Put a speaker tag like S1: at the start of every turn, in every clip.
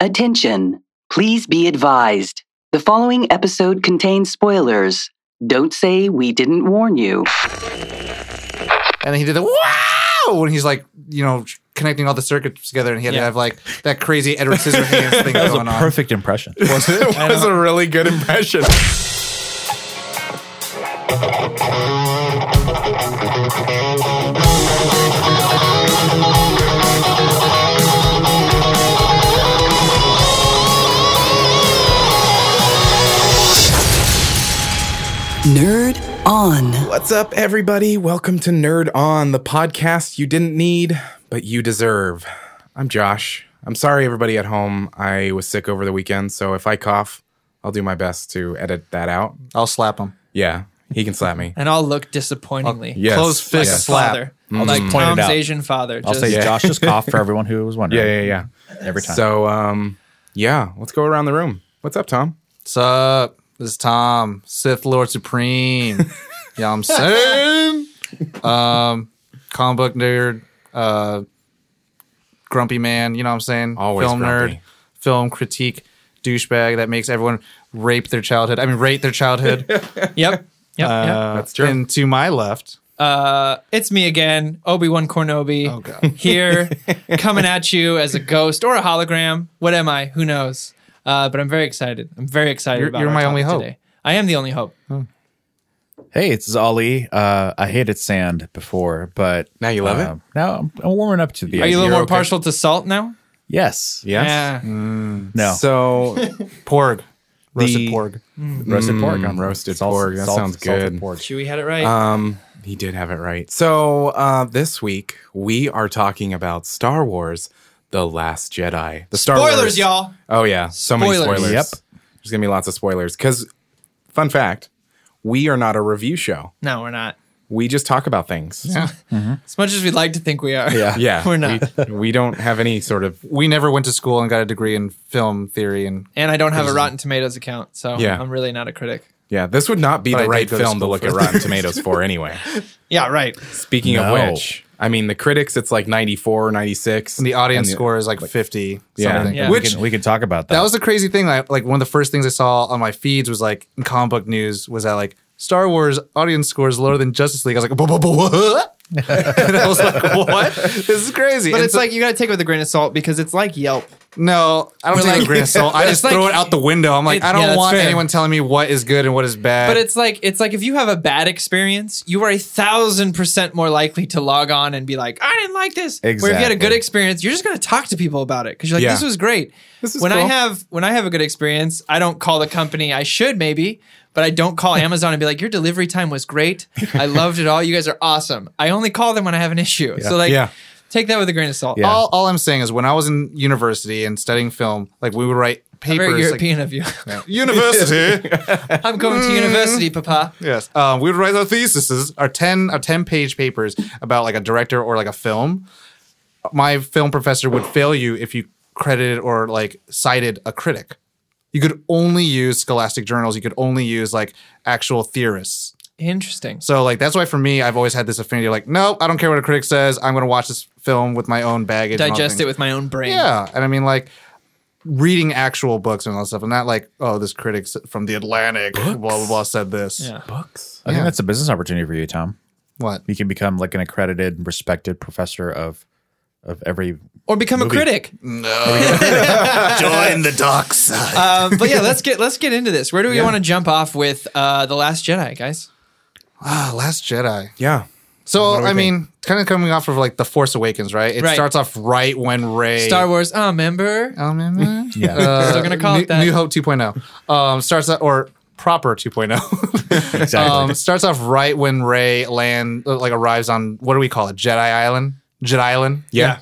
S1: Attention! Please be advised. The following episode contains spoilers. Don't say we didn't warn you.
S2: and he did the wow when he's like you know connecting all the circuits together and he had to
S3: Yeah.
S2: have like that crazy Edward Scissorhands thing
S3: That was a
S2: going on.
S3: perfect impression.
S2: Was it? it was a really good impression.
S1: Nerd on.
S4: What's up, everybody? Welcome to Nerd On, the podcast you didn't need, but you deserve. I'm Josh. I'm sorry, everybody at home. I was sick over the weekend, so if I cough, I'll do my best to edit that out.
S2: I'll slap him.
S4: Yeah, he can slap me.
S5: and I'll look disappointingly.
S4: Yes.
S2: Close fist
S5: Like a
S2: slap.
S5: father.
S3: I'll
S5: Like
S3: just point it
S5: Tom's
S3: out.
S5: Asian father.
S3: I'll
S5: just-
S3: say
S4: Yeah.
S3: Josh just coughed for everyone who was wondering.
S4: Yeah, yeah, yeah.
S3: Every time.
S4: So, um, yeah, let's go around the room. What's up, Tom?
S2: What's up? This is Tom, Sith Lord Supreme. yeah, I'm saying. Um, comic book nerd, uh, grumpy man. You know what I'm saying?
S4: Always
S2: film nerd,
S4: grumpy.
S2: film critique douchebag that makes everyone rape their childhood. I mean, rate their childhood.
S5: Yep. Yep.
S2: Uh,
S4: That's true.
S2: And to my left,
S5: yep. Uh, it's me again, Obi Wan Cornobi. Oh
S2: God.
S5: Here, coming at you as a ghost or a hologram. What am I? Who knows? Uh, but I'm very excited. I'm very excited
S2: You're-
S5: about.
S2: you're
S5: our
S2: my only
S5: topic
S2: hope.
S5: Today. I am the only hope.
S3: hey, it's Ali. Uh, I hated sand before, but
S4: Now you love it?
S3: um, Now I'm, I'm warming up to the.
S5: Are you a
S3: idea.
S5: little more
S4: okay.
S5: partial to salt now?
S3: Yes.
S4: Yes.
S5: Yeah. Oh.
S3: No.
S4: So,
S2: Porg. Roasted
S4: The-
S2: Porg.
S3: roasted pork. on
S4: roasted pork. That sounds
S3: salted
S4: good.
S3: Pork.
S5: Chewie had it right.
S4: Um, he did have it right. So uh, this week we are talking about Star Wars: The Last Jedi. The Star
S5: Spoilers,
S4: Wars.
S5: y'all.
S4: Oh yeah, so many
S5: Spoilers.
S4: spoilers.
S3: Yep.
S4: There's gonna be lots of spoilers. Because, fun fact, we are not a review show.
S5: No, we're not.
S4: We just talk about things. Yeah,
S5: As much as we'd like to think we are. Yeah. We're not.
S4: We, we don't have any sort of.
S2: We never went to school and got a degree in film theory and
S5: And I don't have a Rotten Tomatoes account, so
S4: Yeah.
S5: I'm really not a critic.
S4: Yeah, this would not be
S2: But I
S4: the
S2: did
S4: right
S2: go to
S4: film to
S2: school
S4: look
S2: for
S4: at
S2: it.
S4: Rotten Tomatoes for anyway.
S5: Yeah, right.
S4: Speaking
S3: No.
S4: of which, I mean, the critics, it's like 94, 96.
S2: the audience
S4: And the-
S2: score is like 50
S4: Yeah.
S2: something.
S5: Yeah.
S3: We
S2: Which
S3: can, we can talk about that.
S2: that was the crazy thing. Like, like one of the first things I saw on my feeds was like in comic book news was that like Star Wars audience score is lower than Justice League. I was like, "Buh, buh, buh, what? and I was like, what? This is crazy.
S5: But
S2: And
S5: it's
S2: so-
S5: like you gotta take it with a grain of salt because it's like Yelp.
S2: no, I don't
S5: We're
S2: take it
S5: like-
S2: a grain of salt. I
S5: It's
S2: just
S5: like-
S2: throw it out the window. I'm like,
S5: It's-
S2: I don't
S5: yeah, that's
S2: want
S5: fair.
S2: anyone telling me what is good and what is bad.
S5: But it's like it's like if you have a bad experience, you are a thousand percent more likely to log on and be like, I didn't like this. Where if you had a
S3: Exactly.
S5: good experience, you're just gonna talk to people about it because you're like,
S4: Yeah.
S5: this was great.
S4: is
S5: when I
S4: cool.
S5: have when I have a good experience, I don't call the company. I should maybe, but I don't call Amazon and be like, your delivery time was great. I loved it all. You guys are awesome. I only call them when I have an issue. So like,
S2: Yeah.
S5: take that with a grain of salt.
S3: Yeah.
S2: all, all I'm saying is when I was in university and studying film, like we would write papers.
S5: Very
S2: like-
S5: European of you.
S2: university.
S5: I'm going to university, Papa.
S2: yes. Um, we would write our theses, our 10 our 10 page papers about like a director or like a film. My film professor would fail you if you credited or like cited a critic. You could only use scholastic journals. You could only use like actual theorists.
S5: Interesting.
S2: So like that's why for me, I've always had this affinity. Like, no, I don't care what a critic says. I'm gonna watch this film with my own baggage. and all
S5: digest
S2: things.
S5: it with my own brain.
S2: Yeah, and I mean like reading actual books and all that stuff, and not like oh, this critic s- from the Atlantic, blah blah blah, said this.
S5: Yeah.
S4: Books?
S3: I think that's a business opportunity for you, Tom.
S2: What?
S3: You can become like an accredited, and respected professor of of every.
S5: Or become a critic.
S2: Join the dark side.
S5: Um, but yeah, let's get let's get into this. Where do we want to jump off with uh, the Last Jedi, guys?
S2: Ah, Last Jedi.
S4: Yeah.
S2: So
S4: do we
S2: I mean, kind of coming off of like the Force Awakens, right? It
S5: Right.
S2: starts off right when Ray
S5: Star Wars. Ah, member.
S2: yeah.
S5: Still gonna call
S2: Uh, New,
S5: it that.
S2: New Hope 2.0 um, starts out or proper 2.0
S3: Exactly.
S2: um, starts off right when Ray land uh, like arrives on what do we call it Jedi Island Jedi Island
S4: Yeah.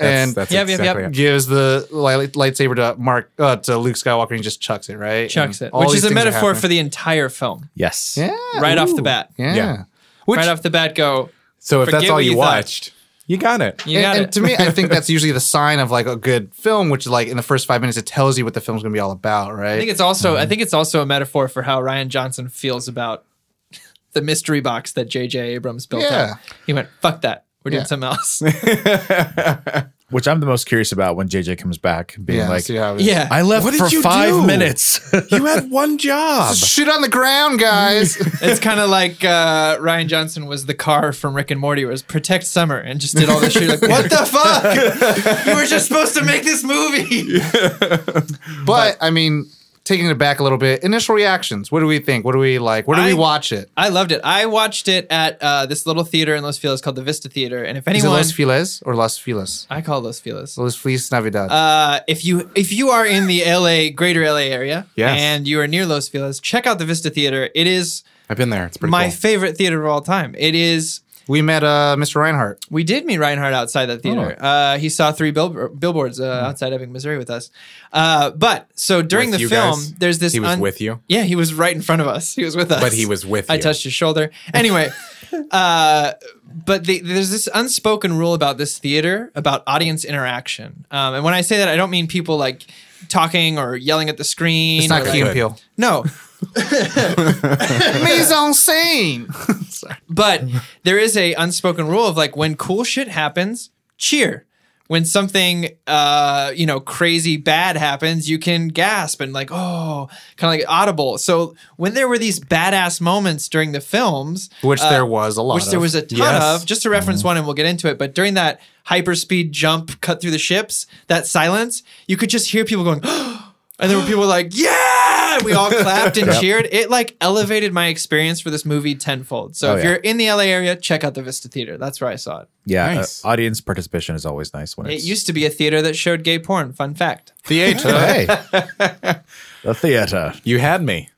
S2: and
S4: that's, that's
S5: Yep, yep,
S4: exactly
S5: yep.
S4: it.
S2: gives the light, lightsaber to Mark uh, to Luke Skywalker and he just chucks it right
S5: Chucks
S2: And
S5: it,
S2: all
S5: which
S2: these
S5: is a
S2: things are
S5: metaphor
S2: happening.
S5: for the entire film.
S3: yes.
S2: yeah
S5: Right off the bat.
S2: yeah,
S4: Yeah.
S2: which
S5: Right off the bat, go.
S4: So if that's
S5: Forget
S4: all
S5: what
S4: you,
S5: you thought.
S4: watched, you got it.
S5: You
S2: and,
S5: got
S2: and
S5: it.
S2: to me I think that's usually the sign of like a good film which is like in the first five minutes it tells you what the film's gonna be all about right
S5: I think it's also I think it's also a metaphor for how Ryan Johnson feels about the mystery box that J.J. Abrams built
S2: Yeah.
S5: up. He went, "Fuck that. We're doing
S2: Yeah.
S5: something else."
S3: which I'm the most curious about when JJ comes back, being
S2: yeah,
S3: like,
S2: see how it is.
S5: Yeah.
S3: I left
S4: What did
S3: for
S4: you
S3: five
S4: do?
S3: minutes.
S4: You had one job.
S2: Shit on the ground, guys.
S5: it's kind of like uh, Ryan Johnson was the car from Rick and Morty, was protect summer and just did all this shit. Like, what the fuck? you were just supposed to make this movie.
S2: but I mean, taking it back a little bit, initial reactions. What do we think? What do we like? Where do
S5: I-
S2: we watch it?
S5: I loved it. I watched it at uh, this little theater in Los Feliz called the Vista Theater, and if
S2: Is it
S5: anyone,
S2: Los Feliz or Las Feliz?
S5: I call Los Feliz.
S2: Los Feliz Navidad.
S5: Uh, if you if you are in the LA greater LA area
S4: Yes.
S5: and you are near Los Feliz, check out the Vista Theater. It is
S4: I've been there. It's pretty
S5: my
S4: cool.
S5: favorite theater of all time. It is
S2: we met uh, Mr. Reinhardt.
S5: We did meet Reinhardt outside that theater.
S4: Oh.
S5: Uh, he saw three bill- billboards uh, outside Ebbing, Missouri, with us. Uh, but so during
S4: Hmm. With
S5: the
S4: you
S5: film,
S4: guys?
S5: there's this.
S4: He was
S5: un-
S4: with you?
S5: Yeah, he was right in front of us. He was with us.
S4: But he was with
S5: I
S4: you.
S5: touched his shoulder. Anyway, uh, but the, there's this unspoken rule about this theater about audience interaction. Um, and when I say that, I don't mean people like talking or yelling at the screen.
S2: It's not
S5: or,
S2: Key and
S5: like,
S2: Peele.
S5: No,
S2: Mise en scene.
S5: But there is a unspoken rule of like when cool shit happens, cheer. When something uh you know crazy bad happens, you can gasp and like oh, kind of like audible. So when there were these badass moments during the films,
S2: Which
S5: uh,
S2: there was a lot.
S5: which there
S2: of.
S5: was a ton
S4: Yes.
S5: of, just to reference one, and we'll get into it. But during that hyperspeed jump, cut through the ships, that silence, you could just hear people going. And there were people like, yeah, we all clapped and cheered. It like elevated my experience for this movie tenfold. So
S3: Oh,
S5: if
S3: yeah.
S5: you're in the LA area, check out the Vista Theater. That's where I saw it.
S3: yeah, uh,
S4: Nice.
S3: audience participation is always nice when
S5: It
S3: it's
S5: used to be a theater that showed gay porn. Fun fact.
S4: theater.
S3: hey, the theater.
S4: you had me.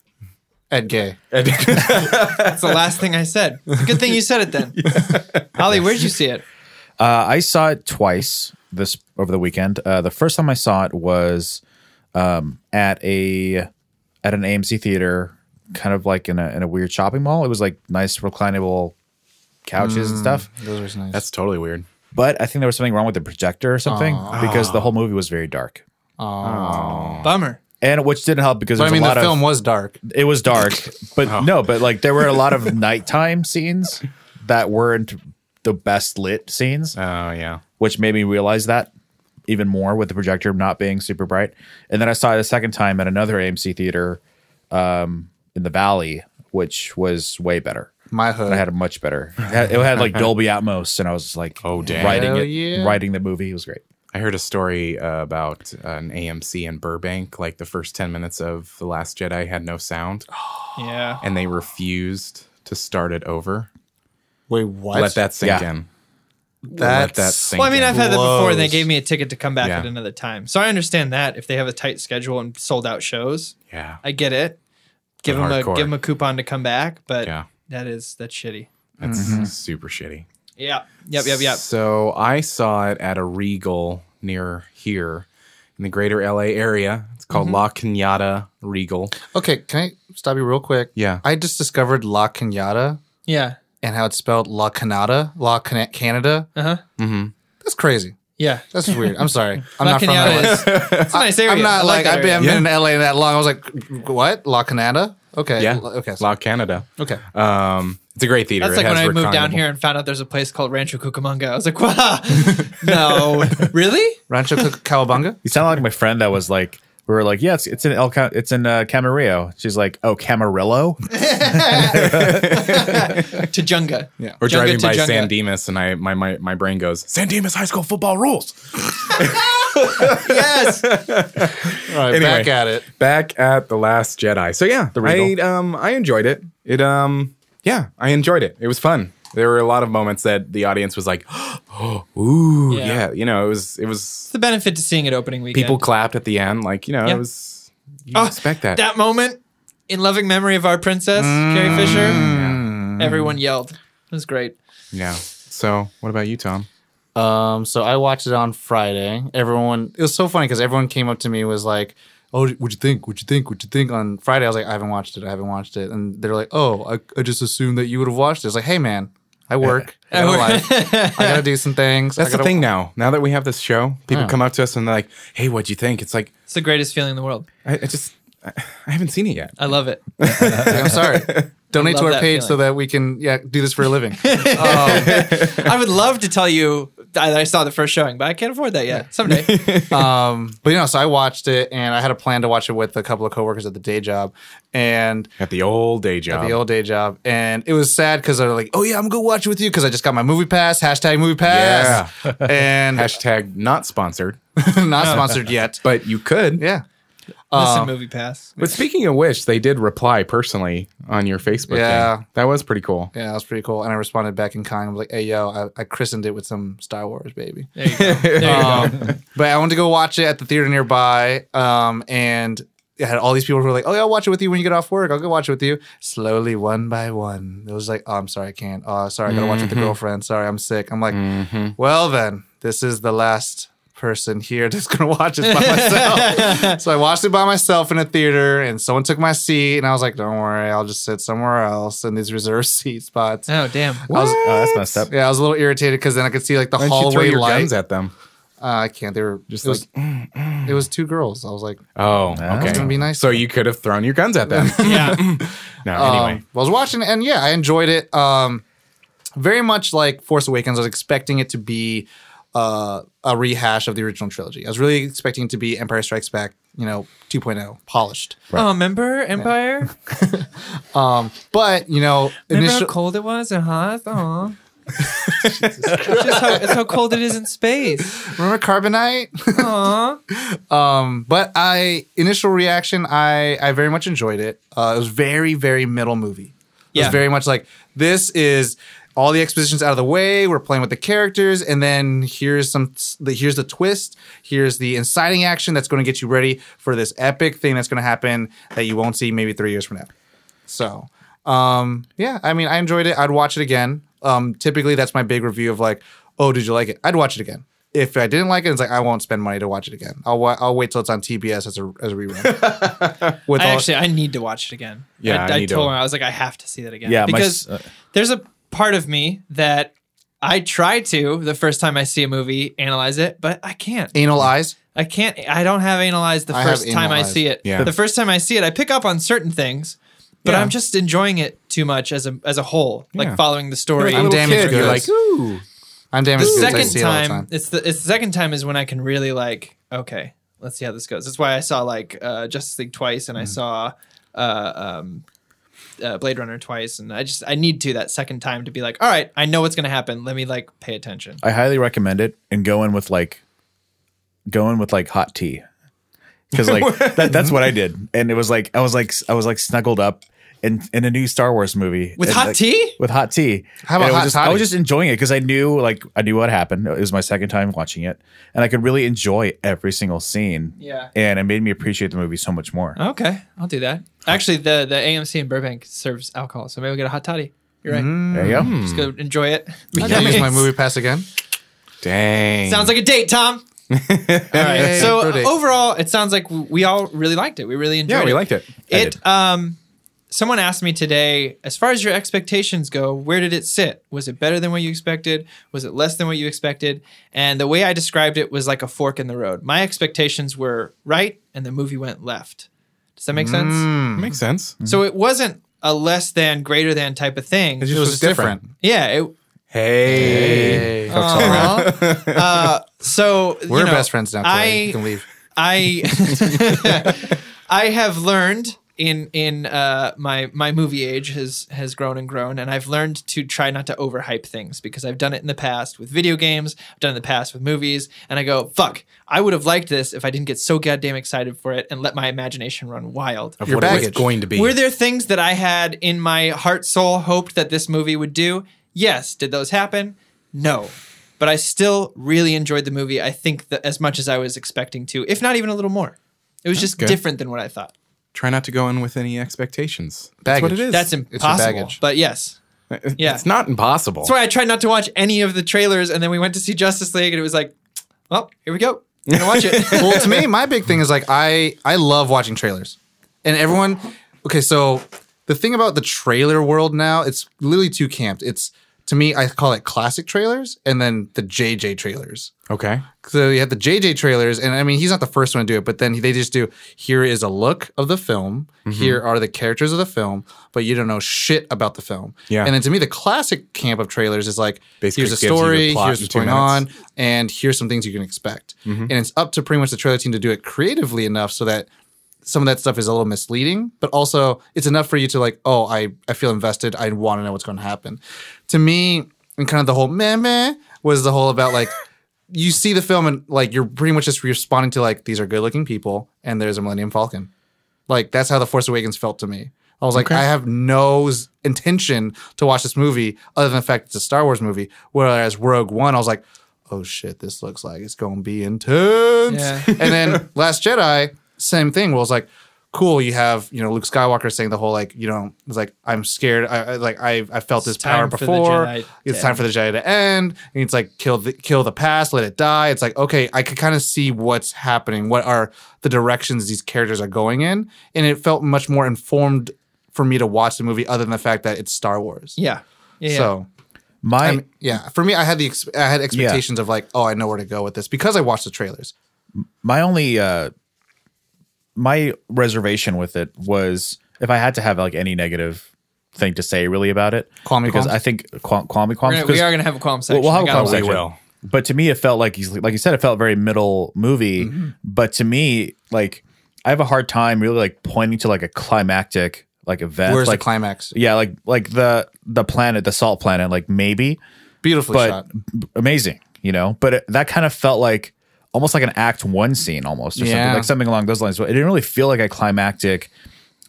S2: Ed Gay.
S5: That's the last thing I said. Good thing you said it then. Ollie, where'd you see it?
S3: Uh, I saw it twice this over the weekend. Uh, the first time I saw it was um, at a at an AMC theater, kind of like in a in a weird shopping mall. It was like nice reclinable couches
S2: Mm.
S3: and stuff.
S2: Those were nice.
S4: That's totally weird.
S3: But I think there was something wrong with the projector or something because the whole movie was very dark,
S5: Bummer.
S3: and which didn't help because
S2: but
S3: there
S2: I
S3: was
S2: mean,
S3: a
S2: the
S3: lot
S2: film Oh.
S3: of
S2: was dark.
S3: it was dark. But no, but like there were a lot of nighttime scenes that weren't the best lit scenes.
S4: Oh yeah.
S3: which made me realize that even more with the projector not being super bright. And then I saw it a second time at another AMC theater um, in the Valley, which was way better.
S4: Uh,
S2: My hood.
S3: I had a much better. It had, it had like Dolby Atmos, and I was just like,
S4: Oh, damn.
S3: writing
S2: Hell
S3: it,
S2: yeah.
S3: writing the movie. It was great.
S4: I heard a story uh, about an AMC in Burbank. Like the first ten minutes of the Last Jedi had no sound,
S5: Yeah.
S4: and they refused to start it over.
S2: Wait, what?
S4: Let that sink
S3: yeah.
S4: in.
S2: That's-
S4: Let that sink
S5: Well, I mean,
S4: in.
S5: I've had that before, and they
S2: blows.
S5: gave me a ticket to come back
S4: Yeah.
S5: at another time. So I understand that if they have a tight schedule and sold out shows,
S4: yeah.
S5: I get it. Give
S4: But
S5: them a
S4: hardcore.
S5: give them a coupon to come back, but
S4: Yeah.
S5: that is that's shitty.
S4: That's super shitty.
S5: Yeah. Mm-hmm. Yep. Yep. Yep.
S4: So I saw it at a Regal near here in the greater LA area. It's called
S5: Mm-hmm.
S4: La Cunada Regal.
S2: Okay, can I stop you real quick?
S4: Yeah.
S2: I just discovered La Canada
S5: Yeah.
S2: and how it's spelled La Canada, La Cana- Canada.
S5: Uh huh.
S2: That's crazy.
S5: Yeah.
S2: That's weird. I'm sorry. I'm
S5: La
S2: not from
S5: Cunada
S2: LA.
S5: is- it's a nice area.
S2: I'm not
S5: I
S2: like,
S5: that
S2: I've been, I've
S5: area.
S2: been in LA that long. I was like, what? La Canada? Okay.
S4: Yeah.
S2: La- Okay.
S4: La Canada.
S2: okay.
S4: Um, it's a great theater.
S5: That's
S4: It
S5: like
S4: has
S5: when I moved down
S4: reclinable-
S5: here and found out there's a place called Rancho Cucamonga. I was like, wow, no, really?
S2: Rancho Cuc- Cowabunga?
S3: You sound like my friend that was like, we were like, yeah, it's, it's in El, Ca- it's in uh, Camarillo. She's like, oh, Camarillo.
S5: To Junga.
S2: Yeah.
S4: Or
S5: Junga
S4: driving
S5: to
S4: by
S5: Junga.
S4: San Dimas, and I my, my my brain goes San Dimas High School football rules.
S5: Yes.
S2: All right,
S4: Anyway.
S2: back at it.
S4: Back at the Last Jedi. So yeah, the
S3: Regal.
S4: I um I enjoyed it. It um yeah I enjoyed it. It was fun. There were a lot of moments that the audience was like, oh, ooh
S5: Yeah.
S4: yeah. you know it was it was
S5: It's the benefit to seeing it opening weekend.
S4: people clapped at the end like you know
S5: Yeah.
S4: it was you
S5: Oh,
S4: expect that. Mm.
S5: That moment in loving memory of our princess, Carrie Fisher, everyone yelled. It was great.
S4: Yeah. So, what about you, Tom?
S2: Um, so I watched it on Friday. Everyone, it was so funny because everyone came up to me and was like, "Oh, what'd you think? What'd you think? What'd you think?" On Friday, I was like, "I haven't watched it. I haven't watched it." And they're like, "Oh, I, I just assumed that you would have watched it." It's like, "Hey, man, I work. I, got a life. I gotta do some things. I
S4: That's the
S2: gotta-
S4: thing now. Now that we have this show, people
S2: Yeah.
S4: come up to us and they're like, "Hey, what'd you think?" It's like
S5: It's the greatest feeling in the world.
S4: I, I just I, I haven't seen it yet.
S5: I love it.
S2: I'm sorry. Donate
S5: I
S2: to
S5: love
S2: our
S5: that
S2: page so
S5: feeling.
S2: that we can yeah do this for a living.
S5: I would love to tell you I, I saw the first showing, but I can't afford that yet. Someday.
S2: Um, but you know, so I watched it and I had a plan to watch it with a couple of coworkers at the day job. And
S4: At the old day
S2: at
S4: job.
S2: the old day job. And it was sad because they're like, oh, yeah, I'm going to watch it with you because I just got my movie pass, hashtag movie pass. And
S4: Hashtag not sponsored,
S2: not sponsored yet. But
S4: but you could.
S2: yeah.
S5: Listen, movie pass.
S4: But speaking of which, they did reply personally on your Facebook.
S2: Yeah.
S4: thing. that was pretty cool.
S2: Yeah, that was pretty cool. And I responded back in kind. I was like, hey, yo, I, I christened it with some Star Wars, baby.
S5: There you go. There you go.
S2: Um, but I wanted to go watch it at the theater nearby. Um, and I had all these people who were like, oh, yeah, I'll watch it with you when you get off work. I'll go watch it with you. Slowly, one by one. It was like, oh, I'm sorry, I can't. Oh, sorry, I got to watch it with the
S4: Mm-hmm.
S2: girlfriend. Sorry, I'm sick. I'm like, well, then, this is the last person here that's going to watch this by myself. so I watched it by myself in a theater, and someone took my seat, and I was like, don't worry, I'll just sit somewhere else in these reserved seat spots.
S5: Oh damn.
S2: I was-
S3: Oh, that's messed up.
S2: yeah, I was a little irritated because then I could see like the
S4: Why don't you throw
S2: hallway
S4: your
S2: light.
S4: guns at them?
S2: Uh, I can't. They were just it was, it was two girls. I was like,
S4: Oh, okay.
S2: gonna be nice.
S4: So you could have thrown your guns at them.
S5: Yeah.
S4: no,
S2: um,
S4: anyway.
S2: I was watching it, and yeah, I enjoyed it. Um, very much like Force Awakens. I was expecting it to be uh, a rehash of the original trilogy. I was really expecting it to be Empire Strikes Back, you know, 2.0, polished.
S5: Oh, remember Empire?
S2: But you know,
S5: Remember how
S2: initial
S5: cold it was and hot? Aw. it's just how, it's how cold it is in space.
S2: remember Carbonite.
S5: Aw.
S2: Um, but I initial reaction, I I very much enjoyed it. Uh, it was very very middle movie. It was
S5: Yeah.
S2: very much like this is all the expositions out of the way. We're playing with the characters, and then here's some the, here's the twist. Here's the inciting action that's going to get you ready for this epic thing that's going to happen that you won't see maybe three years from now. So, um, yeah, I mean, I enjoyed it. I'd watch it again. Um, typically, that's my big review of like, oh, did you like it? I'd watch it again. If I didn't like it, it's like I won't spend money to watch it again. I'll wa- I'll wait till it's on TBS as a as a rerun. With
S5: I
S2: all-
S5: actually I need to watch it again.
S4: Yeah,
S5: I,
S4: I
S5: I,
S4: need to.
S5: told him I was like I have to see that again.
S3: Yeah, my s-
S5: because
S3: uh,
S5: there's a part of me that I try to the first time I see a movie analyze it, but I can't.
S2: anal eyes.
S5: I can't. I don't have analyzed the
S2: I
S5: first
S2: have
S5: time I
S2: analyzed.
S5: see it.
S4: Yeah.
S5: The first time I see it, I pick up on certain things, but I'm just enjoying it too much as a as a whole.
S4: Yeah.
S5: Like following the story.
S2: I'm
S4: Little
S2: damaged
S4: kid, You're like,
S2: goods.
S4: ooh.
S2: I'm
S5: the
S2: damaged. goods. I
S5: second
S2: see it all the
S5: time, it's the it's the second time is when I can really like okay, let's see how this goes. That's why I saw like uh, Justice League twice, and
S2: Mm-hmm.
S5: I saw uh, um, uh, Blade Runner twice, and I just I need to that second time to be like, all right, I know what's gonna happen. Let me like pay attention.
S3: I highly recommend it and go in with like go in with like hot tea. Cuz like that, that's what I did. And it was like I was like I was like snuggled up in in a new Star Wars movie.
S5: With
S3: And,
S5: hot
S3: like,
S5: tea?
S3: With hot tea.
S2: How about
S3: And I was
S2: hot
S3: just, I was
S2: toddy?
S3: just enjoying it cuz I knew like I knew what happened. It was my second time watching it and I could really enjoy every single scene.
S5: Yeah.
S3: And it made me appreciate the movie so much more.
S5: Okay, I'll do that. Actually, the the AMC in Burbank serves alcohol, so maybe we'll get a hot toddy. You're right.
S3: There you go.
S5: Just go enjoy it.
S2: Can I Mm. use my movie pass again?
S4: Dang.
S5: Sounds like a date, Tom. all right.
S2: Yay,
S5: so uh,
S2: pro date.
S5: overall, it sounds like w- we all really liked it. We really enjoyed
S4: yeah,
S5: it.
S4: we liked it.
S5: It um someone asked me today, as far as your expectations go, where did it sit? Was it better than what you expected? Was it less than what you expected? And the way I described it was like a fork in the road. My expectations were right and the movie went left. Does that make sense?
S2: Mm.
S4: Makes sense.
S5: So it wasn't a less than greater than type of thing.
S4: just
S2: It was
S4: was
S2: different.
S5: yeah, it
S4: Hey.
S5: Aw. uh, so
S2: We're
S5: Um, you know,
S2: best friends now. Chloe. you
S5: I
S2: can leave.
S5: I I have learned in in uh, my my movie age has has grown and grown, and I've learned to try not to overhype things because I've done it in the past with video games, I've done it in the past with movies, and I go fuck. I would have liked this if I didn't get so goddamn excited for it and let my imagination run wild.
S4: Of
S2: Your
S4: what it was
S2: baggage.
S4: going to be.
S5: Were there things that I had in my heart soul hoped that this movie would do? Yes. Did those happen? No. But I still really enjoyed the movie. I think that as much as I was expecting to, if not even a little more. It was just
S4: good.
S5: different than what I thought.
S4: Try not to go in with any expectations. That's
S2: Baggage.
S4: what it is.
S5: That's
S2: your
S5: impossible.
S2: baggage.
S5: But yes. yeah.
S4: It's not impossible.
S5: That's why I tried not to watch any of the trailers and then we went to see Justice League and it was like, well, here we go. I'm gonna watch it.
S2: well, to me, my big thing is like I I love watching trailers, and everyone. Okay, so the thing about the trailer world now, it's literally two camps. It's to me, I call it classic trailers and then the JJ trailers.
S4: Okay.
S2: So you have the JJ trailers, and I mean, he's not the first one to do it, but then they just do here is a look of the film,
S4: Mm-hmm.
S2: here are the characters of the film, but you don't know shit about the film.
S4: Yeah.
S2: And then to me, the classic camp of trailers is like
S4: Basically
S2: here's a
S4: gives you the
S2: story,
S4: plot
S2: here's
S4: in
S2: what's
S4: two Mm-hmm.
S2: going on, and here's some things you can expect. And it's up to pretty much the trailer team to do it creatively enough so that some of that stuff is a little misleading, but also it's enough for you to like, oh, I, I feel invested. I want to know what's going to happen. To me, and kind of the whole meh meh was the whole about like, you see the film and like you're pretty much just responding to like these are good looking people and there's a Millennium Falcon. Like that's how The Force Awakens felt to me. I was like, I have no s- intention to watch this movie other than the fact it's a Star Wars movie. Whereas Rogue One, I was like, oh shit, this looks like it's gonna be intense.
S5: Yeah.
S2: and then Last Jedi, same thing. Where I was like, cool, you have you know Luke Skywalker saying the whole like you know it's like I'm scared. I, I like I I felt this
S5: It's time
S2: power
S5: for the
S2: before.
S5: Jedi to
S2: It's time for the Jedi to end. And it's like kill the kill the past, let it die. It's like okay, I could kind of see what's happening. What are the directions these characters are going in? And it felt much more informed for me to watch the movie, other than the fact that it's Star Wars.
S5: Yeah. Yeah. yeah.
S2: So
S3: My
S2: I mean, yeah, for me, I had the ex- I had expectations of like, oh, I know where to go with this because I watched the trailers.
S3: my only uh my reservation with it was if I had to have like any negative thing to say really about it
S2: Qualm me
S3: because
S2: qualms?
S3: I think qualm, qualm me
S5: We're
S3: qualms
S5: gonna, we
S3: because-
S5: are going to have a qualm section.
S3: We'll, we'll
S5: I
S3: have a
S5: got
S3: qualm
S5: one.
S3: section.
S4: will.
S3: But to me, it felt like he's like you said, it felt very middle movie.
S2: Mm-hmm.
S3: But to me, like I have a hard time really like pointing to like a climactic like event.
S2: Where's
S3: like,
S2: the climax?
S3: Yeah, like like the the planet, the salt planet, like maybe,
S2: Beautifully
S3: but
S2: shot.
S3: b- amazing, you know. But it, that kind of felt like almost like an act one scene, almost or
S2: Yeah.
S3: something like something along those lines. But it didn't really feel like a climactic.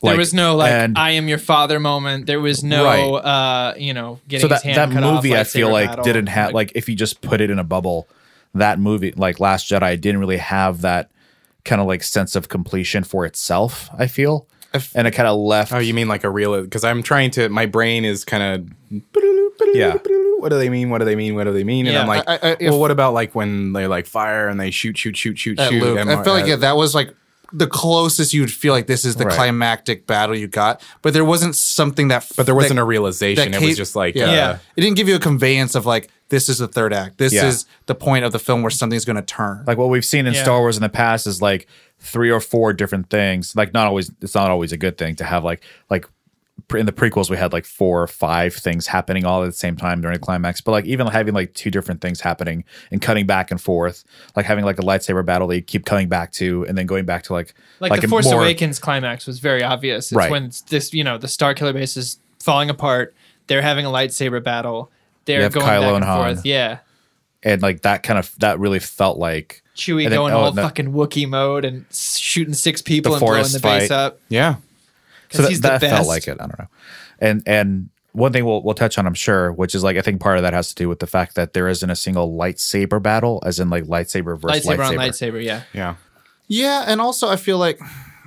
S5: There
S3: like,
S5: was no like
S3: end.
S5: I am your father moment. There was no
S3: Right.
S5: uh you know getting
S3: so
S5: his
S3: that,
S5: hand
S3: that
S5: cut off,
S3: movie i feel
S5: lightsaber
S3: like
S5: battle.
S3: didn't have like if you just put it in a bubble that movie like last jedi didn't really have that kind of like sense of completion for itself i feel and it kind of left
S4: Oh, you mean like a real? Because I'm trying to. My brain is kind of.
S3: Yeah.
S4: What do they mean? What do they mean? What do they mean? And
S5: Yeah.
S4: I'm like,
S2: I- I- if-
S4: well, what about like when they like fire and they shoot, shoot, shoot, shoot,
S2: at
S4: shoot?
S2: Luke.
S4: and
S2: I
S4: what-
S2: feel like
S4: uh,
S2: yeah, that was like the closest you'd feel like this is the
S3: Right.
S2: climactic battle you got, but there wasn't something that.
S4: But there wasn't
S2: that,
S4: a realization. It
S2: ca-
S4: was just like,
S2: yeah.
S4: uh,
S5: Yeah.
S2: it didn't give you a conveyance of like this is the third act. This
S3: Yeah.
S2: is the point of the film where something's going to turn.
S3: like what we've seen in
S5: Yeah.
S3: star wars in the past is like three or four different things like not always it's not always a good thing to have like like pre- in the prequels we had like four or five things happening all at the same time during the climax but like even having like two different things happening and cutting back and forth like having like a lightsaber battle that you keep coming back to and then going back to like
S5: like,
S3: a
S5: the Force
S3: more-
S5: Awakens climax was very obvious. It's
S3: Right.
S5: when it's this you know the Star Killer base is falling apart. They're having a lightsaber battle. They're
S3: have
S5: going
S3: Kylo
S5: back
S3: and
S5: and
S3: Han.
S5: forth. Yeah,
S3: and like that kind of that really felt like
S5: Chewie
S3: And then-
S5: going
S3: oh,
S5: all
S3: and the-
S5: fucking Wookiee mode and s- shooting six people
S3: The
S5: and blowing
S3: forest
S5: the base
S3: fight.
S5: up.
S4: yeah.
S3: so
S5: 'Cause
S3: that,
S5: he's the
S3: that felt
S5: best.
S3: like it. I don't know. And and one thing we'll we'll touch on, I'm sure, which is like I think part of that has to do with the fact that there isn't a single lightsaber battle, as in like lightsaber versus
S5: Lightsaber,
S3: lightsaber.
S5: on lightsaber. Yeah,
S4: Yeah.
S2: Yeah, and also I feel like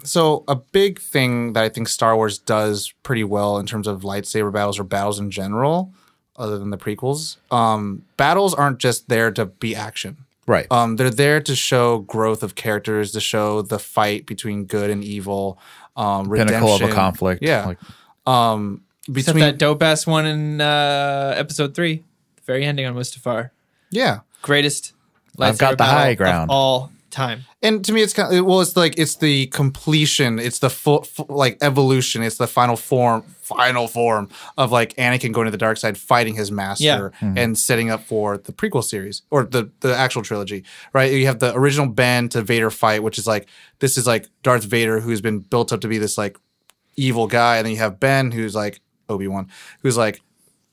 S2: so a big thing that I think Star Wars does pretty well in terms of lightsaber battles or battles in general, other than the prequels, um, battles aren't just there to be action.
S3: Right.
S5: Uh,
S2: Um, they're there to show growth of characters, to show the fight between good and evil, um,
S3: Pinnacle of a
S2: redemption.
S3: conflict.
S2: Yeah,
S3: Like,
S2: um,
S5: except
S2: between
S5: that dope ass one in uh, episode three, the very ending on Mustafar.
S2: yeah,
S5: Greatest.
S3: I've
S5: lightsaber
S3: got the
S5: battle
S3: high
S5: of
S3: ground.
S5: all time.
S2: and to me it's kind of well it's like it's the completion it's the full, fu- like evolution it's the final form final form of like anakin going to the dark side fighting his master
S5: Yeah.
S2: and setting up for the prequel series or the the actual trilogy right you have the original ben to vader fight which is like this is like darth vader who's been built up to be this like evil guy and then you have ben who's like obi-wan who's like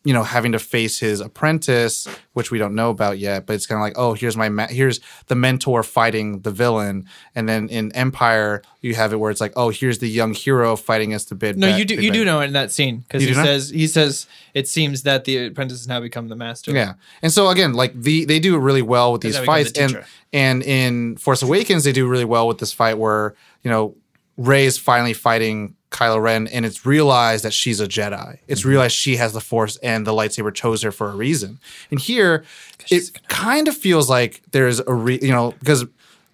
S2: you know having to face his apprentice which we don't know about yet but it's kind of like oh here's my ma- here's the mentor fighting the villain and then in empire you have it where it's like oh here's the young hero fighting against the bid
S5: No,
S2: bad-
S5: you do
S2: big
S5: you
S2: bad
S5: do know it in that scene because
S2: You
S5: he
S2: do know?
S5: says he says it seems that the apprentice has now become the master.
S2: Yeah, and so again, like the they do it really well with these
S5: that becomes
S2: fights,
S5: the
S2: and
S5: teacher.
S2: and in Force Awakens they do really well with this fight where you know Rey is finally fighting Kylo Ren, and it's realized that she's a Jedi. It's realized she has the Force, and the lightsaber chose her for a reason. And here, it kind of feels like there's a re- you know because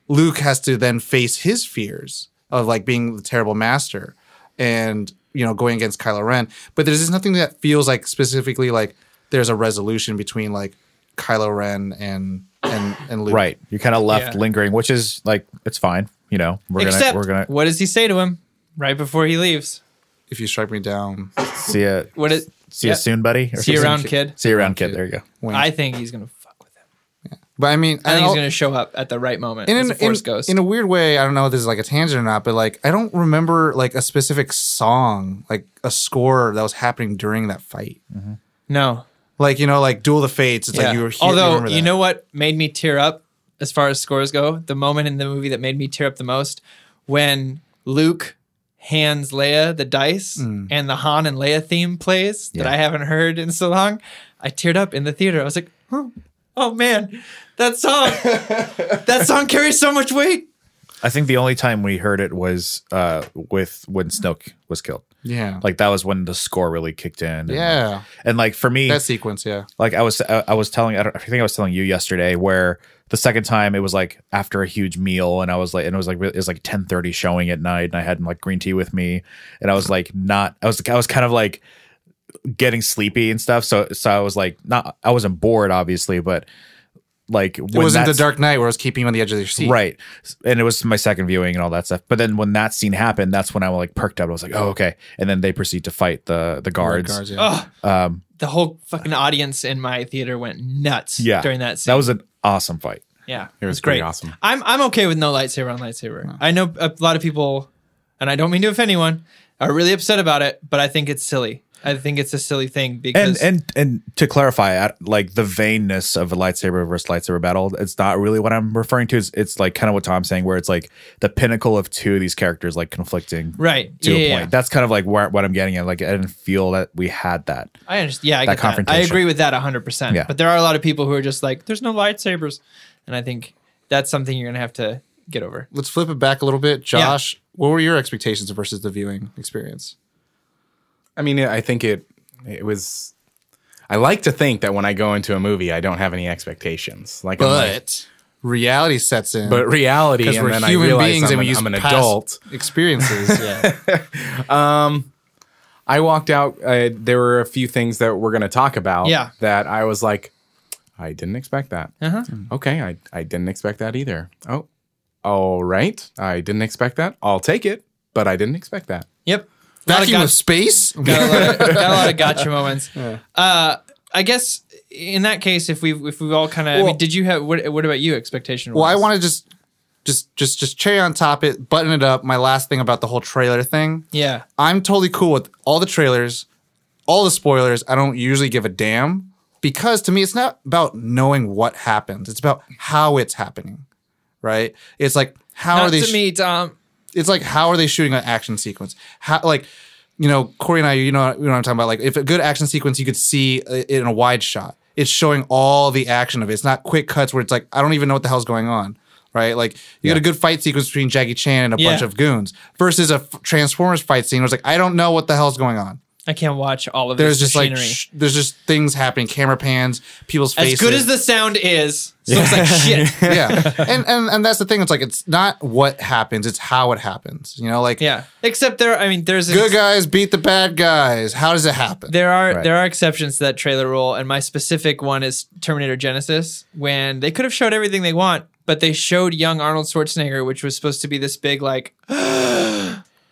S2: Luke has to then face his fears of like being the terrible master, and you know going against Kylo Ren. But there's just nothing that feels like specifically like there's a resolution between like Kylo Ren and and and Luke.
S3: Right. You're kind of left
S5: Yeah.
S3: lingering, which is like it's fine. You know, we're
S5: Except,
S3: gonna we're gonna
S5: what does he say to him right before he leaves?
S2: If you strike me down,
S3: see ya
S5: What is?
S3: see
S5: yeah.
S3: ya soon, buddy. or
S5: See you
S3: something.
S5: around, kid.
S3: See you around, kid. There you go.
S2: when,
S5: I think he's gonna fuck with him.
S2: but I mean,
S5: I think he's
S2: I'll-
S5: gonna show up at the right moment.
S2: in
S5: as
S2: an,
S5: a force
S2: in,
S5: ghost.
S2: in a weird way, I don't know if this is like a tangent or not, but like I don't remember like a specific song, like a score that was happening during that fight.
S5: no.
S2: Like you know, like Duel of the Fates. It's
S5: Yeah.
S2: like you were here,
S5: Although
S2: remember
S5: you
S2: that.
S5: know what made me tear up as far as scores go, the moment in the movie that made me tear up the most when Luke hands Leia the dice
S2: Hmm.
S5: and the Han and Leia theme plays that I haven't heard in so long. I teared up in the theater. I was like, oh, oh man, that song, that song carries so much weight.
S3: I think the only time we heard it was uh with when Snoke was killed.
S2: yeah,
S3: Like that was when the score really kicked in. and-
S2: yeah,
S3: And like for me,
S2: that sequence, yeah,
S3: like I was I, I was telling I, don't, I think I was telling you yesterday where the second time it was like after a huge meal and I was like and it was like it was like 10:30 showing at night and I had like green tea with me and I was like not I was I was kind of like getting sleepy and stuff so so I was like not I wasn't bored obviously but like
S2: it wasn't the
S3: that's-
S2: Dark Knight where it was keeping you on the edge of your seat,
S3: Right. And it was my second viewing and all that stuff. But then when that scene happened, that's when I like perked up. I was like, oh, okay. And then they proceed to fight the the
S2: Guards,
S3: guards.
S2: guards yeah.
S5: Oh,
S3: Um,
S5: the whole fucking audience in my theater went nuts
S3: yeah.
S5: during that scene.
S3: That was an awesome fight.
S5: Yeah,
S4: It was
S5: it's
S4: pretty
S5: great.
S4: awesome.
S5: I'm I'm okay with no lightsaber on lightsaber. I know a lot of people, and I don't mean to offend anyone, are really upset about it, but I think it's silly. I think it's a silly thing
S3: And
S5: because
S3: and and to clarify, I- like the vainness of a lightsaber versus lightsaber battle, it's not really what I'm referring to. It's, it's like kind of what Tom's saying, where it's like the pinnacle of two of these characters like conflicting
S5: right,
S3: to
S5: yeah,
S3: a
S5: yeah,
S3: point. That's kind of like where, what I'm getting at. Like I didn't feel that we had that.
S5: yeah. I understand. Yeah, I
S3: That
S5: get that. I
S3: confrontation.
S5: agree with that 100. percent
S3: Yeah.
S5: But there are a lot of people who are just like, "There's no lightsabers," and I think that's something you're gonna have to get over.
S2: Let's flip it back a little bit, Josh. What were your expectations versus the viewing experience?
S4: I mean, I think it it was. I like to think that when I go into a movie, I don't have any expectations. Like, I'm like-
S2: reality sets in,
S4: but reality,
S2: because
S4: and
S2: we're
S4: then I
S2: human
S4: realize
S2: beings
S4: I'm,
S2: and we
S4: an-
S2: use
S4: I'm an
S2: past
S4: adult.
S2: experiences. Yeah,
S4: I walked out. Uh, there were a few things that we're going to talk about.
S5: Yeah.
S4: That I was like, I didn't expect that.
S5: Uh-huh.
S4: Okay, I I didn't expect that either. Oh, all right. I didn't expect that. I'll take it, but I didn't expect that.
S5: Yep. A lot of
S2: vacuum
S5: gun-
S2: of space.
S5: got a lot of, got a lot of gotcha moments. Uh, I guess in that case, if we if we all kind of, I
S2: Well-
S5: mean, did you have what? What about you? Expectation?
S2: Well, I want to just just just just cherry on top it, button it up. My last thing about the whole trailer thing.
S5: Yeah.
S2: I'm totally cool with all the trailers, all the spoilers. I don't usually give a damn because to me it's not about knowing what happens. It's about how it's happening. Right? It's like how
S5: Not
S2: are they
S5: to
S2: sh-
S5: me, Tom.
S2: it's like how are they shooting an action sequence? How like you know Corey and I, you know, you know what I'm talking about. Like if a good action sequence, you could see it in a wide shot. It's showing all the action of it. It's not quick cuts where it's like I don't even know what the hell's going on. Right, like you got a good fight sequence between Jackie Chan and a bunch
S5: Yeah.
S2: of goons versus a f- Transformers fight scene. Where it's like I don't know what the hell's going on.
S5: I can't watch all of
S2: There's
S5: this
S2: just like
S5: machinery.
S2: sh- there's just things happening, camera pans, people's faces.
S5: as good as the sound is, so it's like shit.
S2: yeah, and, and and that's the thing. It's like it's not what happens, it's how it happens. You know, like
S5: Yeah. Except there, I mean, there's
S2: good guys beat the bad guys. How does it happen?
S5: there are
S3: Right.
S5: there are exceptions to that trailer rule, and my specific one is Terminator Genesis, when they could have showed everything they want, but they showed young Arnold Schwarzenegger, which was supposed to be this big like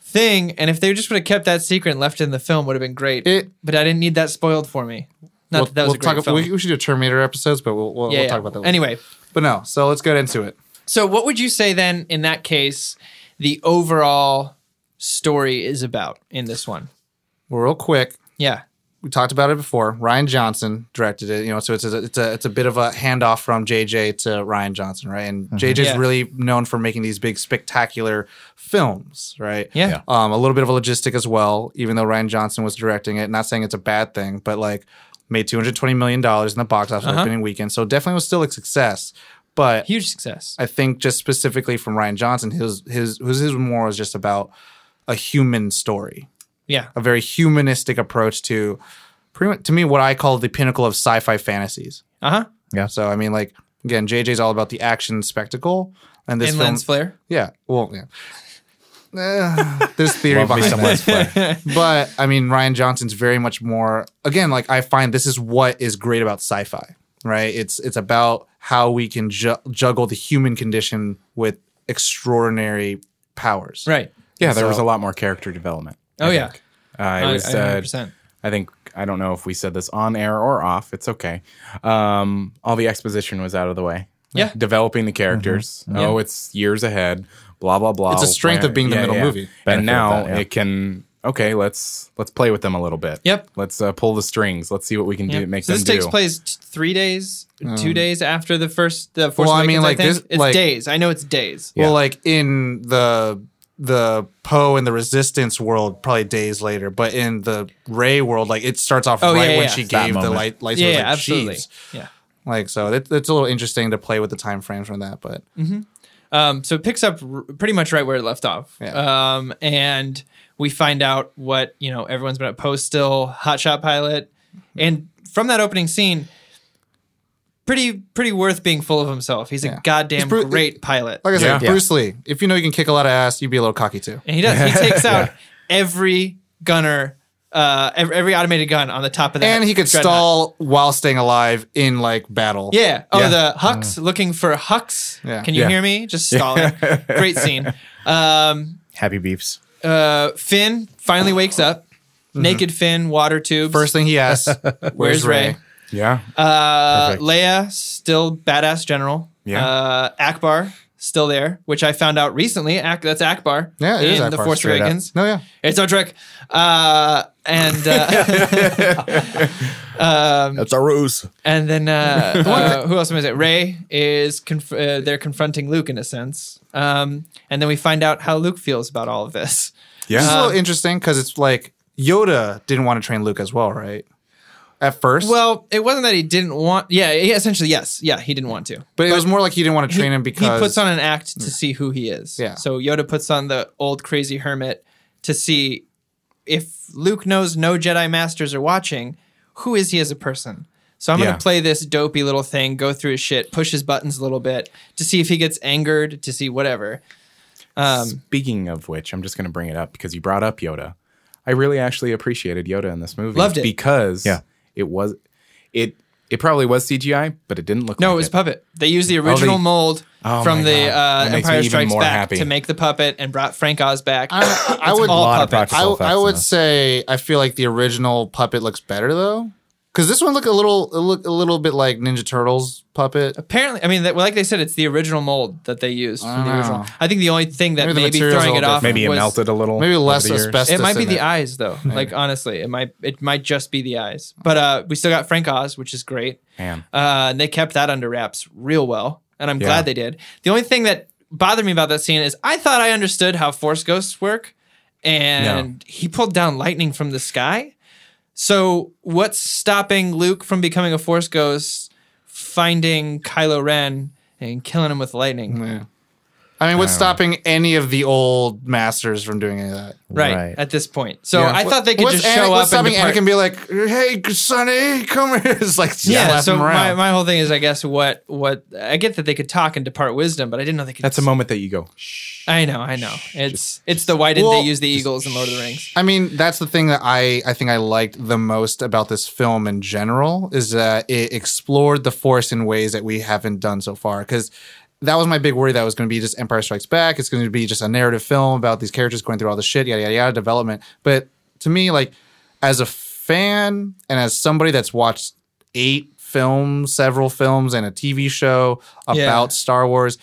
S5: thing, and if they just would have kept that secret and left it in the film, would have been great.
S2: It-
S5: but I didn't need that spoiled for me. Not
S2: we'll,
S5: that that was
S2: we'll
S5: a great
S2: talk,
S5: film.
S2: We, we should do Terminator episodes, but we'll, we'll,
S5: yeah,
S2: we'll
S5: yeah.
S2: talk about that later.
S5: Anyway,
S2: But no, so let's get into it.
S5: So, what would you say then in that case the overall story is about in this one?
S2: Real quick,
S5: Yeah.
S2: we talked about it before. Ryan Johnson directed it, you know, so it's a, it's a it's a bit of a handoff from JJ to Ryan Johnson, right? And JJ's
S5: Yeah.
S2: really known for making these big spectacular films, right?
S5: Yeah. Yeah.
S2: Um, a little bit of a logistic as well, even though Ryan Johnson was directing it. Not saying it's a bad thing, but like made 220 million dollars in the box office
S5: Uh-huh.
S2: opening weekend. So it definitely was still a success. But
S5: Huge success.
S2: I think just specifically from Ryan Johnson, his his his, his more was just about a human story,
S5: Yeah.
S2: a very humanistic approach to pretty much, to me what I call the pinnacle of sci-fi fantasies.
S5: Uh huh.
S2: So I mean, like again, JJ's all about the action spectacle, and this
S5: And
S2: film,
S5: lens flare.
S2: yeah, well, yeah. eh, there's theory
S3: Love me
S2: behind
S3: some
S2: that.
S3: Let's Play.
S2: But I mean, Ryan Johnson's very much more. Again, like I find this is what is great about sci-fi, right? It's it's about how we can ju- juggle the human condition with extraordinary powers.
S5: Right.
S4: Yeah, there was
S2: So-
S4: a lot more character development.
S5: Oh, yeah.
S4: yeah, uh, it
S5: I-
S4: was.
S5: I
S4: uh,
S5: 100%.
S4: I think I don't know if we said this on air or off. It's okay. Um, all the exposition was out of the way.
S5: Yeah.
S4: developing the characters. Oh, it's years ahead. Blah blah blah.
S2: Mm-hmm. It's a strength of being the middle movie.
S4: and
S3: Benefit of
S4: now
S3: that, yeah.
S4: it can. Okay, let's let's play with them a little bit.
S5: Yep.
S4: Let's uh, pull the strings. Let's see what we can
S5: Yeah.
S4: do. Make
S5: so
S4: them
S5: this takes
S4: do.
S5: place t- three days, two days after the first. The Force
S2: Um, Well, I
S5: Awakens, I
S2: mean, like,
S5: think.
S2: this-
S5: it's
S2: like-
S5: days. I know it's days.
S2: Well, like in the the Poe and the Resistance world, probably days later. But in the Ray world, like it starts off
S5: Oh, yeah,
S2: right
S5: yeah,
S2: when
S5: yeah.
S2: she
S5: It's
S3: that
S2: gave the
S3: moment.
S2: light lightsaber
S5: Yeah,
S2: like,
S5: yeah, absolutely.
S2: "Jeez."
S5: Yeah.
S2: Like so, it, it's a little interesting to play with the time frame from that. But
S5: Um, so it picks up r- pretty much right where it left off.
S2: Yeah.
S5: Um, and we find out what, you know, everyone's been at post still, hotshot pilot.
S2: Mm-hmm.
S5: And from that opening scene, pretty pretty worth being full of himself. He's
S2: Yeah.
S5: a goddamn
S2: He's pro-
S5: great pilot.
S2: like I said,
S3: Yeah.
S2: Bruce Lee. If you know you can kick a lot of ass, you'd be a little cocky too.
S5: and he does. He takes out every gunner, uh, every, every automated gun on the top of that.
S2: And he could
S5: dreadnought.
S2: stall while staying alive in like battle.
S5: Yeah. Oh,
S4: Yeah.
S5: the Hux looking for Hux.
S2: Mm. Yeah.
S5: Can you
S4: Yeah.
S5: hear me? Just stalling. Great scene. Um,
S3: Happy beefs.
S5: uh, Finn finally wakes up. Naked Finn, water tubes.
S2: Mm-hmm. First thing he asks, "Where's
S5: where's Ray?
S2: Ray?"
S4: yeah.
S5: Uh,
S3: Perfect.
S5: Leia, still badass general.
S4: Yeah.
S5: Uh, Akbar, still there, which I found out recently. Ak- that's Akbar.
S2: Yeah, it
S5: in
S2: is
S5: The
S2: Akbar,
S5: Force
S2: straight up.
S5: Awakens.
S2: No, yeah.
S5: It's no trick. Uh, and uh,
S3: That's our ruse.
S5: and then uh, uh, who else am I saying? Ray is conf- uh, they're confronting Luke in a sense. Um, and then we find out how Luke feels about all of this.
S2: This is a
S4: Yeah.
S2: little
S5: Um,
S2: interesting because it's like Yoda didn't want to train Luke as well, right? At first.
S5: Well, it wasn't that he didn't want. Yeah, yeah, essentially, yes. Yeah, he didn't want to.
S2: but it was more like he didn't want to train him because
S5: he puts on an act
S4: Mm.
S5: to see who he is.
S2: Yeah.
S5: So Yoda puts on the old crazy hermit to see if Luke knows no Jedi masters are watching, who is he as a person? So I'm
S4: Yeah.
S5: gonna play this dopey little thing, go through his shit, push his buttons a little bit to see if he gets angered, to see whatever. Um,
S4: Speaking of which, I'm just going to bring it up because you brought up Yoda. I really actually appreciated Yoda in this movie.
S5: Loved it.
S4: because
S3: Yeah.
S4: it was it it probably was CGI, but it didn't look
S5: No,
S4: like
S5: it was
S4: it.
S5: puppet. They used the original mold
S4: Oh
S5: from
S4: my God.
S5: the
S4: That
S5: uh,
S4: makes me
S5: Empire
S4: even
S5: Strikes
S4: more
S5: Back
S4: happy.
S5: to make the puppet and brought Frank Oz back.
S2: I, I would
S5: all
S3: lot of
S5: puppet.
S3: practice.
S2: I,
S3: effects
S2: I
S3: in
S2: would
S3: this.
S2: say I feel like the original puppet looks better though. Cause this one looked a little it looked a little bit like Ninja Turtles puppet.
S5: Apparently, I mean, that, well, like they said, it's the original mold that they used from the
S2: Oh.
S5: original. I think the only thing that
S2: Maybe the
S5: maybe,
S2: material's a
S5: throwing it
S2: little
S5: off
S2: different.
S4: Maybe it
S5: was-
S4: melted a little.
S2: Maybe
S4: over
S2: less
S4: the years.
S2: asbestos.
S5: It might be
S2: in
S5: the
S2: it.
S5: eyes, though. Like honestly, it might it might just be the eyes. But uh, we still got Frank Oz, which is great.
S4: Man.
S5: Uh, and they kept that under wraps real well, and I'm
S4: Yeah.
S5: glad they did. The only thing that bothered me about that scene is I thought I understood how Force ghosts work, and he pulled down lightning from the sky. So what's stopping Luke from becoming a Force ghost, finding Kylo Ren and killing him with lightning?
S2: Yeah. I mean, what's stopping any of the old masters from doing any of that?
S5: Right,
S3: Right.
S5: at this point. So
S4: Yeah.
S5: Oh, I thought they could
S2: what's
S5: just
S2: Anakin-
S5: show
S2: what's
S5: up
S2: stopping
S5: and depart.
S2: Anakin be like, "Hey, Sonny, come here." It's like just
S5: yeah
S2: slap
S5: so
S2: him
S5: my,
S2: around.
S5: my whole thing is i guess what what i get that they could talk and depart wisdom but i didn't know they could
S4: That's a moment that you go.
S5: i know i know it's it's the why didn't
S2: Well,
S5: they use the eagles in lord of the rings
S2: I mean, that's the thing that I I think I liked the most about this film in general is that it explored the force in ways that we haven't done so far. Because that was my big worry that it was going to be just Empire Strikes Back. It's going to be just a narrative film about these characters going through all the shit, yada yada yada, development. But to me, like as a fan and as somebody that's watched eight films, several films, and a TV show about
S5: Yeah.
S2: Star Wars.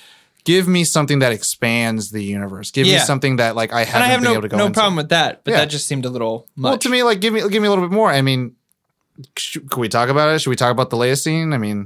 S2: Give me something that expands the universe. Give me
S5: Yeah.
S2: something that like I
S5: and
S2: haven't
S5: i have
S2: been
S5: no,
S2: able to go
S5: no
S2: into.
S5: problem with that but
S2: Yeah.
S5: that just seemed a little much
S2: Well, to me, like give me give me a little bit more. I mean, sh- can we talk about it? Should we talk about the latest scene? I mean,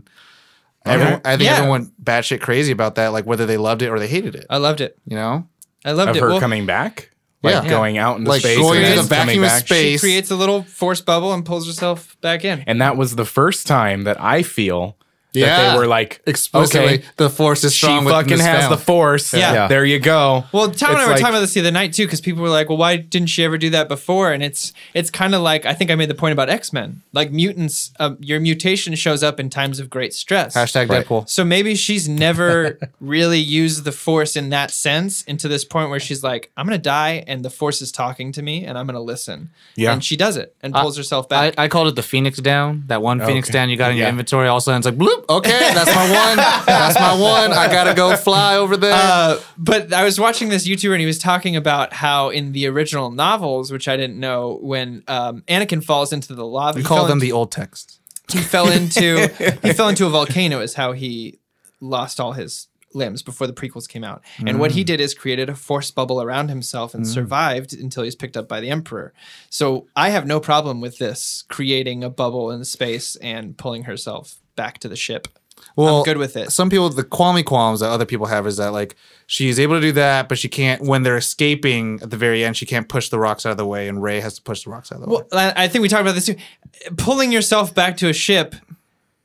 S2: everyone, I think
S5: Yeah.
S2: everyone went batshit crazy about that, like whether they loved it or they hated it.
S5: i loved it
S2: You know,
S5: i loved
S4: Of
S5: it
S4: her
S5: Well,
S4: coming back, like
S2: Yeah.
S4: going out into
S2: Like,
S4: space,
S2: going
S4: and
S5: into
S4: then
S5: the
S4: coming
S2: vacuum of
S4: back.
S2: space.
S5: she creates a little force bubble and pulls herself back in
S4: And that was the first time that I feel that
S2: Yeah.
S4: they were like
S2: Explicitly,
S4: Okay,
S2: the force is
S4: she
S2: strong. within
S4: fucking
S2: this
S4: has
S2: family.
S4: the force.
S5: Yeah.
S3: Yeah.
S4: there you go.
S5: Well, Tom and
S4: It's
S5: I were
S4: like-
S5: talking about this the other night too, because people were like, "Well, why didn't she ever do that before?" And it's it's kind of like I think I made the point about X Men, like mutants. Uh, your mutation shows up in times of great stress.
S2: Hashtag Deadpool.
S5: So maybe she's never really used the force in that sense into this point where she's like, "I'm gonna die, and the force is talking to me, and I'm gonna listen."
S4: Yeah.
S5: and she does it and pulls herself
S2: I,
S5: back.
S2: I called it the Phoenix Down. That one Phoenix
S4: Okay.
S2: Down you got in your
S4: Yeah.
S2: inventory. All of a sudden, it's like bloop. Okay, that's my one. that's my one. I gotta go fly over there.
S5: uh, but I was watching this YouTuber and he was talking about how in the original novels, which I didn't know, when um, Anakin falls into the lava,
S2: we
S5: he
S2: call
S5: fell
S2: them
S5: into-
S2: the old texts.
S5: he fell into he fell into a volcano is how he lost all his limbs before the prequels came out. And what he did is created a force bubble around himself and survived until he's picked up by the emperor. So I have no problem with this creating a bubble in space and pulling herself back to the ship.
S2: Well,
S5: good with it.
S2: Some people, the qualmy qualms that other people have is that like she's able to do that, but she can't when they're escaping at the very end. She can't push the rocks out of the way, and Ray has to push the rocks out of the way.
S5: Well, I I think we talked about this too. Pulling yourself back to a ship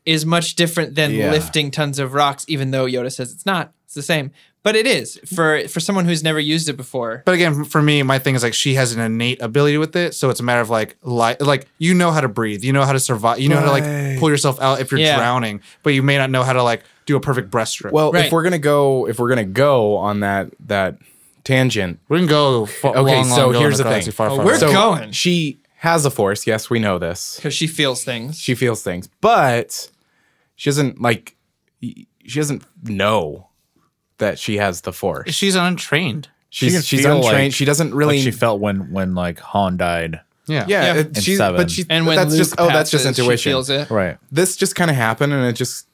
S5: is much different than
S3: Yeah.
S5: lifting tons of rocks, even though Yoda says it's not. It's the same. But it is for for someone who's never used it before.
S2: But again, for me, my thing is like she has an innate ability with it, so it's a matter of like, li- like you know how to breathe, you know how to survive, you know how to like
S4: Right.
S2: pull yourself out if you're
S5: Yeah.
S2: drowning, but you may not know how to like do a perfect breaststroke.
S4: Well,
S5: Right.
S4: if we're gonna go, if we're gonna go on that that tangent,
S2: we can go. Fa-
S4: okay.
S2: long,
S4: so
S2: long, go
S4: here's
S2: in
S4: the thing.
S2: galaxy Far, far
S5: we're
S2: away.
S4: So
S5: going.
S4: She has a force. Yes, we know this.
S5: because she feels things.
S4: She feels things, but she doesn't like. She doesn't know that she has the force.
S2: she's untrained.
S4: She's
S3: can
S4: she's
S3: feel
S4: untrained.
S3: like-
S4: she doesn't
S3: Like
S4: really.
S3: she felt when when like Han died.
S2: Yeah,
S4: yeah,
S5: Yeah.
S4: it-
S3: And
S4: she,
S3: seven.
S4: but she,
S5: And when
S4: that's
S5: Luke
S4: just oh, that's just
S5: passes, she
S4: intuition.
S5: feels it.
S3: Right.
S4: This just kind of happened, and it just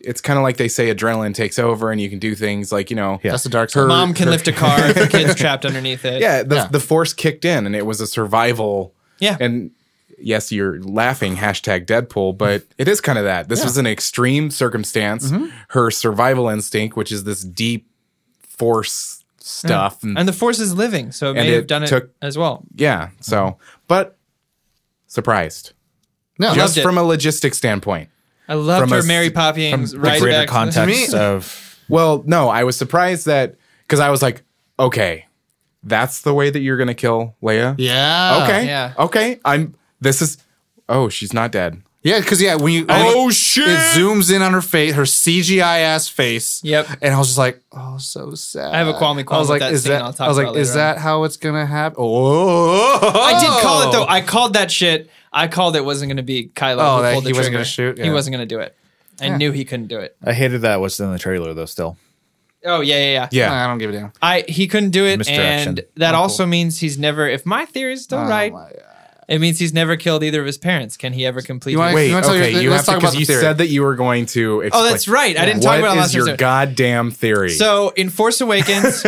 S4: it's kind of like they say adrenaline takes over, and you can do things like you know
S2: that's the dark side.
S4: Her-
S5: Mom can lift a car if her kid's trapped underneath it.
S4: yeah the,
S2: Yeah.
S4: the force kicked in and it was a survival
S5: Yeah.
S4: and yes you're laughing hashtag deadpool but it is kind of that this was an extreme circumstance
S5: Mm-hmm.
S4: her survival instinct which is this deep force stuff and,
S5: And the force is living, so it may
S4: And it
S5: have done it
S4: took-
S5: as well.
S4: yeah so but surprised
S2: no,
S5: Mm-hmm. Loved
S4: just
S5: it.
S4: from a logistic standpoint
S5: I loved
S4: From
S5: her
S4: a s-
S5: Mary Poppins
S3: The
S5: right
S3: greater
S5: back.
S3: context of
S4: well no i was surprised that because i was like okay that's the way that you're gonna kill leia
S2: yeah,
S4: okay
S5: yeah.
S4: okay i'm this is oh she's not dead
S2: yeah, because yeah, when you
S4: Oh,
S2: it
S4: shit!
S2: zooms in on her face, her CGI ass face.
S5: Yep.
S2: and I was just like, oh, so sad.
S5: I have a qualmy
S2: I
S5: qualm
S2: was like,
S5: with that
S2: is
S5: scene.
S2: that?
S5: I'll talk
S2: I was
S5: about
S2: like,
S5: it
S2: is
S5: later on.
S2: that how it's gonna happen? Oh,
S5: I did call it though. I called that shit. I called it wasn't going to be Kylo.
S2: Oh,
S5: who
S2: that
S5: pulled the
S2: he wasn't
S5: trigger.
S2: gonna shoot?
S5: He
S2: Yeah.
S5: wasn't going to do it. I knew he couldn't do it.
S3: I hated that was in the trailer though still.
S5: Oh yeah, yeah, yeah.
S4: yeah
S2: I don't give a damn.
S5: I he couldn't do it,
S3: Misdirection.
S5: and that also means he's never. If my theory is still
S2: Oh
S5: right, it means he's never killed either of his parents. Can he ever complete?
S2: You
S5: his
S2: wanna-
S4: Wait,
S2: wanna tell
S4: okay,
S2: your-
S4: you
S2: let's
S4: have
S2: talk
S4: to,
S2: about
S4: because
S2: the
S4: you
S2: theory.
S4: said that you were going to explain.
S5: Oh, that's right. I didn't talk about it
S4: What
S5: last
S4: is your
S5: episode.
S4: goddamn theory?
S5: So in Force Awakens,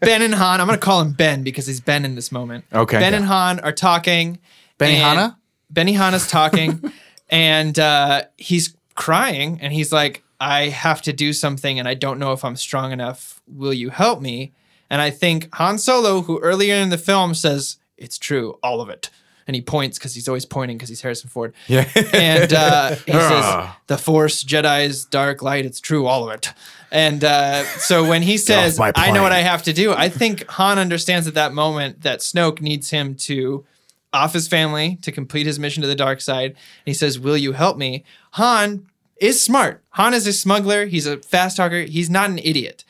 S5: Ben and Han, I'm going to call him Ben because he's Ben in this moment.
S4: Okay.
S5: Ben
S4: Yeah.
S5: and Han are talking.
S2: Benny
S5: and-
S2: Hanna?
S5: Benny Hana's talking and uh, he's crying and he's like, I have to do something and I don't know if I'm strong enough. Will you help me? And I think Han Solo, who earlier in the film says, It's true, all of it. And he points because he's always pointing because he's Harrison Ford. Yeah. and uh, he says, The Force, Jedi's dark light, it's true, all of it. And uh, so when he says,
S3: my
S5: I know what
S3: plane."
S5: I have to do, I think Han understands at that moment that Snoke needs him to off his family to complete his mission to the dark side. And he says, Will you help me? Han is smart. Han is a smuggler. He's a fast talker. He's not an idiot.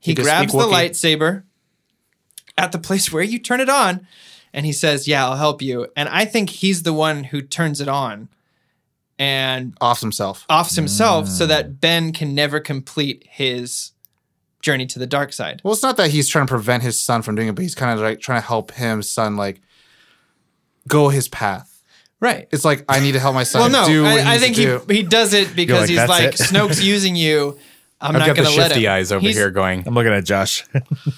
S5: He,
S2: can
S5: grabs the
S2: speak Wookiee.
S5: lightsaber at the place where you turn it on and he says, Yeah, I'll help you. And I think he's the one who turns it on and
S2: Offs himself.
S5: offs himself so that Ben can never complete his journey to the dark side.
S2: Well, it's not that he's trying to prevent his son from doing it, but he's kind of like trying to help him son like go his path.
S5: Right.
S2: It's like I need to help my
S5: Well,
S2: son
S5: no,
S2: do what he
S5: I, I
S2: needs
S5: think
S2: to
S5: he,
S2: do.
S5: he does it because
S3: like,
S5: he's
S3: "That's it."
S5: like Snoke's using you. I'm
S4: I've
S5: not
S4: got the
S5: going to let
S4: shifty
S5: him.
S4: eyes over
S5: He's-
S4: here going.
S3: I'm looking at Josh.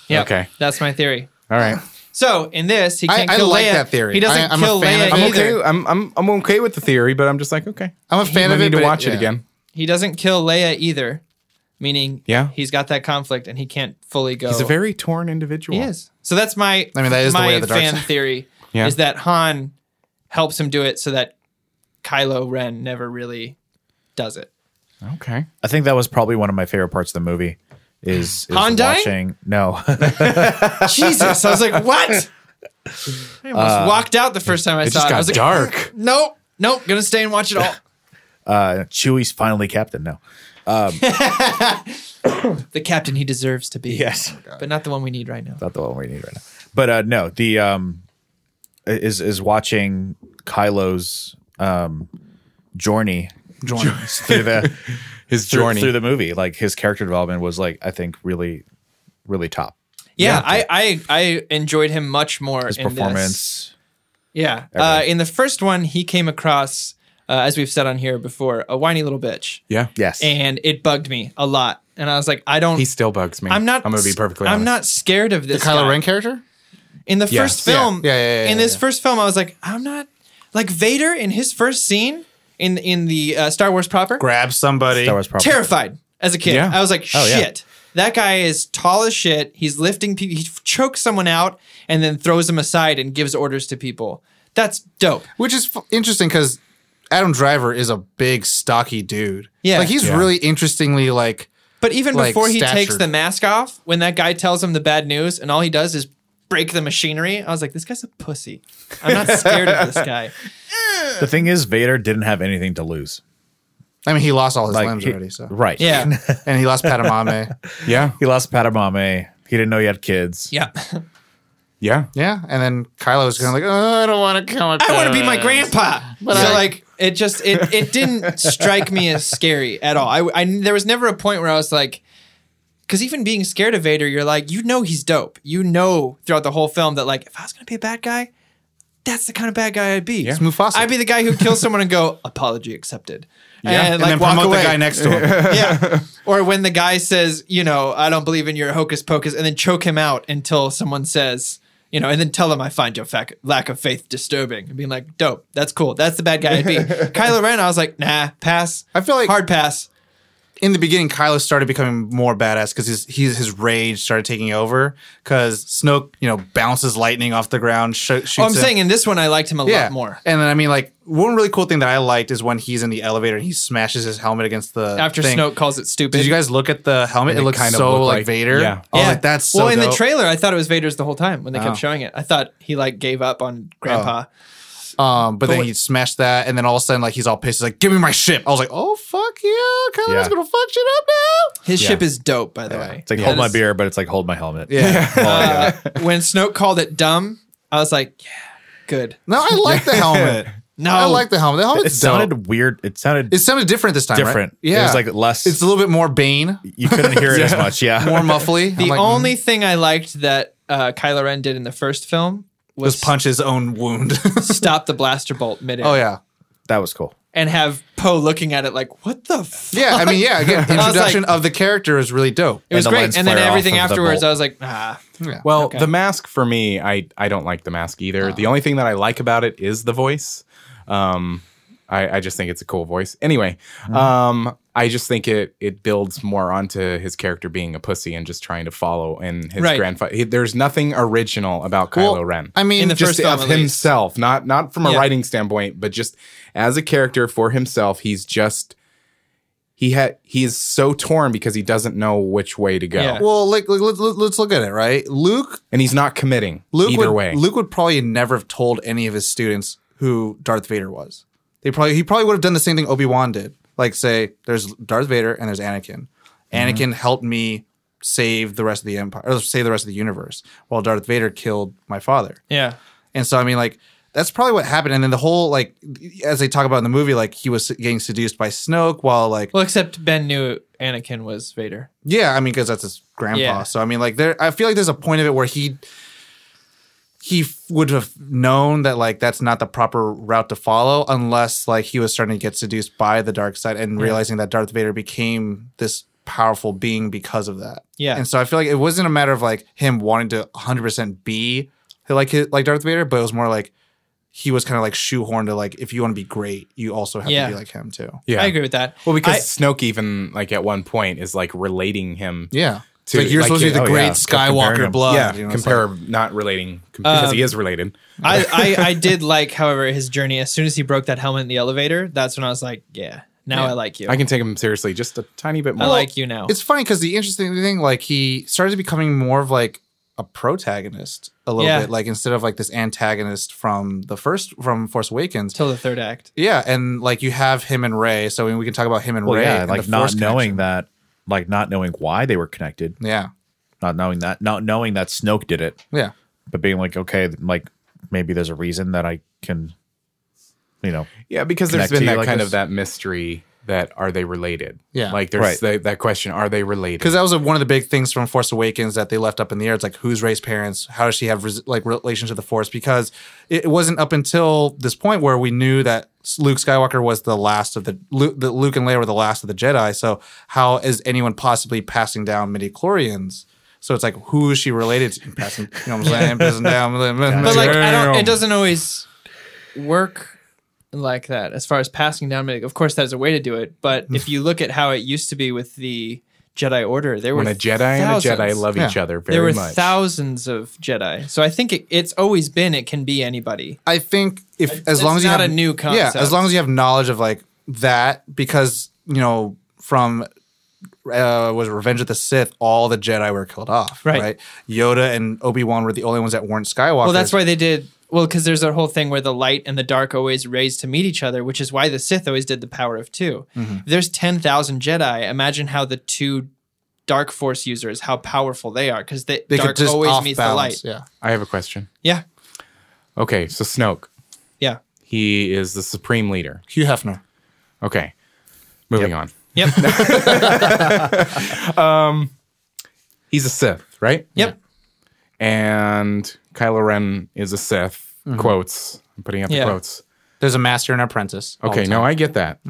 S5: Yep,
S4: Okay.
S5: that's my theory.
S4: All right,
S5: So in this, he
S2: I-
S5: can't
S2: I
S5: kill
S2: like
S5: Leia.
S2: that theory.
S5: He
S2: I-
S5: doesn't
S2: I'm a
S5: kill
S2: fan
S5: Leia
S2: of-
S4: I'm
S5: either.
S4: okay. I'm I'm I'm okay with the theory, but I'm just like okay.
S2: I'm a fan
S4: I
S2: of it.
S4: need to
S2: but
S4: watch it
S2: yeah.
S4: again.
S5: He doesn't kill Leia either, meaning
S4: Yeah.
S5: he's got that conflict and he can't fully go.
S4: He's a very torn individual.
S5: Oh. he is. So that's my.
S2: I mean, that is the
S5: my
S2: way of the dark
S5: fan
S2: side.
S5: theory
S4: Yeah.
S5: is that Han helps him do it so that Kylo Ren never really does it.
S4: Okay.
S3: I think that was probably one of my favorite parts of the movie. Is, is
S5: Han dying?
S3: watching? No,
S5: Jesus. I was like, what? I almost
S2: Uh,
S5: walked out the first time I
S4: just
S5: saw it.
S4: got
S5: I was like,
S4: dark.
S5: Nope. Nope. Gonna stay and watch it all.
S3: uh, Chewie's finally captain. No,
S5: the captain he deserves to be.
S3: yes,
S5: But not the one we need right now.
S3: not the one we need right now. But uh, no, the um, is is watching Kylo's um, journey through the
S4: His
S3: through,
S4: journey.
S3: through the movie. Like his character development was like I think really, really top.
S5: Yeah, I, I I enjoyed him much more.
S3: His
S5: in this.
S3: performance,
S5: Yeah. Uh, in the first one, he came across, uh, as we've said on here before, a whiny little bitch,
S4: yeah.
S3: yes,
S5: and it bugged me a lot. And I was like, I don't.
S4: He still bugs me.
S5: I'm not.
S4: I'm gonna be perfectly
S5: I'm
S4: honest.
S5: not scared of this.
S2: Kylo
S5: guy.
S2: Ren character?
S5: in the
S4: Yes.
S5: first film.
S2: Yeah. Yeah, yeah, yeah,
S5: in this
S2: yeah.
S5: first film, I was like, I'm not like Vader in his first scene in in the uh, Star Wars proper.
S2: Grab somebody.
S3: that was probably
S5: terrified as a kid.
S4: Yeah.
S5: I was like,
S3: Oh, yeah.
S5: shit. That guy is tall as shit. He's lifting people. He chokes someone out and then throws them aside and gives orders to people. That's dope.
S2: Which is f- interesting because Adam Driver is a big, stocky dude.
S5: Yeah.
S2: Like he's
S3: Yeah.
S2: really interestingly like.
S5: But even
S2: Like,
S5: before he
S2: statured.
S5: takes the mask off, when that guy tells him the bad news and all he does is break the machinery, I was like, this guy's a pussy. I'm not scared of this guy.
S3: The thing is, Vader didn't have anything to lose.
S2: I mean, he lost all his limbs
S3: he-
S2: already, so
S3: right?
S5: Yeah.
S2: and he lost Padamame.
S4: Yeah.
S3: he lost Padamame. He didn't know he had kids.
S5: Yeah.
S4: Yeah.
S2: yeah, and then Kylo's kind of like, oh, I don't want to come.
S5: I want to be my grandpa. But
S2: Yeah.
S5: so like it just it it didn't strike me as scary at all. I, I there was never a point where I was like cuz even being scared of Vader you're like you know he's dope. You know throughout the whole film that like if I was going to be a bad guy that's the kind of bad guy I'd be.
S2: It's Mufasa.
S5: I'd be the guy who kills someone and go apology accepted.
S2: and, then promote the guy next to him.
S5: yeah. Or when the guy says, you know, I don't believe in your hocus pocus, and then choke him out until someone says, you know, and then tell him I find your fac- lack of faith disturbing, and being like, dope, that's cool, that's the bad guy I'd be. Kylo Ren, I was like, nah, pass.
S2: I feel like-
S5: hard pass.
S2: in the beginning, Kylo started becoming more badass because his, his his rage started taking over. Because Snoke, you know, bounces lightning off the ground, sh- shoots.
S5: Oh, I'm
S2: him.
S5: saying in this one, I liked him a lot more.
S2: And then I mean, like one really cool thing that I liked is when he's in the elevator and he smashes his helmet against the
S5: After
S2: thing.
S5: Snoke calls it stupid.
S2: Did you guys look at the helmet? It,
S4: it
S2: looks
S4: kind of
S2: so
S4: looked
S2: like,
S4: like-
S2: Vader.
S4: yeah.
S2: I was Oh, like, that's so
S5: well in the
S2: dope.
S5: trailer. I thought it was Vader's the whole time when they
S2: Oh.
S5: kept showing it. I thought he like gave up on Grandpa.
S2: Um, but, then
S5: what-
S2: he smashed that, and then all of a sudden, like he's all pissed. He's like, "Give me my ship!" I was like, "Oh fuck yeah, Kylo's
S3: Yeah.
S2: gonna fuck shit up now."
S5: His
S3: Yeah.
S5: ship is dope, by the way.
S3: It's like
S5: That
S3: hold my
S5: is-
S3: beer, but it's like hold my helmet.
S2: Yeah.
S5: Uh, when Snoke called it dumb, I was like, yeah, good.
S2: No, I like the helmet.
S5: No,
S2: I like the helmet. The
S3: it
S2: helmet's dope.
S3: sounded weird. It sounded
S2: It sounded different this time. right?
S3: different.
S2: Yeah,
S3: it was like less.
S2: it's a little bit more Bane,
S3: you couldn't hear it as much. Yeah,
S2: more muffly.
S5: The
S2: I'm like, "Mm,
S5: only thing I liked that uh, Kylo Ren did in the first film
S2: mm, just
S5: was
S2: punch his own wound.
S5: stop the blaster bolt midair
S2: oh yeah,
S3: that was cool.
S5: and have Poe looking at it like, what the f-?
S2: yeah. I mean, yeah. Again,
S5: like-
S2: introduction of the character is really dope.
S5: It was
S3: the
S5: great.
S3: lens
S5: And then
S3: flare off
S5: everything
S3: of the
S5: afterwards,
S3: bolt.
S5: I was like, ah.
S2: Yeah.
S4: Well, the mask for me, I I don't like the mask either.
S5: Oh.
S4: The only thing that I like about it is the voice. Um, I, I just think it's a cool voice. Anyway,
S5: Mm.
S4: um, I just think it it builds more onto his character being a pussy and just trying to follow in his
S5: Right.
S4: grandfather. There's nothing original about Kylo
S2: Well,
S4: Ren.
S2: I mean,
S5: In the
S2: just
S5: first
S4: just
S5: film,
S4: of
S5: at least.
S4: himself, not not from a
S5: Yeah.
S4: writing standpoint, but just as a character for himself. He's just he had he is so torn because he doesn't know which way to go,
S5: Yeah.
S2: well, like, like let's let's look at it. Right, Luke
S4: and he's not committing
S2: Luke
S4: either
S2: would,
S4: way.
S2: Luke would probably never have told any of his students who Darth Vader was. They probably he probably would have done the same thing Obi Wan did. Like say, there's Darth Vader and there's Anakin.
S4: Mm-hmm.
S2: Anakin helped me save the rest of the empire, or save the rest of the universe, while Darth Vader killed my father.
S5: Yeah.
S2: And so I mean, like that's probably what happened. And then the whole like, as they talk about in the movie, like he was getting seduced by Snoke, while like,
S5: Well, except Ben knew Anakin was Vader.
S2: yeah, I mean, because that's his grandpa.
S5: Yeah.
S2: So I mean, like there, I feel like there's a point of it where he he f- would have known that like that's not the proper route to follow unless like he was starting to get seduced by the dark side and realizing that Darth Vader became this powerful being because of that.
S5: Yeah.
S2: And so I feel like it wasn't a matter of like him wanting to 100% be like his, like Darth Vader, but it was more like he was kind of like shoehorned to like if you want to be great, you also have
S5: Yeah.
S2: to be like him too.
S4: yeah,
S5: I agree with that.
S4: Well, because
S5: I-
S4: Snoke even like at one point is like relating him.
S2: Yeah.
S4: To-
S2: like you're
S4: like,
S2: supposed to be the
S4: oh,
S2: great
S4: yeah.
S2: Skywalker
S3: Comparing him.
S2: blood.
S4: yeah,
S2: you know, it's like-
S4: compare not relating com- because he is related.
S5: I, I, I did like, however, his journey. As soon as he broke that helmet in the elevator, that's when I was like, yeah, Now I like you.
S4: I can take him seriously just a tiny bit
S5: I
S4: more.
S5: like you now.
S2: It's funny because the interesting thing, like he started becoming more of like a protagonist a little
S5: Yeah.
S2: bit, like instead of like this antagonist from the first from Force Awakens.
S5: Till the third act.
S2: Yeah, and like you have him and Ray, so I mean, we can talk about him and
S3: Well,
S2: Ray,
S3: yeah,
S2: and
S3: like
S2: the
S3: not
S2: Force
S3: knowing
S2: connection.
S3: that, like not knowing why they were connected,
S2: Yeah,
S3: not knowing that, not knowing that Snoke did it,
S2: yeah,
S3: but being like, okay, like maybe there's a reason that I can, you know,
S4: Yeah, because there's
S3: connect to
S4: been
S3: you
S4: that
S3: like
S4: kind
S3: this?
S4: of that mystery that are they related?
S2: Yeah.
S4: Like there's
S3: Right.
S4: that- that question, are they related?
S2: because that was one of the big things from Force Awakens that they left up in the air. It's like who's Ray's parents? How does she have res- like relation to the Force? Because it it wasn't up until this point where we knew that Luke Skywalker was the last of the Luke, that Luke and Leia were the last of the Jedi. So how is anyone possibly passing down midi chlorians? So it's like who is she related to? Passing, you know what I'm saying? Passing down,
S5: But like I don't it doesn't always work like that as far as passing down medic. Of course that is a way to do it, but if you look at how it used to be with the Jedi Order, there
S4: when
S5: were
S4: a Jedi and a Jedi
S5: thousands-
S4: love each
S2: Yeah.
S4: other very
S5: There were
S4: much.
S5: thousands of Jedi. So I think it, it's always been it can be anybody.
S2: I think if as
S5: It's
S2: long as you
S5: not
S2: have
S5: a new concept.
S2: yeah, as long as you have knowledge of like that, because you know from uh, was Revenge of the Sith, all the Jedi were killed off,
S5: Right.
S2: right? Yoda and Obi Wan were the only ones that weren't Skywalker.
S5: Well, that's why they did well because there's that whole thing where the light and the dark always raise to meet each other, which is why the Sith always did the power of 2
S2: Mm-hmm.
S5: If there's ten thousand Jedi. Imagine how the two dark force users how powerful they are because the
S2: they
S5: dark
S2: could just
S5: always
S2: off
S5: meets
S2: balance.
S5: the light.
S2: Yeah,
S4: I have a question.
S5: Yeah,
S4: Okay, so Snoke,
S5: yeah,
S4: he is the supreme leader.
S2: Hugh Hefner.
S4: Okay, moving on.
S5: yep, yep.
S4: He's a Sith, right? And Kylo Ren is a Sith. Quotes. I'm putting up
S5: Yeah.
S4: the quotes.
S2: There's a master and apprentice. all
S4: Okay,
S2: the
S4: no,
S2: time.
S4: I get that.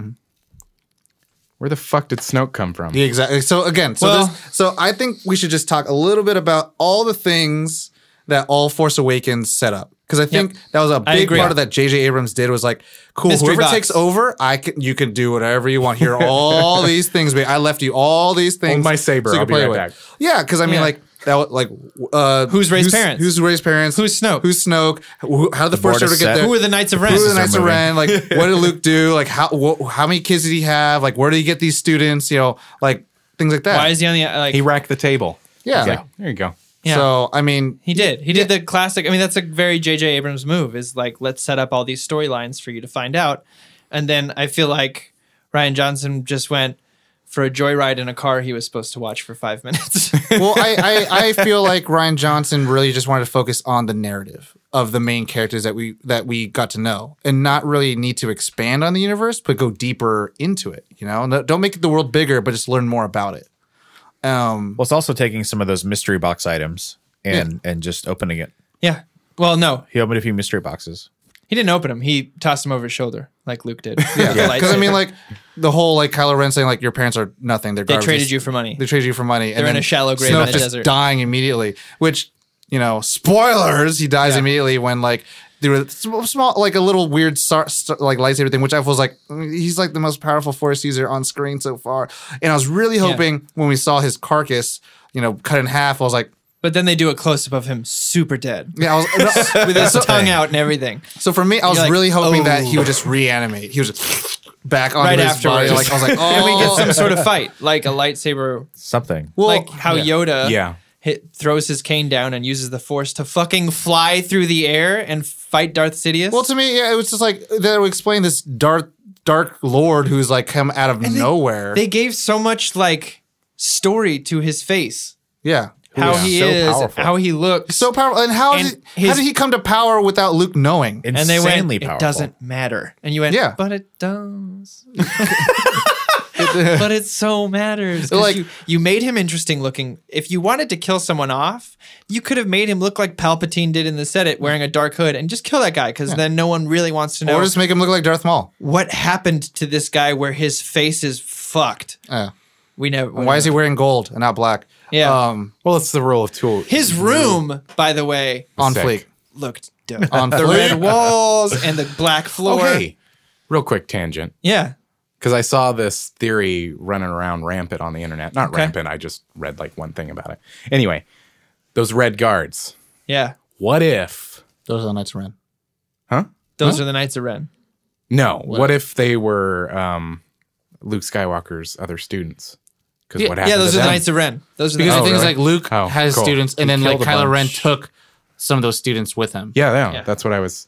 S4: Where the fuck did Snoke come from?
S2: Yeah, exactly. So again, so
S5: Well-
S2: this, so I think we should just talk a little bit about all the things that all Force Awakens set up because I think that was a
S5: I
S2: big
S5: agree.
S2: part of that J.J. Abrams did was like, cool,
S5: Mystery
S2: whoever
S5: box.
S2: takes over, I can you can do whatever you want. Here are all these things. but I left you all these things.
S4: my saber,
S2: you
S4: I'll
S2: can
S4: be
S2: play
S4: right
S2: with.
S4: back.
S2: Yeah, because I mean,
S5: Yeah.
S2: like that, was, like uh,
S5: Who's Rey's parents?
S2: Who's Ray's parents?
S5: Who's Snoke?
S2: Who's Snoke? Who, how did the, Force
S3: board is
S2: ever get
S3: set.
S2: there?
S5: Who were the Knights of Ren?
S2: Who are the
S3: our
S2: Knights of
S3: movie.
S2: Ren? Like, what did Luke do? Like, how wh- how many kids did he have? Like, where did he get these students? You know, like things like that.
S5: Why is he on the like?
S4: He racked the table.
S2: yeah.
S4: Yeah, there you go.
S5: Yeah.
S2: So I mean,
S5: He did. He did the classic. I mean, that's a very J.J. Abrams move. Is like, let's set up all these storylines for you to find out, and then I feel like Ryan Johnson just went for a joyride in a car he was supposed to watch for five minutes.
S2: well, I, I I feel like Ryan Johnson really just wanted to focus on the narrative of the main characters that we that we got to know, and not really need to expand on the universe, but go deeper into it. You know, No- don't make the world bigger, but just learn more about it. Um,
S3: well, it's also taking some of those mystery box items and and just opening it.
S5: yeah. Well, no,
S3: He opened a few mystery boxes.
S5: he didn't open him. He tossed him over his shoulder like Luke did.
S2: yeah, because I mean, like the whole like Kylo Ren saying like your parents are nothing, they're
S5: they
S2: garbage.
S5: traded you for money.
S2: They traded you for money.
S5: They're in a shallow grave
S2: Snoke
S5: in the
S2: just
S5: desert.
S2: dying immediately, which you know, spoilers. He dies immediately when like there was sm- small, like a little weird sar- sar- like lightsaber thing, which I was like, mm, he's like the most powerful force user on screen so far. And I was really hoping when we saw his carcass, you know, cut in half, I was like,
S5: But then they do a close up of him super dead
S2: yeah, I was.
S5: with his tongue out and everything.
S2: so for me, I was
S5: like,
S2: really hoping that
S5: "Oh."
S2: he would just reanimate. He was just back on
S5: Right
S2: his body.
S5: afterwards.
S2: Like I was like,
S5: And we get
S2: oh,
S5: some sort of fight, like a lightsaber
S3: Something.
S2: Well,
S5: like how Yoda
S4: Yeah.
S5: hit, throws his cane down and uses the force to fucking fly through the air and fight Darth Sidious.
S2: Well, to me, yeah, it was just like that would explain this dark, dark lord who's like come out of nowhere.
S5: they gave so much like story to his face,
S2: yeah,
S5: how
S4: is
S5: he
S4: so
S5: is,
S4: powerful.
S5: how he looks,
S2: so powerful. And how
S5: And
S2: did how
S5: his-
S2: did he come to power without Luke knowing?
S3: Insanely
S5: and they went,
S3: powerful.
S5: it doesn't matter, and you went,
S2: Yeah.
S5: but it does. but it so matters. 'Cause
S2: Like-
S5: you, you made him interesting looking. If you wanted to kill someone off, you could have made him look like Palpatine did in the Senate, wearing a dark hood, and just kill that guy because then no one really wants to know.
S2: Or just make him look like Darth Maul.
S5: what happened to this guy where his face is fucked?
S2: Yeah.
S5: We never.
S2: Why is he wearing gold and not black?
S5: Yeah.
S2: um,
S4: Well, it's the rule of two.
S5: His room, by the way,
S2: on
S4: Sick.
S2: fleek.
S5: looked dope.
S2: On
S5: the
S2: fleek.
S5: red walls and the black floor.
S4: Okay. Real quick tangent.
S5: Yeah.
S4: Because I saw this theory running around rampant on the internet. Not
S5: Okay.
S4: rampant. I just read like one thing about it. Anyway, those red guards.
S5: Yeah.
S4: What if?
S2: Those are the Knights of Ren.
S4: Huh?
S5: Those are the Knights of Ren.
S4: No. What if they were um, Luke Skywalker's other students. Because
S2: Yeah,
S4: what
S2: yeah,
S4: happened?
S5: yeah, those
S4: to
S5: are the
S4: them?
S5: Knights of Ren. Those are the
S2: Because the
S4: Oh,
S2: thing is,
S4: really?
S2: like Luke
S4: Oh,
S2: has
S4: cool.
S2: students, and
S3: He
S2: then like
S3: killed a
S2: Kylo Ren
S3: bunch.
S2: took some of those students with him.
S4: Yeah, yeah,
S5: Yeah.
S4: that's what I was.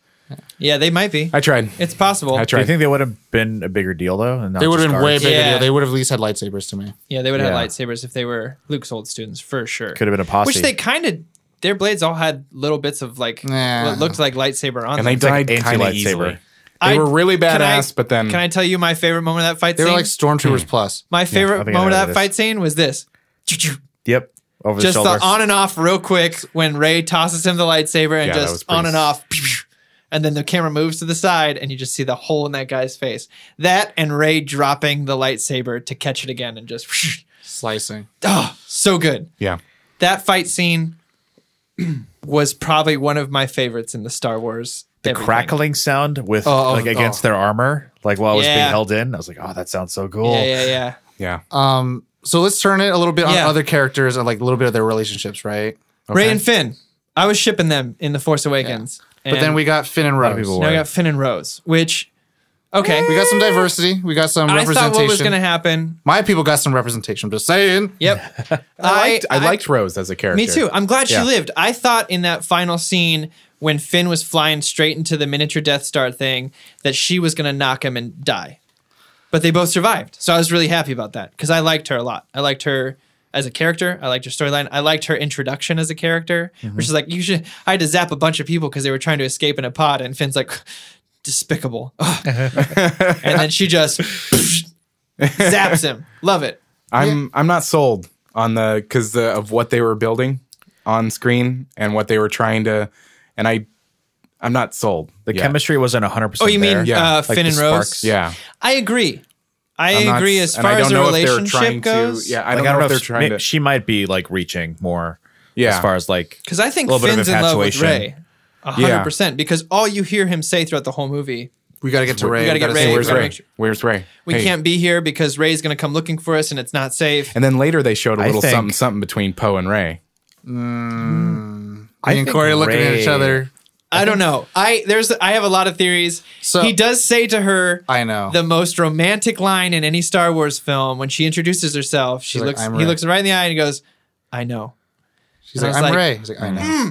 S5: yeah, they might be.
S4: I tried.
S5: It's possible.
S4: I
S3: Do you
S4: tried.
S3: think they would have been a bigger deal though? And not
S2: they would have
S3: just
S2: been way
S3: guards?
S2: bigger.
S5: Yeah.
S2: deal. They would have at least had lightsabers to me.
S5: Yeah, they would have
S3: Yeah.
S5: had lightsabers if they were Luke's old students for sure.
S3: Could have been a posse.
S5: Which they kind of their blades all had little bits of like
S2: Nah.
S5: what looked like lightsaber on
S4: And they
S5: them.
S4: died
S3: anti-lightsaber.
S4: kind of easily. They
S5: I-
S4: were really
S5: can I-
S4: badass, but then
S5: Can I tell you my favorite moment of that fight
S2: They were
S5: scene?
S2: like stormtroopers
S4: Hmm.
S2: plus.
S5: my
S3: I
S5: favorite
S3: think I
S5: moment
S3: know
S5: of
S3: what it
S5: that
S3: is.
S5: fight scene was this.
S3: Yep. Over
S5: Just
S3: the
S5: the
S3: shoulder.
S5: on and off real quick when Ray tosses him the lightsaber and
S4: Yeah, that was
S5: just
S4: pretty
S5: on and
S4: s-
S5: off. And then the camera moves to the side and you just see the hole in that guy's face. That and Ray dropping the lightsaber to catch it again and just
S2: slicing.
S5: oh, so good.
S4: yeah,
S5: that fight scene was probably one of my favorites in the Star Wars.
S3: the
S5: everything.
S3: crackling sound with
S2: Oh, oh,
S3: like against their armor, like while it was
S5: Yeah.
S3: being held in. I was like, oh, that sounds so cool.
S5: Yeah, yeah, yeah.
S4: yeah.
S2: Um, so let's turn it a little bit
S5: Yeah.
S2: on other characters and like a little bit of their relationships, right?
S5: Ray and Finn. I was shipping them in The Force Awakens.
S2: But then
S5: And
S2: we got Finn and
S3: of
S2: Rose.
S3: people
S5: now we got Finn and Rose, which okay.
S2: We got some diversity. We got some
S5: I
S2: representation.
S5: thought what was going to happen.
S2: My people got some representation. Just saying.
S5: Yep.
S4: I liked, I, liked Rose as a character.
S5: Me too. I'm glad she
S3: Yeah.
S5: lived. I thought in that final scene when Finn was flying straight into the miniature Death Star thing that she was going to knock him and die. But they both survived. So I was really happy about that because I liked her a lot. I liked her as a character. I liked her storyline. I liked her introduction as a character, which is
S3: Mm-hmm.
S5: like, you should. I had to zap a bunch of people because they were trying to escape in a pod, and Finn's like, despicable. Ugh. and then she just zaps him. Love it.
S4: I'm I'm not sold on the because the, of what they were building on screen and what they were trying to, and I, I'm not sold.
S3: The
S4: yet.
S3: chemistry wasn't 100%.
S5: Oh, you mean
S3: there.
S4: Yeah.
S5: uh,
S3: Like
S5: Finn
S3: the
S5: and Rose?
S3: sparks.
S4: Yeah,
S5: I agree. I
S4: I'm not-
S5: agree as
S4: and
S5: far
S4: I
S5: as
S4: don't
S5: the
S4: know if they're
S5: relationship
S4: trying to-
S5: goes.
S4: yeah, I
S3: Like,
S4: don't, know, if they're trying
S3: may-
S4: to.
S3: She might be like reaching more
S4: Yeah.
S3: as far as like.
S5: because I think
S3: A little bit of
S5: Finn's in love with Ray,
S3: infatuation.
S5: a
S4: Yeah.
S5: hundred percent. Because all you hear him say throughout the whole movie,
S2: We got to get to Ray.
S5: gotta get
S2: gotta
S5: Ray.
S2: see
S4: Where's
S5: Gotta
S4: Ray?
S5: make sure-
S4: Where's Ray?
S5: "We
S4: Hey.
S5: can't be here because Ray's going to come looking for us, and it's not safe."
S4: And then later they showed a
S3: I
S4: little
S3: think-
S4: something something between Poe and Ray.
S2: Me and
S3: think
S2: Corey looking at each
S3: Ray-
S2: other.
S5: I don't know. I there's I have a lot of theories.
S2: So-
S5: he does say to her,
S2: I know.
S5: the most romantic line in any Star Wars film when she introduces herself. She
S2: like,
S5: looks
S2: "I'm
S5: he
S2: Ray."
S5: looks right in the eye and he goes, "I know."
S2: She's
S5: I
S2: like,
S5: was
S2: I'm
S5: like, "Mm,
S2: Ray. He's like, I know.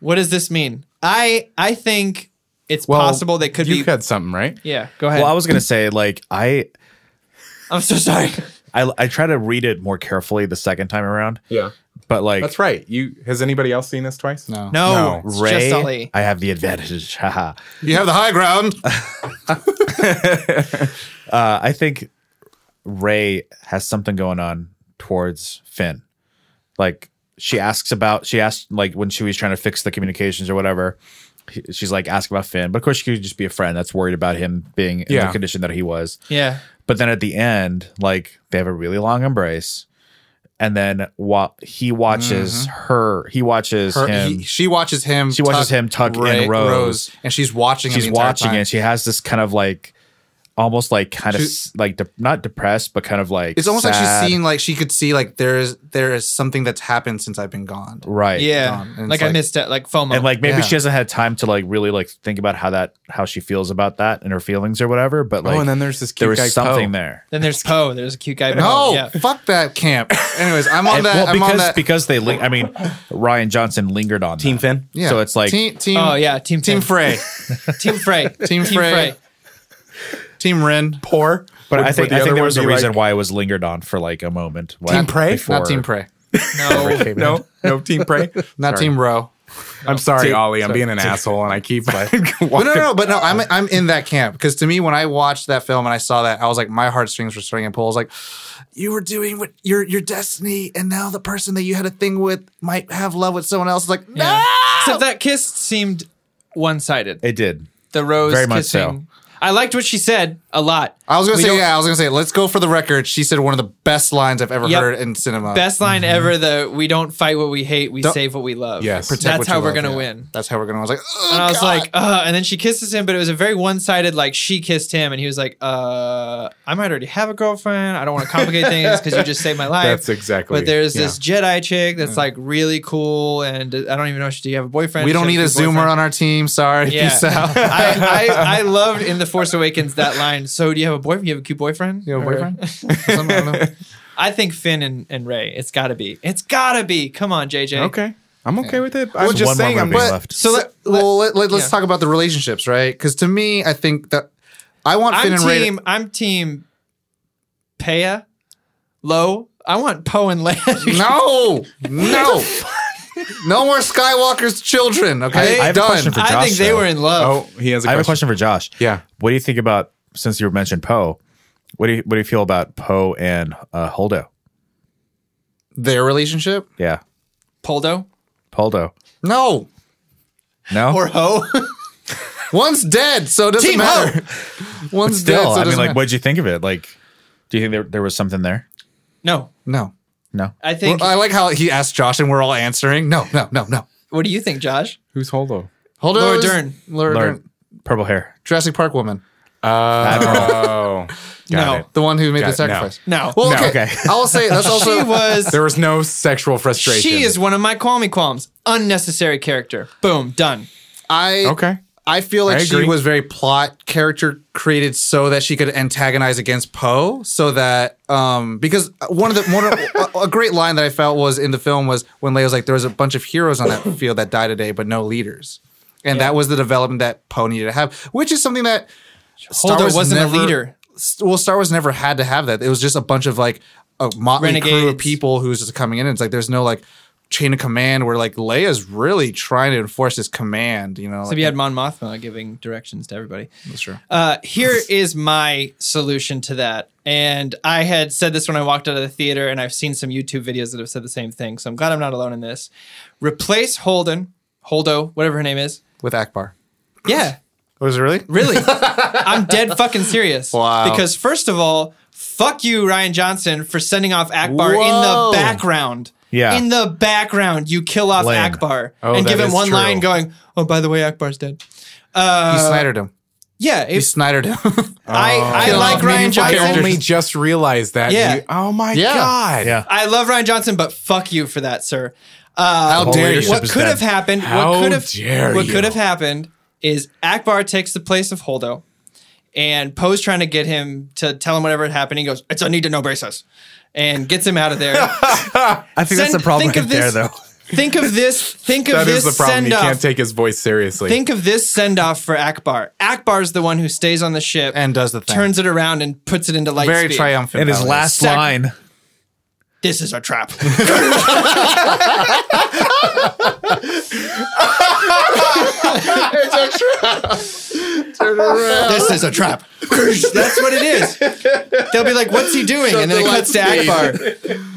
S5: What does this mean? I I think it's
S4: Well,
S5: possible they could
S4: you
S5: be.
S4: had something right.
S5: yeah, go ahead.
S3: Well, I was going to say, like, I,
S5: I'm so sorry.
S3: I I try to read it more carefully the second time around,
S4: Yeah,
S3: but like
S4: that's right. You has anybody else seen this twice?
S2: No.
S5: No, it's
S3: Ray,
S5: just Sully.
S3: I have the advantage. Haha.
S2: You have the high ground.
S3: Uh, I think Ray has something going on towards Finn. Like she asks about, she asked like when she was trying to fix the communications or whatever. he- She's like asking about Finn, but of course she could just be a friend that's worried about him being in
S4: Yeah.
S3: the condition that he was.
S5: Yeah.
S3: But then at the end, like they have a really long embrace, and then while he watches her, he watches
S2: Mm-hmm. Her-
S3: him.
S2: he- she watches him.
S3: She watches him tuck in Rose.
S2: and she's watching.
S3: she's
S2: him the entire
S3: watching
S2: time.
S3: it. She has this kind of like, almost like kind of
S2: She-
S3: s- like de- not depressed, but kind of like
S2: It's almost like
S3: sad.
S2: she's seen. Like she could see. Like there is there is something that's happened since I've been gone.
S3: right,
S5: Yeah,
S2: gone. And it's
S5: like, I
S2: like-
S5: missed it, like FOMO.
S3: and like maybe
S2: Yeah.
S3: she hasn't had time to like really like think about how that how she feels about that and her feelings or whatever. But like,
S4: oh, and then there's this cute
S3: there was
S4: guy
S3: something
S4: Poe.
S3: there.
S5: then there's Poe. There's a cute guy.
S2: No,
S5: Poe. yeah.
S2: fuck that camp. Anyways, I'm on
S3: And-
S2: that.
S3: Oh, well,
S2: I'm
S3: because
S2: on that.
S3: because they, ling- I mean, Ryan Johnson lingered on
S4: Team
S3: that.
S4: Finn.
S2: yeah.
S3: So it's like
S2: team. team
S5: Oh yeah, Team
S2: Team
S5: Finn.
S2: Frey.
S5: Team Frey.
S2: Team Frey. team Rin.
S4: Poor.
S3: But
S4: Would-
S3: I think
S4: would the
S3: I think there
S4: other one
S3: was a
S4: be
S3: reason
S4: like-
S3: why it was lingered on for like a moment. Team
S4: Prey?
S2: Not Team Prey.
S5: No,
S4: no, no team prey.
S2: Not Team Row.
S4: I'm sorry,
S2: Team-
S4: Ollie. I'm
S2: sorry.
S4: being an asshole, and I keep like.
S2: But
S4: walking-
S2: no, no, no, but no, I'm I'm in that camp because to me, when I watched that film and I saw that, I was like, my heartstrings were starting to pull. I was like, you were doing what your your destiny, and now the person that you had a thing with might have love with someone else. It's like, no,
S5: Yeah. Except that kiss seemed one-sided.
S3: It did.
S5: The rose
S3: Very much
S5: kissing. I liked what she said a lot.
S2: I was gonna
S5: We
S2: say,
S5: don't-
S2: yeah, I was gonna say, let's go for the record. She said one of the best lines I've ever
S5: Yep.
S2: heard in cinema.
S5: Best line ever. The we don't fight what we hate, we
S2: Mm-hmm. Don't-
S5: save what we love.
S4: Yes.
S2: Protect
S5: that's
S2: what
S5: how
S2: you
S5: we're
S2: love,
S5: gonna
S2: yeah.
S5: win.
S2: That's how we're gonna. I was like, oh,
S5: And I was
S2: God.
S5: like, uh, and then she kisses him, but it was a very one-sided. Like she kissed him, and he was like, uh, I might already have a girlfriend. I don't want to complicate things because you just saved my life.
S4: That's exactly.
S5: But there's this Jedi chick that's like really cool, and I don't even know if she do you have a boyfriend.
S2: we
S5: Does
S2: don't
S5: she
S2: need a
S5: have
S2: zoomer on our team. Sorry,
S5: Yeah.
S2: peace out.
S5: I, I I loved in the Force Awakens that line. So do you have a boyfriend? You have a cute boyfriend?
S2: You know,
S5: Or-
S2: boyfriend? Some- I don't know.
S5: I think Finn and, and Ray. It's gotta be. It's gotta be. Come on, JJ.
S4: Okay. I'm okay with it. I'm
S2: Well,
S3: There's
S4: just
S3: one more
S4: saying I'm
S3: movie
S2: but-
S3: left.
S5: So let, let-
S2: well, let, let, us
S5: yeah.
S2: talk about the relationships, right? Because to me, I think that I want Finn
S5: I'm
S2: and Ray.
S5: team. I'm team. Paya, Low. I want Poe and Leia.
S2: to- no, no, no more Skywalker's children. Okay,
S3: I- I have a
S2: done.
S3: question for-
S5: I think
S3: Josh,
S5: they
S3: though.
S5: were in love.
S4: Oh, he has a
S3: I have a
S4: question.
S3: question for Josh.
S4: Yeah.
S3: What do you think about since you mentioned Poe? What do you what do you feel about Poe and uh, Holdo?
S2: Their relationship?
S3: Yeah,
S2: Oh.
S5: Poldo
S3: Poldo.
S2: No,
S3: No,
S5: or Ho.
S2: one's dead, so it doesn't
S5: Team
S2: matter. One's dead,
S3: still.
S2: so it
S3: I
S2: doesn't
S3: mean, like,
S2: matter.
S3: what'd you think of it? Like, do you think there there was something there?
S5: no,
S2: No,
S3: No.
S5: I think.
S2: I like how he asked Josh, and we're all answering. No, no, no, no.
S5: what do you think, Josh?
S4: Who's Holdo?
S2: Hold on,
S5: Laura Dern.
S2: Laura
S3: Learn
S2: Dern,
S3: purple hair.
S2: Jurassic Park woman,
S4: Oh.
S5: no,
S4: Got it.
S2: the one who made
S4: Got
S2: the
S4: it, no.
S2: sacrifice.
S5: no.
S2: Well,
S3: No,
S2: okay.
S3: okay.
S2: I'll say that's also
S5: she was.
S4: There was no sexual frustration.
S5: She is one of my qualmy qualms. Unnecessary character. Boom. Done.
S2: I
S4: Okay.
S2: I feel like
S4: I
S2: she
S4: agree.
S2: was very plot character created so that she could antagonize against Poe, so that um because one of the one of, a, a great line that I felt was in the film was when Leia was like, "There was a bunch of heroes on that field that died today, but no leaders," and that was the development that Poe needed to have, which is something that Star
S5: Holdo
S2: Wars
S5: wasn't
S2: never-
S5: a leader.
S2: S- Well, Star Wars never had to have that. It was just a bunch of like a motley crew of
S5: Renegades.
S2: people who's just coming in. And it's like there's no like chain of command where like Leia's really trying to enforce this command. You know,
S5: So
S2: like,
S5: you had Mon Mothma giving directions to everybody.
S2: that's true.
S5: Uh, here is my solution to that. And I had said this when I walked out of the theater, and I've seen some YouTube videos that have said the same thing. So I'm glad I'm not alone in this. Replace Holden, Holdo, whatever her name is.
S2: with Akbar.
S5: Yeah,
S3: Oh,
S2: Was it really?
S5: really. I'm dead fucking serious.
S2: Wow.
S5: Because, first of all, fuck you, Ryan Johnson, for sending off Akbar
S2: Whoa.
S5: in the background.
S3: Yeah.
S5: In the background, you kill off
S3: Lame.
S5: Akbar
S4: Oh,
S5: and
S4: that
S5: give him
S4: is
S5: one
S4: true.
S5: line going, oh, by the way, Akbar's dead. Uh,
S2: He Snydered him.
S5: Yeah,
S2: He
S5: it,
S2: Snydered him.
S5: I, I
S2: Kill
S5: like
S2: off
S5: Ryan
S2: meaningful
S5: Johnson.
S4: I
S2: characters.
S4: only just realized that.
S5: Yeah.
S4: You- oh my
S2: Yeah.
S4: god.
S3: Yeah.
S5: I love Ryan Johnson, but fuck you for that, sir. Uh,
S2: How dare you?
S5: what could have happened?
S4: How
S5: what could have?
S4: dare
S5: what
S4: you.
S5: could have happened is Akbar takes the place of Holdo, and Poe's trying to get him to tell him whatever had happened. He goes, "It's a need to know basis," and gets him out of there.
S3: I think that's
S5: Send-
S3: the problem
S5: think
S3: right
S5: of
S3: there,
S5: this-
S3: though.
S5: think of this. Think of
S4: That
S5: this
S4: is the problem.
S5: send
S4: You
S5: off.
S4: can't take his voice seriously.
S5: think of this send off for Akbar. Akbar's the one who stays on the ship
S2: And does the thing.
S5: turns it around and puts it into light
S2: Very
S5: speed.
S2: triumphant.
S3: And his
S2: that was.
S3: last
S5: Sac-
S3: line.
S5: This is a trap.
S2: Turn around.
S5: this is a trap. That's what it is. They'll be like, "What's he doing?" and then it cuts to Akbar.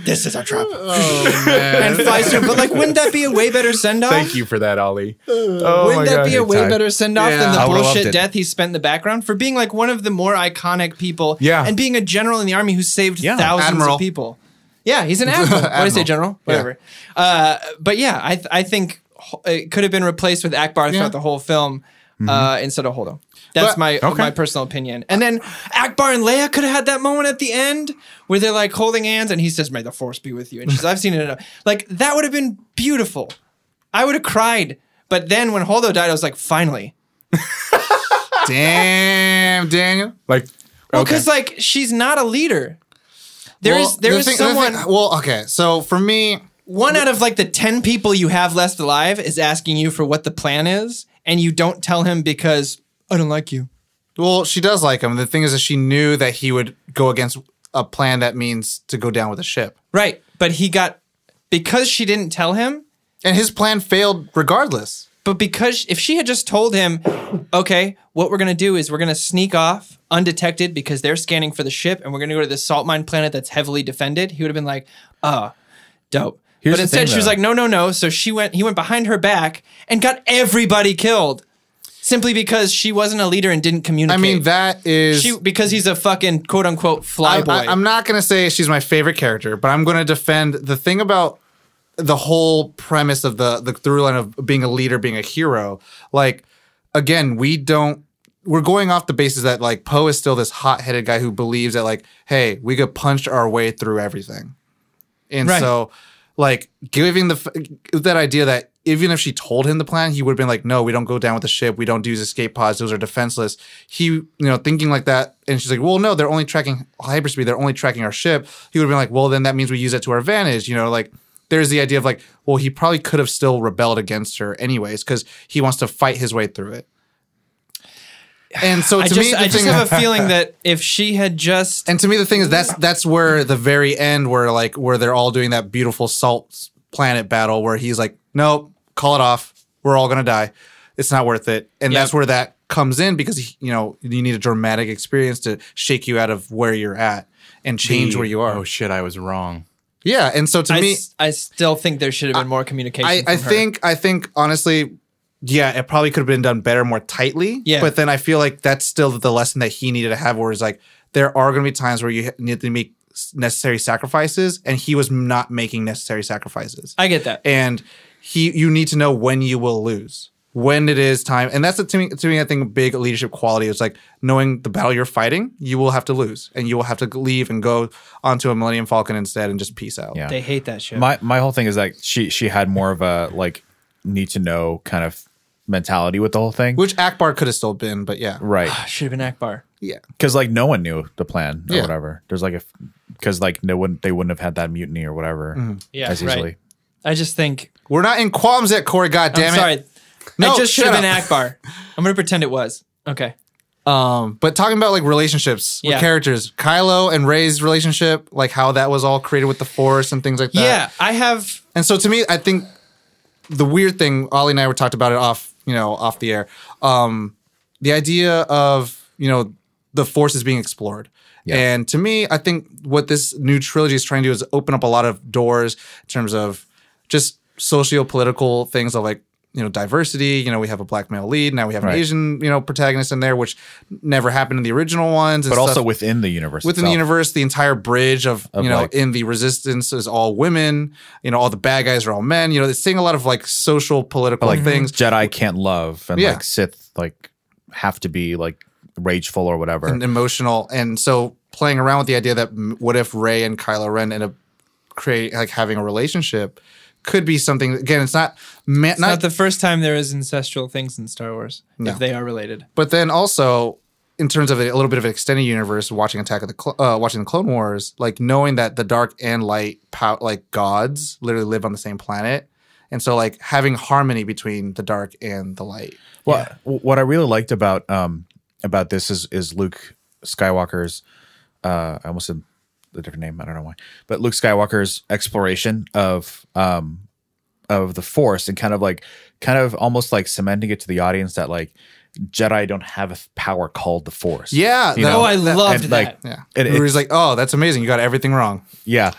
S5: This is a trap. Oh, and flies through. But like, wouldn't that be a way better send off?
S4: Thank you for that, Ollie. Oh
S5: Wouldn't
S4: my
S5: that
S4: God.
S5: be a way
S3: time.
S5: better send off than
S3: I
S5: the
S3: would've loved it.
S5: bullshit death he spent in the background for being like one of the more iconic people?
S4: Yeah.
S5: And being a general in the army who saved
S3: Yeah.
S5: thousands
S2: Admiral.
S5: of people. Yeah, he's an admiral. What do you say, general? Whatever. Uh, but yeah, I th- I think ho- it could have been replaced with Akbar
S2: Yeah. Mm-hmm.
S5: throughout the whole film uh, instead of Holdo. That's
S2: But-
S5: my my personal opinion. And then Akbar and Leia could have had that moment at the end where they're like holding hands, and he says, "May the force be with you." And she says, "I've seen it." enough." Like that would have been beautiful. I would have cried. But then when Holdo died, I was like, finally.
S2: Damn, Daniel.
S4: Like,
S5: Well,
S4: okay.
S5: because like she's not a leader. There is
S2: Well,
S5: there
S2: the
S5: is
S2: thing- the
S5: someone
S2: thing- well, okay. So for me,
S5: one out of like the ten people you have left alive is asking you for what the plan is, and you don't tell him because I don't like you.
S2: Well, she does like him. The thing is that she knew that he would go against a plan that means to go down with a ship.
S5: Right. But he got because she didn't tell him,
S2: And his plan failed regardless.
S5: but because if she had just told him, okay, what we're gonna do is we're gonna sneak off undetected because they're scanning for the ship and we're gonna go to this salt mine planet that's heavily defended, he would have been like, ah, dope.
S3: Here's
S5: but
S3: the
S5: instead
S3: thing,
S5: she was
S3: though.
S5: like, no, no, no. So she went he went behind her back and got everybody killed. Simply because she wasn't a leader and didn't communicate.
S2: I mean, that is.
S5: she because he's a fucking quote unquote fly
S2: I,
S5: boy.
S2: am not going to say she's my favorite character, but I'm going to defend the thing about the whole premise of the, the through line of being a leader, being a hero. Like, again, we don't. We're going off the basis that like Poe is still this hot-headed guy who believes that like, hey, we could punch our way through everything. And
S5: Right.
S2: so, like, giving the f- that idea that even if she told him the plan, he would have been like, "No, we don't go down with the ship. We don't use escape pods. Those are defenseless." He, you know, thinking like that, and she's like, "Well, no, they're only tracking hyperspeed. They're only tracking our ship." He would have been like, "Well, then that means we use it to our advantage." You know, like there's the idea of like, well, he probably could have still rebelled against her anyways because he wants to fight his way through it. And so to
S5: I just,
S2: me, the
S5: I just
S2: thing-
S5: have a feeling that if she had just
S2: and to me, the thing is that's that's where the very end, where like where they're all doing that beautiful salt planet battle, where he's like, "Nope, call it off. We're all gonna die. It's not worth it." And
S5: Yep.
S2: that's where that comes in because he- you know you need a dramatic experience to shake you out of where you're at and change
S4: The-
S2: where you are.
S4: Oh shit, I was wrong.
S2: yeah, and so to
S5: I,
S2: me,
S5: s- I still think there should have been more communication.
S2: I, I
S5: from her.
S2: think I think honestly, yeah, it probably could have been done better, more tightly.
S5: Yeah.
S2: But then I feel like that's still the lesson that he needed to have, where it's like there are going to be times where you ha- need to make s- necessary sacrifices, and he was not making necessary sacrifices
S5: I get that.
S2: and he you need to know when you will lose when it is time and that's the, to me to me i think a big leadership quality is like knowing the battle you're fighting you will have to lose and you will have to leave and go onto a millennium falcon instead and just peace out
S3: Yeah.
S5: They hate that shit.
S3: My my whole thing is like she she had more of a like need to know kind of mentality with the whole thing.
S2: which akbar could have still been but yeah
S3: right.
S5: should have been Akbar.
S2: yeah
S3: Cuz like no one knew the plan or
S2: Yeah.
S3: whatever. There's like a cuz like no one they wouldn't have had that mutiny or whatever
S5: Yeah,
S3: as
S5: right.
S3: easily.
S5: I just think.
S2: we're not in qualms yet corey god damn
S5: I'm
S2: it
S5: sorry.
S2: No,
S5: it just should have
S2: shut
S5: been
S2: up.
S5: Akbar. I'm gonna pretend it was. Okay.
S2: Um, but talking about like relationships
S5: Yeah.
S2: with characters, Kylo and Ray's relationship, like how that was all created with the Force and things like that.
S5: yeah, I have.
S2: And so to me, I think the weird thing, Ollie and I were talked about it off, you know, off the air. Um, the idea of, you know, the force is being explored.
S3: Yeah.
S2: And to me, I think what this new trilogy is trying to do is open up a lot of doors in terms of just socio-political things of like, you know, diversity. You know, we have a black male lead. Now we have an
S3: Right.
S2: Asian, you know, protagonist in there, which never happened in the original ones. and
S3: But also
S2: stuff
S3: within the universe.
S2: within the
S3: itself.
S2: universe, the entire bridge of,
S3: Of
S2: you know,
S3: like-
S2: in the resistance is all women. You know, all the bad guys are all men. You know, it's saying a lot of like social, political
S3: like
S2: things.
S3: Mm-hmm. Jedi can't love and
S2: Yeah.
S3: like Sith like have to be like rageful or whatever.
S2: and emotional. And so playing around with the idea that mm, what if Ray and Kylo Ren end up create like having a relationship could be something. Again, it's not meant
S5: Not,
S2: not,
S5: the first time there is ancestral things in Star Wars. If they are related,
S2: but then also in terms of a little bit of an extended universe watching attack of the Clo- uh, watching the clone wars like knowing that the dark and light pow- like gods literally live on the same planet and so like having harmony between the dark and the light
S3: Well, w- what I really liked about um about this is is Luke Skywalker's uh I almost said the different name, I don't know why. But Luke Skywalker's exploration of um of the force and kind of like kind of almost like cementing it to the audience that like Jedi don't have a th- power called the force.
S2: yeah
S3: You
S2: that-
S3: know,
S5: oh, I loved
S3: and,
S5: that.
S3: like,
S2: yeah
S3: It-
S2: it,
S3: it-
S2: was like oh that's amazing you got everything wrong
S3: Yeah.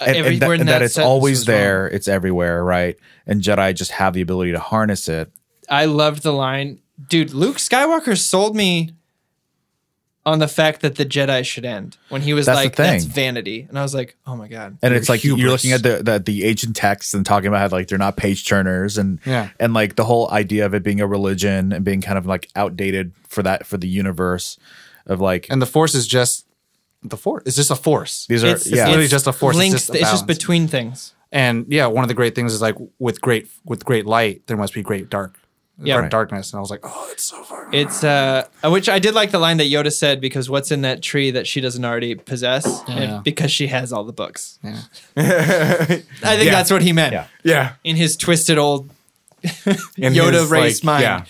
S3: And, and
S5: Uh, every
S3: that,
S5: word in
S3: and that
S5: that
S3: it's
S5: sentence
S3: always
S5: was wrong.
S3: there, it's everywhere, right? And Jedi just have the ability to harness it.
S5: I loved the line, dude. Luke Skywalker sold me on the fact that the Jedi should end when he was
S3: That's the
S5: like, "That's
S3: thing.
S5: vanity," and I was like, "Oh my god."
S3: and it's like you're
S2: hubris.
S3: looking at the, the the ancient texts and talking about how like they're not page turners and
S2: Yeah.
S3: and like the whole idea of it being a religion and being kind of like outdated for that for the universe of like
S2: and the force is just the force it's just a force
S3: these are
S5: it's
S3: yeah
S2: literally just a force, it's
S5: Links,
S2: just a
S5: it's just
S2: balance.
S5: between things.
S2: and yeah one of the great things is like with great with great light there must be great dark
S5: Yeah.
S2: dark
S5: Right.
S2: darkness and i was like oh it's so far
S5: It's uh, which I did like the line that Yoda said because what's in that tree that she doesn't already possess? And because she has all the books.
S2: Yeah.
S5: I think that's what he meant
S3: Yeah.
S4: Yeah.
S5: in his twisted old
S4: And
S5: Yoda
S4: his,
S5: race
S4: like,
S5: mind,
S4: Yeah.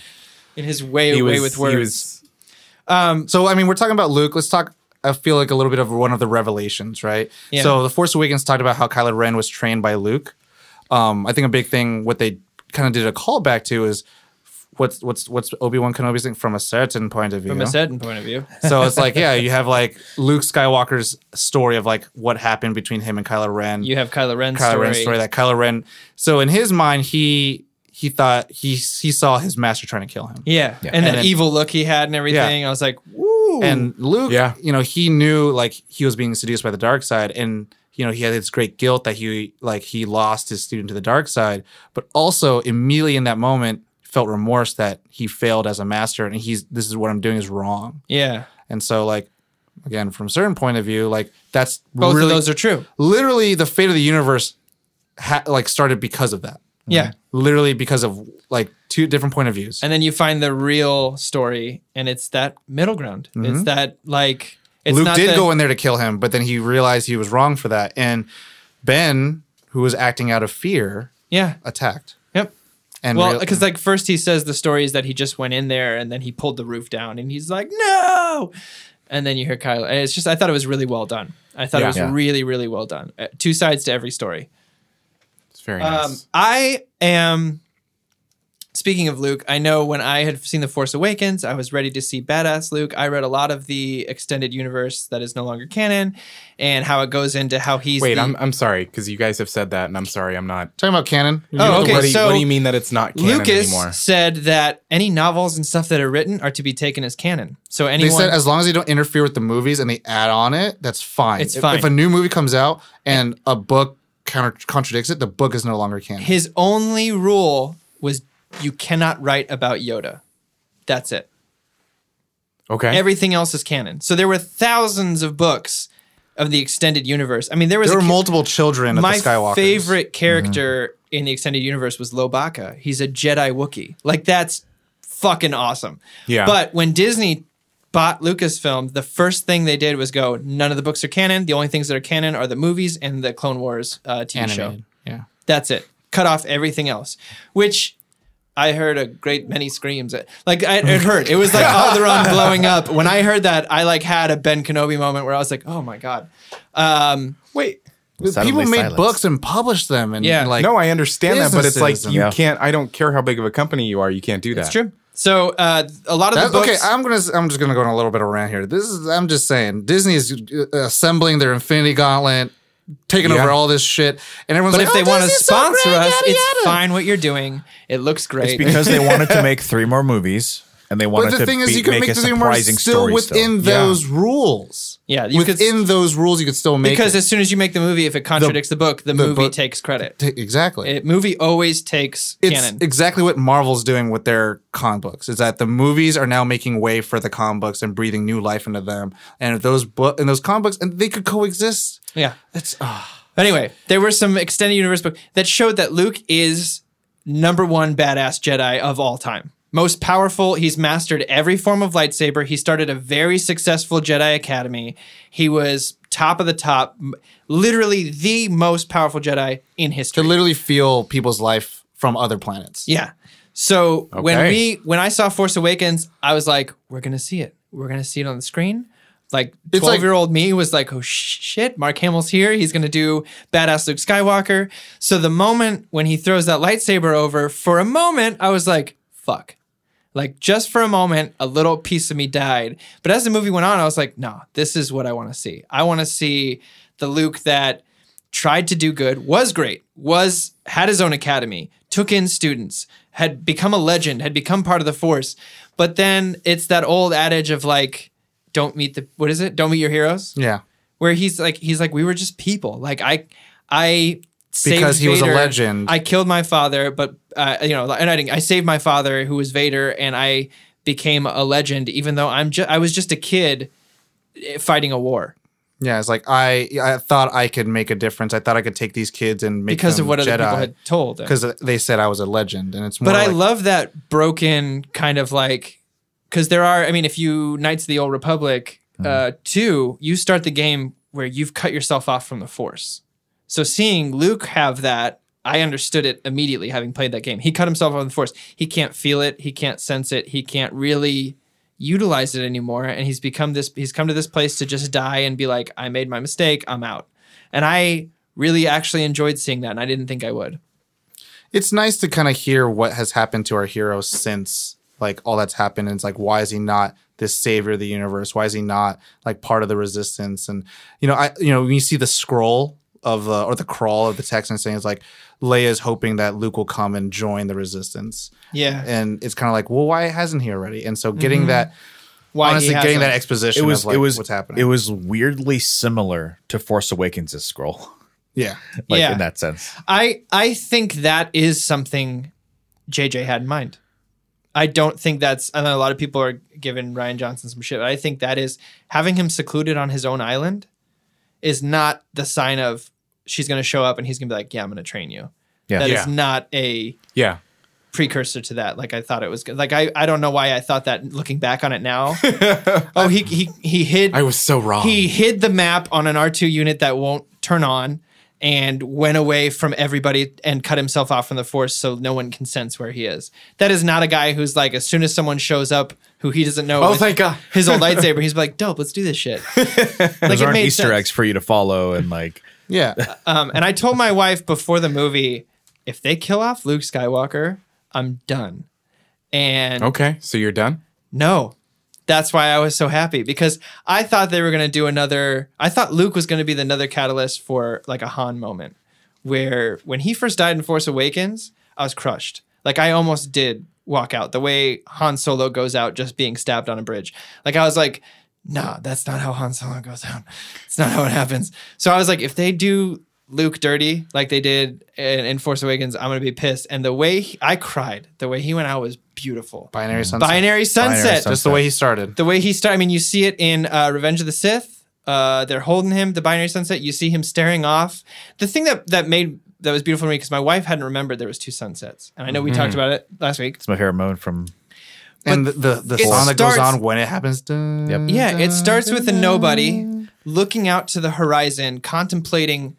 S5: in his way
S4: He
S5: away
S4: was,
S5: with
S4: he
S5: words.
S4: was
S2: So I mean, we're talking about Luke. Let's talk. I feel like a little bit of one of the revelations, right?
S5: Yeah.
S2: So the Force Awakens talked about how Kylo Ren was trained by Luke. Um, I think a big thing what they kind of did a callback to is what's what's what's Obi Wan Kenobi's thing from a certain point of view.
S5: from a certain point of view.
S2: So it's like, yeah, you have like Luke Skywalker's story of like what happened between him and Kylo Ren.
S5: You have Kylo Ren's
S2: Kylo
S5: story.
S2: Ren's story that Kylo Ren. So in his mind, he he thought he he saw his master trying to kill him.
S5: yeah. and
S2: And
S5: that
S2: then-
S5: evil look he had and everything. I was like, woo.
S2: And Luke,
S4: Yeah.
S2: you know, he knew like he was being seduced by the dark side, and you know, he had this great guilt that he like he lost his student to the dark side, but also immediately in that moment felt remorse that he failed as a master, and he's this is what I'm doing is wrong,
S5: yeah,
S2: and so like again from a certain point of view, like that's
S5: both
S2: really,
S5: of those are true.
S2: literally the fate of the universe, ha- like started because of that.
S5: Yeah.
S2: literally because of like two different point of views.
S5: And then you find the real story, and it's that middle ground. It's that like it's
S2: Mm-hmm. Luke
S5: not
S2: did
S5: the-
S2: go in there to kill him, but then he realized he was wrong for that. And Ben, who was acting out of fear,
S5: Yeah.
S2: attacked.
S5: Yep.
S2: And
S5: Well,
S2: real-
S5: because like first he says the story is that he just went in there and then he pulled the roof down and he's like no, and then you hear Kyle. and It's just I thought it was really well done. I thought it
S4: Yeah.
S5: was
S3: Yeah.
S5: really really well done. Uh, two sides to every story.
S4: It's very
S5: Um,
S4: nice.
S5: I am. Speaking of Luke, I know when I had seen The Force Awakens, I was ready to see Badass Luke. I read a lot of the extended universe that is no longer canon, and how it goes into how he's.
S4: Wait,
S5: the-
S4: I'm I'm sorry because you guys have said that, and I'm sorry I'm not.
S2: talking about canon.
S5: Oh, okay.
S4: what, do you,
S5: so
S4: what do you mean that it's not canon
S5: Lucas
S4: anymore?
S5: said that any novels and stuff that are written are to be taken as canon. So
S2: They
S5: anyone,
S2: said as long as they don't interfere with the movies and they add on it, that's fine.
S5: It's
S2: If-
S5: fine.
S2: If a new movie comes out and a book counter contradicts it, the book is no longer canon.
S5: his only rule was you cannot write about Yoda. That's it.
S4: Okay.
S5: Everything else is canon. So there were thousands of books of the extended universe. I mean, there was
S2: there
S5: a
S2: were
S5: ki-
S2: multiple children of
S5: my
S2: the Skywalkers. Mm-hmm.
S5: favorite character in the extended universe was Lobaka. He's a Jedi Wookiee. Like that's fucking awesome.
S4: Yeah.
S5: But when Disney bought Lucasfilm, the first thing they did was go, none of the books are canon. The only things that are canon are the movies and the Clone Wars uh, TV show.
S2: animated. Yeah.
S5: That's it. Cut off everything else, which I heard a great many screams. at- Like I it hurt. It was like Alderaan blowing up. When I heard that, I like had a Ben Kenobi moment where I was like, "Oh my god!" Um,
S4: Wait.
S2: People
S3: Suddenly
S2: made
S3: silenced.
S2: books and published them, and
S5: Yeah.
S2: like
S4: no, I understand that, but it's like
S2: businesses
S4: you
S3: and-
S4: can't. I don't care how big of a company you are, you can't do that.
S5: it's true. So uh, a lot of
S2: That-
S5: the books.
S2: okay, I'm gonna. I'm just gonna go on a little bit of a rant here. This is. I'm just saying, Disney is uh, assembling their Infinity Gauntlet, taking
S4: Yeah.
S2: over all this shit, and everyone's
S5: But
S2: like,
S5: if they
S2: "Oh,
S5: want to
S2: Disney's so great,
S5: sponsor us,
S2: yada,
S5: it's
S2: yada."
S5: fine what you're doing. It looks great.
S3: It's because they wanted to make three more movies, and they wanted
S2: But the
S3: to
S2: thing
S3: be,
S2: is, you can
S3: make,
S2: make
S3: a
S2: the thing where it's
S3: surprising
S2: still
S3: story.
S2: within
S4: still. Yeah.
S2: those rules.
S5: Yeah, you could-
S2: within those rules, you could still make
S5: because
S2: it.
S5: as soon as you make the movie, if it contradicts the, book, the, movie
S2: book-
S5: takes credit.
S2: T- exactly.
S5: It, movie always takes
S2: it's
S5: canon.
S2: exactly what Marvel's doing with their comic books. Is that the movies are now making way for the comic books and breathing new life into them, and if those book and those comic books, and they could coexist.
S5: yeah.
S2: It's ah.
S5: Anyway, there were some extended universe book that showed that Luke is number one badass Jedi of all time. Most powerful. He's mastered every form of lightsaber. He started a very successful Jedi Academy. He was top of the top, m- literally the most powerful Jedi in history.
S2: could literally feel people's life from other planets.
S5: Yeah. So when
S4: Okay.
S5: we when I saw Force Awakens, I was like, we're gonna see it. We're gonna see it on the screen. Like
S2: It's like-
S5: twelve year old me was like, oh sh- shit, Mark Hamill's here. He's gonna do badass Luke Skywalker. So the moment when he throws that lightsaber over, for a moment, I was like, fuck. Like just for a moment, a little piece of me died. But as the movie went on, I was like, no, this is what I want to see. I want to see the Luke that tried to do good, was great, was had his own academy, took in students, had become a legend, had become part of the force. But then it's that old adage of like, don't meet the what is it? Don't meet your heroes.
S2: Yeah.
S5: Where he's like, he's like, we were just people. Like I, I. saved
S2: Because he was a
S5: Vader.
S2: legend.
S5: I killed my father, but uh, you know, and I didn't. I saved my father, who was Vader, and I became a legend, even though I'm just I was just a kid eh, fighting a war.
S2: Yeah, it's like I I thought I could make a difference. I thought I could take these kids and make
S5: because of what other people had told. him.
S2: because they said I was a legend, and it's more.
S5: but I
S2: like-
S5: love that broken kind of like because there are. I mean, if you Knights of the Old Republic
S2: Uh-huh.
S5: uh, two, you start the game where you've cut yourself off from the Force. So seeing Luke have that, I understood it immediately, having played that game. He cut himself off from the Force. He can't feel it. He can't sense it. He can't really utilize it anymore and he's become this he's come to this place to just die and be like i made my mistake i'm out and i really actually enjoyed seeing that and i didn't think i would
S2: It's nice to kind of hear what has happened to our hero since like all that's happened, and it's like why is he not this savior of the universe? Why is he not like part of the resistance? And you know, I you know when you see the scroll of the or the crawl of the text and saying it's like Leia's hoping that Luke will come and join the resistance,
S5: yeah
S2: and it's kind of like well why hasn't he already? And so getting that
S5: why he
S2: honestly getting
S5: hasn't.
S2: that exposition
S3: It was
S2: of like
S3: it was
S2: what's happening.
S3: It was weirdly similar to Force Awakens' scroll,
S2: yeah.
S3: like
S5: Yeah.
S3: in that sense.
S5: I I think that is something JJ had in mind. I don't think that's. I know a lot of people are giving Ryan Johnson some shit. But I think that is having him secluded on his own island is not the sign of she's going to show up and he's going to be like, "Yeah, I'm going to train you."
S3: Yeah.
S5: that
S4: Yeah.
S5: is not a
S4: Yeah.
S5: precursor to that. Like I thought it was good. Like I, I don't know why I thought that looking back on it now. oh, he he he hid
S4: I was so wrong.
S5: he hid the map on an R2 unit that won't turn on and went away from everybody and cut himself off from the force so no one can sense where he is. That is not a guy who's like as soon as someone shows up who he doesn't know
S4: Oh,
S5: with
S4: thank God.
S5: his old lightsaber, he's like, dope, let's do this shit. like
S3: Those
S5: it
S3: aren't
S5: made
S3: Easter
S5: sense.
S3: eggs for you to follow and like
S2: Yeah.
S5: Um, and I told my wife before the movie, if they kill off Luke Skywalker, I'm done. And
S4: okay, so you're done?
S5: no, that's why I was so happy because I thought they were going to do another. I thought Luke was going to be the another catalyst for like a Han moment, where when he first died in Force Awakens, I was crushed. Like I almost did walk out the way Han Solo goes out just being stabbed on a bridge. Like I was like, nah, that's not how Han Solo goes out. It's not how it happens. So I was like, if they do Luke dirty like they did in, in Force Awakens, I'm gonna be pissed. And the way he- I cried, the way he went out was beautiful.
S2: Binary sunset.
S5: Binary sunset.
S3: Binary Sunset.
S2: Just the way he started.
S5: The way he started, I mean, you see it in uh, Revenge of the Sith. Uh, they're holding him, the binary sunset. You see him staring off. The thing that that made that was beautiful to me because my wife hadn't remembered there was two sunsets, and I know we talked about it last week.
S3: it's my favorite moment from
S2: And the the, the
S5: it
S2: song that goes
S5: starts-
S2: on when it happens. Dun,
S3: Yep.
S5: Yeah, it starts with a nobody looking out to the horizon, contemplating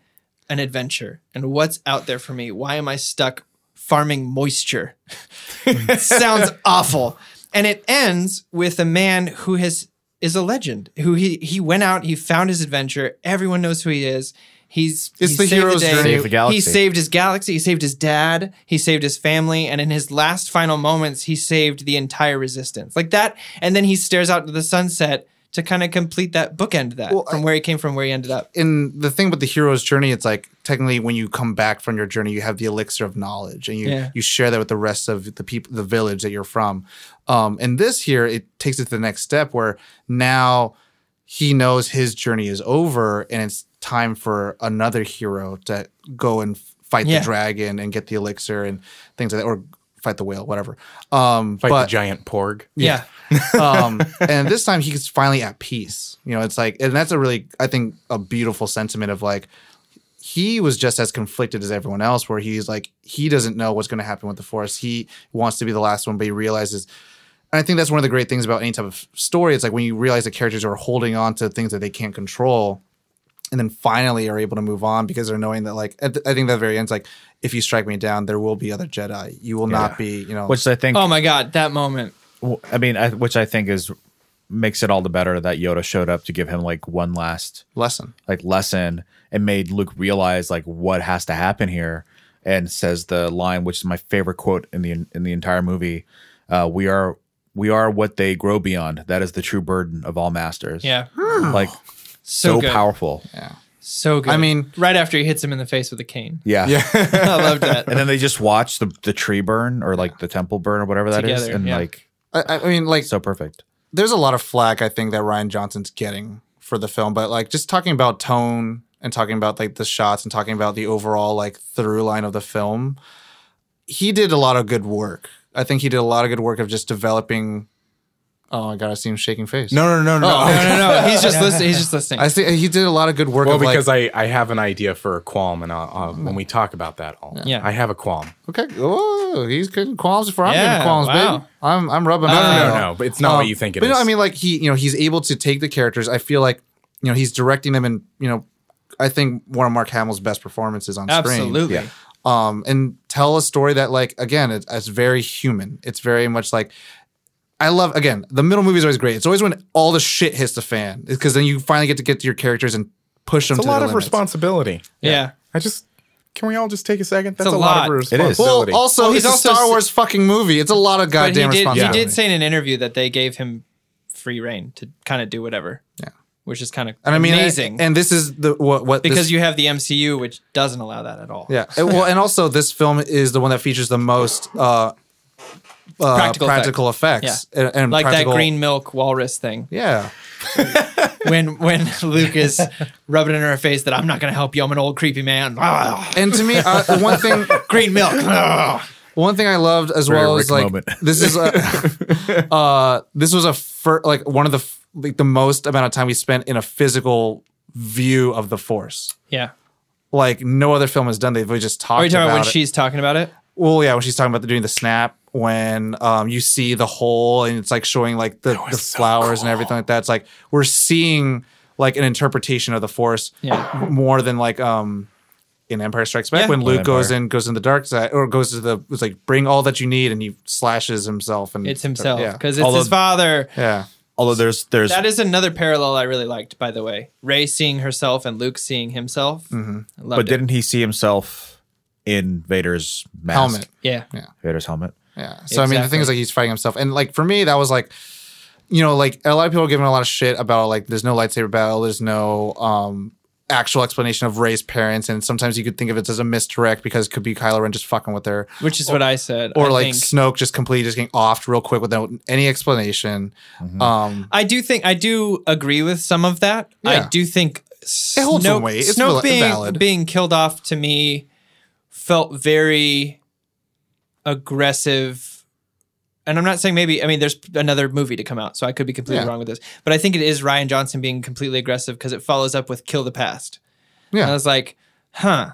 S5: an adventure and what's out there for me. Why am I stuck farming moisture? Sounds awful. And it ends with a man who has is a legend. Who he he went out, he found his adventure. Everyone knows who he is. He's
S2: It's
S5: he
S2: the
S5: saved
S2: hero's
S5: day.
S2: journey.
S3: Saved the galaxy.
S5: He saved his galaxy. He saved his dad. He saved his family. And in his last final moments, he saved the entire resistance. Like that. And then he stares out to the sunset to kind of complete that bookend that from where he came from, where he ended up.
S2: in the thing about the hero's journey, it's like technically when you come back from your journey, you have the elixir of knowledge, and you
S5: Yeah.
S2: you share that with the rest of the people, the village that you're from. Um, and this here, it takes it to the next step where now he knows his journey is over, and it's time for another hero to go and fight
S5: Yeah.
S2: the dragon and get the elixir and things like that, or fight the whale, whatever. Um,
S4: Fight
S2: but
S4: the giant porg.
S5: Yeah.
S2: um, and this time he's finally at peace. You know, it's like, and that's a really, I think, a beautiful sentiment of like, he was just as conflicted as everyone else, where he's like, he doesn't know what's going to happen with the Force. He wants to be the last one, but he realizes. And I think that's one of the great things about any type of story. It's like when you realize the characters are holding on to things that they can't control, and then finally are able to move on because they're knowing that, like, at the, I think that very end's like, if you strike me down, there will be other Jedi. You will not be, you know,
S3: which I think
S5: Oh my God, that moment.
S3: Well, I mean, I, which I think is makes it all the better that Yoda showed up to give him like one last
S2: lesson.
S3: like lesson and made Luke realize like what has to happen here and says the line which is my favorite quote in the in the entire movie uh we are we are what they grow beyond that is the true burden of all masters
S5: Yeah.
S3: like
S5: So,
S3: so,
S5: good.
S3: powerful
S5: So good.
S2: I mean-
S5: right after he hits him in the face with a cane.
S3: yeah
S5: I loved that.
S3: and then they just watch the the tree burn or like the temple burn or whatever that is
S5: Together,
S3: and
S5: yeah.
S3: like
S2: I, I- I mean, like,
S3: so perfect
S2: there's a lot of flack I think that Ryan Johnson's getting for the film, but like just talking about tone and talking about like the shots and talking about the overall like through line of the film, he did a lot of good work. I think he did a lot of good work of just developing. Oh my god, I see him shaking face.
S4: No, no, no, no.
S5: No, no, no. He's just listening. He's just listening.
S2: Oh. I see he did a lot of good work.
S4: Well,
S2: of
S4: because
S2: like,
S4: I, I have an idea for a qualm, and I'll, I'll, when we talk about that, I'll,
S5: Yeah.
S4: I have a qualm.
S2: okay, oh, he's getting qualms before I'm
S5: Yeah,
S2: getting qualms,
S5: wow.
S2: baby. I'm I'm rubbing. it
S5: No, no,
S2: out.
S4: No, no, but it's not what
S2: Um,
S4: you think it
S2: but
S4: is.
S2: no, I mean, like he, you know, he's able to take the characters. I feel like, you know, he's directing them, and you know, I think one of Mark Hamill's best performances on screen.
S5: Absolutely.
S2: Um, and tell a story that, like, again, it's, it's very human. It's very much like. I love again. The middle movie is always great. It's always when all the shit hits the fan, because then you finally get to get to your characters and push them.
S4: it's
S2: to
S4: a
S2: their
S4: lot of
S2: limits.
S4: responsibility.
S5: yeah.
S4: I just, can we all just take a second? That's
S5: a
S4: a lot,
S5: lot. It
S4: of
S5: is.
S4: responsibility.
S2: Well, also,
S5: Well, he's
S2: he's it's
S5: also
S2: a Star
S5: s-
S2: Wars fucking movie. It's a lot of
S5: But he
S2: goddamn
S5: did, he
S2: responsibility.
S5: did say in an interview that they gave him free reign to kind of do whatever.
S2: Yeah.
S5: Which is kind of
S2: and I mean,
S5: amazing.
S2: And this is the what what this
S5: because you have the MCU, which doesn't allow that at all.
S2: Yeah. And- well, and also this film is the one that features the most uh, uh,
S5: Practical
S2: practical, effects.
S5: Yeah.
S2: And, and
S5: like
S2: practical-
S5: that green milk walrus thing.
S2: Yeah.
S5: When when Luke is rubbing it in her face that I'm not going to help you, I'm an old creepy man. Ah,
S2: And to me, uh, one thing,
S5: green milk. Ah.
S2: one thing I loved as well
S3: Rick
S2: is like
S3: moment.
S2: this is a, uh, this was a fir- like one of the f- like the most amount of time we spent in a physical view of the Force.
S5: yeah.
S2: like no other film has done. They've really just talked
S5: Are you talking
S2: about
S5: about when
S2: it. Mm.
S5: she's talking about it?
S2: Well, yeah, when she's talking about the, doing the snap, when um, you see the hole and it's like showing like the, the flowers and everything like that. It's like we're seeing like an interpretation of the force
S5: Yeah.
S2: more than like um in Empire Strikes Back
S5: Yeah.
S2: when
S3: Oh,
S2: Luke goes
S3: Empire.
S2: in, goes in the dark side or goes to the it's like bring all that you need and he slashes himself and
S5: It's himself
S2: Yeah.
S5: because it's
S3: Although-
S5: his father.
S2: yeah.
S3: Although there's there's
S5: That is another parallel I really liked, by the way. Ray seeing herself and Luke seeing himself. Mm-hmm.
S3: but didn't he see himself in Vader's mask?
S2: Helmet.
S5: yeah.
S3: Vader's helmet.
S2: Yeah. So I mean, the thing is,
S5: Exactly.
S2: like, he's fighting himself, and like for me, that was like, you know, like a lot of people are giving a lot of shit about like there's no lightsaber battle, there's no um actual explanation of Ray's parents, and sometimes you could think of it as a misdirect because it could be Kylo Ren just fucking with her,
S5: Which is what I said.
S2: or
S5: I
S2: like
S5: think-
S2: Snoke just completely just getting offed real quick without any explanation. Um,
S5: I do think I do agree with some of that.
S2: Yeah.
S5: I do think
S2: It holds some
S5: Snoke,
S2: weight. It's
S5: Snoke
S2: val-
S5: being
S2: valid.
S5: being killed off to me felt very aggressive. And I'm not saying maybe I mean there's another movie to come out, so I could be completely
S2: Yeah.
S5: wrong with this. But I think it is Ryan Johnson being completely aggressive because it follows up with Kill the Past.
S2: Yeah.
S5: And I was like, huh.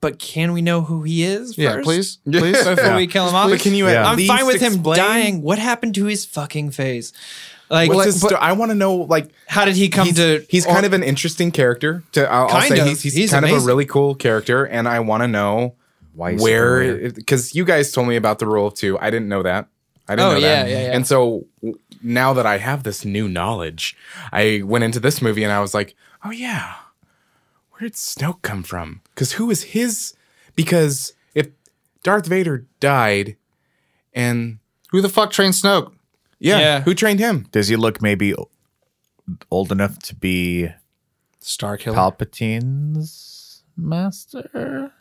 S5: But can we know who he is?
S2: yeah,
S5: first?
S2: please,
S4: Yeah.
S2: please.
S5: Before we kill him off.
S4: But can you at
S3: Yeah.
S5: I'm
S4: least
S5: fine with him
S4: explain
S5: dying. What happened to his fucking face? Like,
S4: What's
S5: like,
S4: his sto- I want to know, like,
S5: how did he come
S4: he's,
S5: to?
S4: he's kind of an interesting character. To I'll, I'll
S5: Kind
S4: say
S5: of.
S4: he's, he's,
S5: He's
S4: kind of a
S5: amazing.
S4: really cool character, and I want to know
S3: Why is he
S4: where
S3: weird?
S4: because you guys told me about the rule of two. I didn't know that. I didn't
S5: Oh,
S4: know that.
S5: yeah, yeah, yeah.
S4: And so w- now that I have this new knowledge, I went into this movie and I was like, oh yeah, where did Snoke come from? Because who is his? Because if Darth Vader died, and
S2: Who the fuck trained Snoke?
S4: yeah,
S5: Yeah.
S4: who trained him?
S3: Does he look maybe o- old enough to be
S2: Star Killer.
S3: Palpatine's master?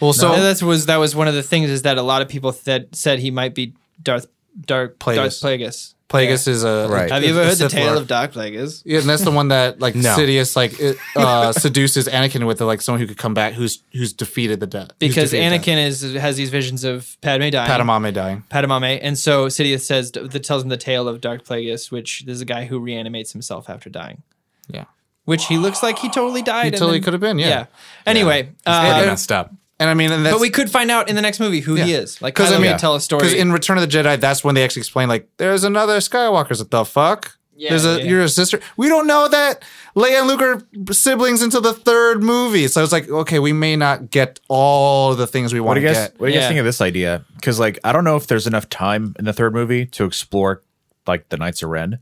S2: well, so
S5: And that's was that was one of the things is that a lot of people said said he might be Darth Dark
S2: Plagueis.
S5: Darth Plagueis.
S2: Plagueis is a
S3: Right.
S5: Have you ever
S2: a
S5: heard the
S2: Sith
S5: tale
S2: Lord.
S5: of Dark Plagueis?
S2: Yeah, and that's the one that like
S4: No.
S2: Sidious like it, uh, seduces Anakin with, like someone who could come back, who's who's defeated the death
S5: Because Anakin is has these visions of Padme dying,
S2: Padamame dying.
S5: Padamame, and so Sidious says that tells him the tale of Dark Plagueis, which there's a guy who reanimates himself after dying,
S2: Yeah,
S5: which he looks like he totally died.
S2: he
S5: and
S2: totally
S5: then-
S2: could have been. Yeah.
S5: Yeah. Anyway,
S4: Pretty
S5: uh,
S4: messed up.
S2: and I mean, and that's,
S5: but we could find out in the next movie who he
S2: Yeah.
S5: is. Like,
S2: 'Cause,
S5: Kylo
S2: I
S5: Ren
S2: mean-
S5: tell a
S2: because
S5: story.
S2: in Return of the Jedi, that's when they actually explain like there's another Skywalker's what the fuck.
S5: Yeah,
S2: There's a
S5: yeah.
S2: you're a sister. We don't know that Leia and Luke are siblings until the third movie. So it's like, okay, we may not get all the things we
S3: What
S2: want
S3: do
S2: to
S3: you guys
S2: get.
S3: What do you guys
S5: Yeah.
S3: think of this idea? Because like I don't know if there's enough time in the third movie to explore like the Knights of Ren.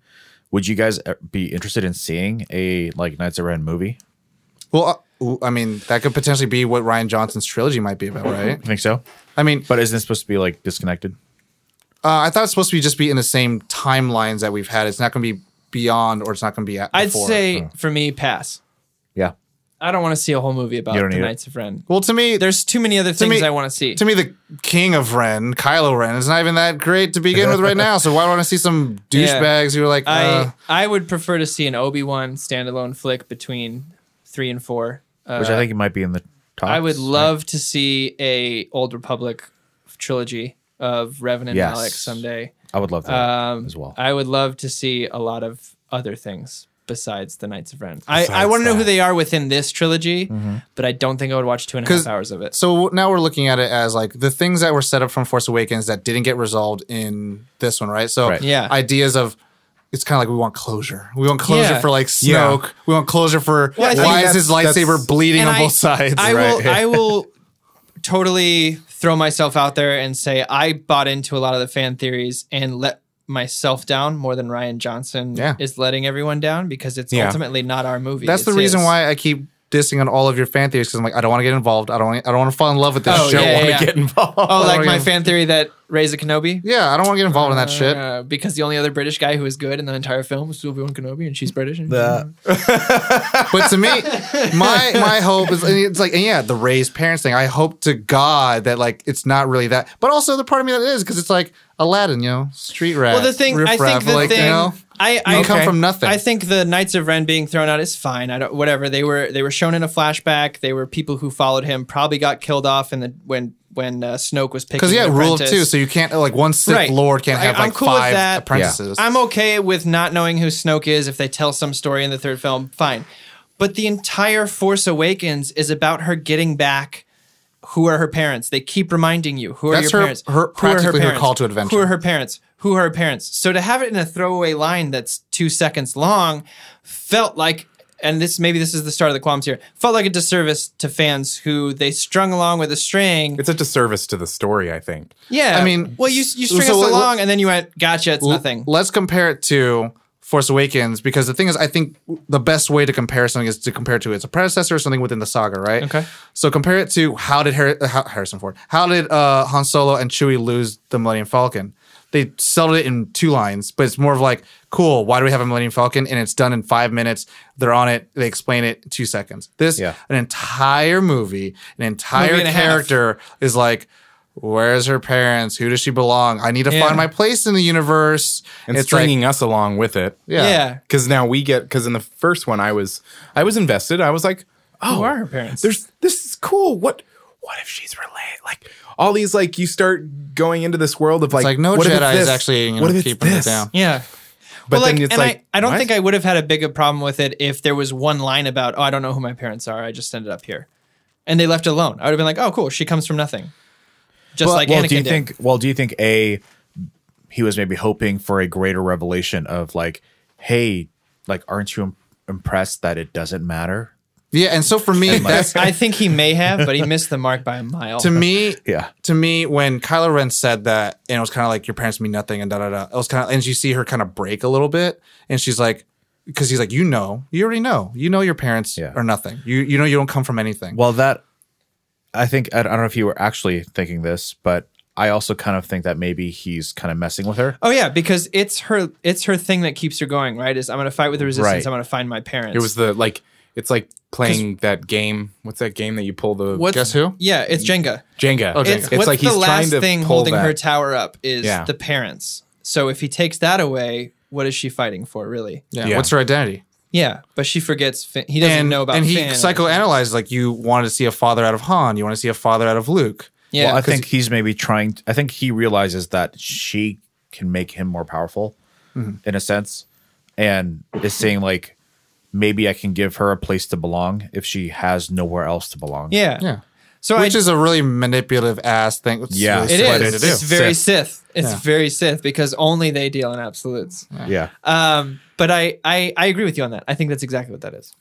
S3: Would you guys uh, be interested in seeing a like Knights of Ren movie?
S2: Well, uh, ooh, I mean, that could potentially be what Ryan Johnson's trilogy might be about, right?
S3: I think so.
S2: I mean,
S3: But isn't it supposed to be like disconnected?
S2: Uh, I thought it's supposed to be just be in the same timelines that we've had. It's not going to be beyond, or it's not going to be at.
S5: I'd
S2: before. Hmm.
S5: say for me, pass.
S3: Yeah.
S5: I don't want to see a whole movie about
S3: You
S5: the
S3: don't need it.
S5: Knights of Ren.
S2: Well, to me, there's
S5: There's too many other things
S2: me-
S5: I want to see.
S2: to me the king of Ren, Kylo Ren, is not even that great to begin with right now. So why do I want to see some
S5: Yeah.
S2: douchebags who are like,
S5: I
S2: uh,
S5: I would prefer to see an Obi Wan standalone flick between three and four. Uh,
S3: Which I think it might be in the top.
S5: I would love to see a Old Republic trilogy of Revan and
S3: Yes.
S5: Alex someday.
S3: I would love that
S5: Um,
S3: as well.
S5: I would love to see a lot of other things besides the Knights of Ren. I, I
S4: Besides
S5: want to know who
S4: that.
S5: they are within this trilogy,
S3: Mm-hmm.
S5: but I don't think I would watch two and a
S2: 'Cause-
S5: half hours of it.
S2: So now we're looking at it as like the things that were set up from Force Awakens that didn't get resolved in this one, right? So
S3: Right.
S5: Yeah.
S2: ideas of it's kind of like we want closure. We want closure
S5: Yeah.
S2: for like Snoke. We want closure for
S5: Well, I think
S2: why is his
S4: that's-
S2: lightsaber
S4: that's-
S2: bleeding
S5: And
S2: on
S5: I-
S2: both sides?
S5: I
S2: right?
S5: will I will totally throw myself out there and say I bought into a lot of the fan theories and let myself down more than Ryan Johnson
S2: Yeah.
S5: is letting everyone down because it's
S4: Yeah.
S5: ultimately not our movie.
S2: That's the
S5: It's
S2: reason
S5: his.
S2: why I keep dissing on all of your fan theories because I'm like, I don't want to get involved. I don't. Wanna, I don't want to fall in love with this.
S5: Oh,
S2: shit.
S5: yeah, yeah, yeah.
S4: involved.
S5: Oh,
S2: I
S5: like
S2: don't
S5: my
S2: even-
S5: fan theory that Reza Kenobi?
S2: Yeah, I don't want to get involved in that shit.
S5: Uh, because the only other British guy who was good in the entire film was Obi Wan Kenobi, and she's British. And
S2: But to me, my my hope is and it's like and yeah, the raised parents thing. I hope to God that like it's not really that. But also the part of me that it is because it's like Aladdin, you know, street rat.
S5: well, the thing I
S2: riffraff,
S5: think the
S2: like,
S5: thing
S2: you know,
S5: I, I
S2: you come from nothing.
S5: I think the Knights of Ren being thrown out is fine. I don't whatever. They were they were shown in a flashback. They were people who followed him. Probably got killed off in the when when uh, Snoke was picking.
S2: because yeah,
S5: an
S2: rule of
S5: apprentice.
S2: two. So you can't like one Sith
S5: Right.
S2: Lord can't
S5: I-
S2: have
S5: I'm
S2: like
S5: cool with
S2: five
S5: that.
S2: apprentices.
S5: I'm okay with not knowing who Snoke is if they tell some story in the third film. Fine. But the entire Force Awakens is about her getting back who are her parents. They keep reminding you who are
S2: That's
S5: your
S2: her-
S5: parents.
S2: her-
S5: Who are
S2: practically her
S5: parents?
S2: call to adventure.
S5: Who are her parents? Who are her parents? So to have it in a throwaway line that's two seconds long felt like and this maybe this is the start of the qualms here. Felt like a disservice to fans who they strung along with a string.
S4: It's a disservice to the story, I think.
S5: Yeah,
S2: I mean,
S5: well, you you string
S2: so
S5: us
S2: let-
S5: along, and then you went, gotcha, it's
S2: L-
S5: nothing.
S2: Let's compare it to Force Awakens because the thing is, I think the best way to compare something is to compare it to its predecessor or something within the saga, right?
S5: Okay.
S2: So compare it to how did Har- uh, how- Harrison Ford, how did uh, Han Solo and Chewie lose the Millennium Falcon? They settled it in two lines, but it's more of like, cool, why do we have a Millennium Falcon? And it's done in five minutes. They're on it. They explain it in two seconds. This,
S3: Yeah.
S2: an entire movie, an entire
S5: Movie and a half.
S2: character is like, where's her parents? Who does she belong? I need to
S5: Yeah.
S2: find my place in the universe.
S4: And
S2: It's
S4: stringing
S2: like,
S4: us along with it.
S2: yeah.
S5: yeah.
S4: Because now we get because in the first one I was I was invested. I was like, oh,
S5: Who are her parents?
S4: There's this is cool. What what if she's related? Like all these like you start going into this world of like,
S2: like, no
S4: what if it's
S2: Jedi is
S4: this?
S2: actually, you know,
S4: what if it's
S2: keeping it
S4: this?
S2: down.
S5: Yeah.
S4: But
S5: But
S4: then
S5: like,
S4: it's
S5: and
S4: like,
S5: I, I don't
S4: what?
S5: think I would have had a big a problem with it if there was one line about, oh, I don't know who my parents are. I just ended up here. And they left it alone. I would have been like, oh, cool. She comes from nothing. Just
S3: well,
S5: like
S3: well,
S5: Anakin
S3: do you
S5: did.
S3: think? Well, do you think a he was maybe hoping for a greater revelation of like, hey, like, aren't you im- impressed that it doesn't matter?
S2: Yeah. And so for me, that's,
S5: I think he may have, but he missed the mark by a mile.
S2: to me,
S3: Yeah.
S2: to me, when Kylo Ren said that, and it was kind of like your parents mean nothing, and da da da. It was kind of, and you see her kind of break a little bit, and she's like, because he's like, you know, you already know, you know, your parents
S3: Yeah.
S2: are nothing. You you know, you don't come from anything.
S3: Well, that I think I I don't know if you were actually thinking this, but I also kind of think that maybe he's kind of messing with her.
S5: oh yeah, because it's her it's her thing that keeps her going, right? Is I'm gonna fight with the resistance,
S3: Right.
S5: I'm gonna find my parents.
S4: It was the like it's like playing that game. What's that game that you pull the
S5: What's-
S2: Guess who?
S5: Yeah, it's Jenga.
S4: Jenga?
S2: Oh, Jenga.
S5: It's, what's the last thing holding her tower up is
S4: Yeah.
S5: the parents. So if he takes that away, what is she fighting for, really?
S2: Yeah.
S4: Yeah.
S2: What's her identity?
S5: Yeah, but she forgets. Finn. He doesn't
S2: and,
S5: know about
S2: and he
S5: Finn.
S2: psychoanalyzed like you wanted to see a father out of Han, you want to see a father out of Luke.
S5: Yeah,
S3: well, I think he's maybe trying. I think he realizes that she can make him more powerful, in a sense, and is saying like, maybe I can give her a place to belong if she has nowhere else to belong.
S5: yeah.
S2: Yeah.
S5: So
S2: Which
S5: I,
S2: is a really manipulative ass thing. It's
S3: Yeah.
S2: really
S5: it
S2: silly
S5: is.
S2: thing to do.
S5: It's very Sith. It's
S2: Yeah.
S5: very Sith because only they deal in absolutes.
S3: yeah.
S5: Um, but I, I I agree with you on that. I think that's exactly what that is.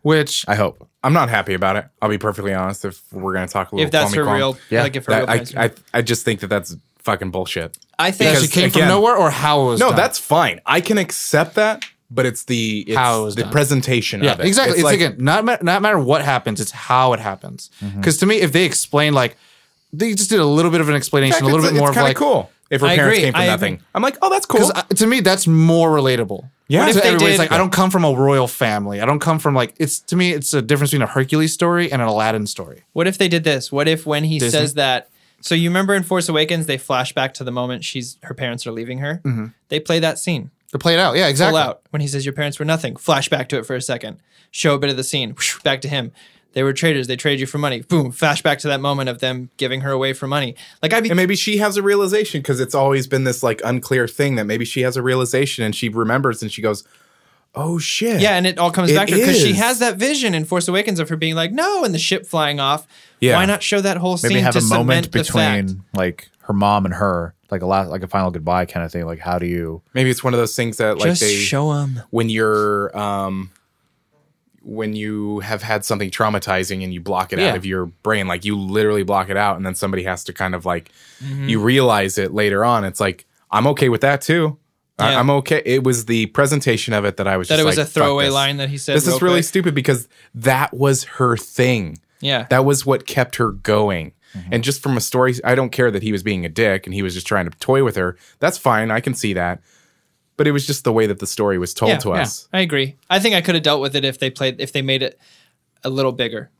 S2: Which
S3: I hope.
S4: I'm not happy about it. I'll be perfectly honest. If we're gonna talk a little,
S5: If that's
S4: qualmy
S5: her
S4: qualm.
S5: real,
S3: Yeah.
S5: like if her
S4: That-
S5: real
S4: I,
S5: parents-
S4: I I just think that that's fucking bullshit.
S5: I
S2: that
S5: think
S2: she came
S4: again-
S2: from nowhere or how it was
S4: No,
S2: done.
S4: that's fine. I can accept that, but it's the it's
S2: How it was
S4: the
S2: done.
S4: presentation
S2: yeah,
S4: of it.
S2: exactly. It's,
S4: like-
S2: again not ma- not matter what happens, it's how it happens.
S4: Mm-hmm.
S2: Because to me, if they explain like they just did a little bit of an
S4: in fact,
S2: explanation, a little
S4: it's-
S2: bit more
S4: it's
S2: of
S4: kinda
S2: like
S4: cool. If her
S5: I
S4: parents
S5: agree,
S4: came from
S5: I
S4: nothing,
S5: agree.
S4: I'm like, oh, that's cool.
S2: Because to me, that's more relatable.
S4: Yeah. What
S2: to
S4: if
S5: they
S2: everybody's
S5: did-
S2: like, I don't come from a royal family. I don't come from like it's to me, it's a difference between a Hercules story and an Aladdin story.
S5: What if they did this? What if when he
S2: Disney.
S5: says that? So you remember in Force Awakens, they flash back to the moment she's her parents are leaving her. They play that scene
S2: To play it out, yeah,
S5: full
S2: exactly.
S5: out when he says your parents were nothing. Flash back to it for a second. Show a bit of the scene. Whoosh, back to him. They were traders. They traded you for money. Boom. Flash back to that moment of them giving her away for money. Like I'd be
S4: and maybe she has a realization because it's always been this like unclear thing that maybe she has a realization and she remembers and she goes, oh shit.
S5: Yeah, and it all comes
S4: It
S5: back to because she
S4: is.
S5: has that vision in Force Awakens of her being like, no, and the ship flying off.
S4: Yeah.
S5: Why not show that whole scene
S3: Maybe have
S5: to
S3: a moment
S5: cement the fact?
S3: between like her mom and her, like a last, like a final goodbye kind of thing. Like, how do you?
S4: Maybe it's one of those things that like
S5: Just
S4: they
S5: show them.
S4: when you're um when you have had something traumatizing and you block it
S2: Yeah.
S4: out of your brain like you literally block it out and then somebody has to kind of like
S5: Mm-hmm.
S4: you realize it later on it's like i'm okay with that too I,
S5: Yeah.
S4: i'm okay it was the presentation of it that i was
S5: That
S4: just
S5: it was
S4: like,
S5: a
S4: fuck
S5: throwaway
S4: this.
S5: line that he said.
S4: this
S5: real
S4: is really
S5: quick.
S4: stupid because that was her thing
S5: yeah.
S4: that was what kept her going
S2: Mm-hmm.
S4: and just from a story i don't care that he was being a dick and he was just trying to toy with her that's fine i can see that but it was just the way that the story was told
S5: yeah,
S4: to
S5: yeah,
S4: us
S5: I agree. I think I could have dealt with it if they played if they made it a little bigger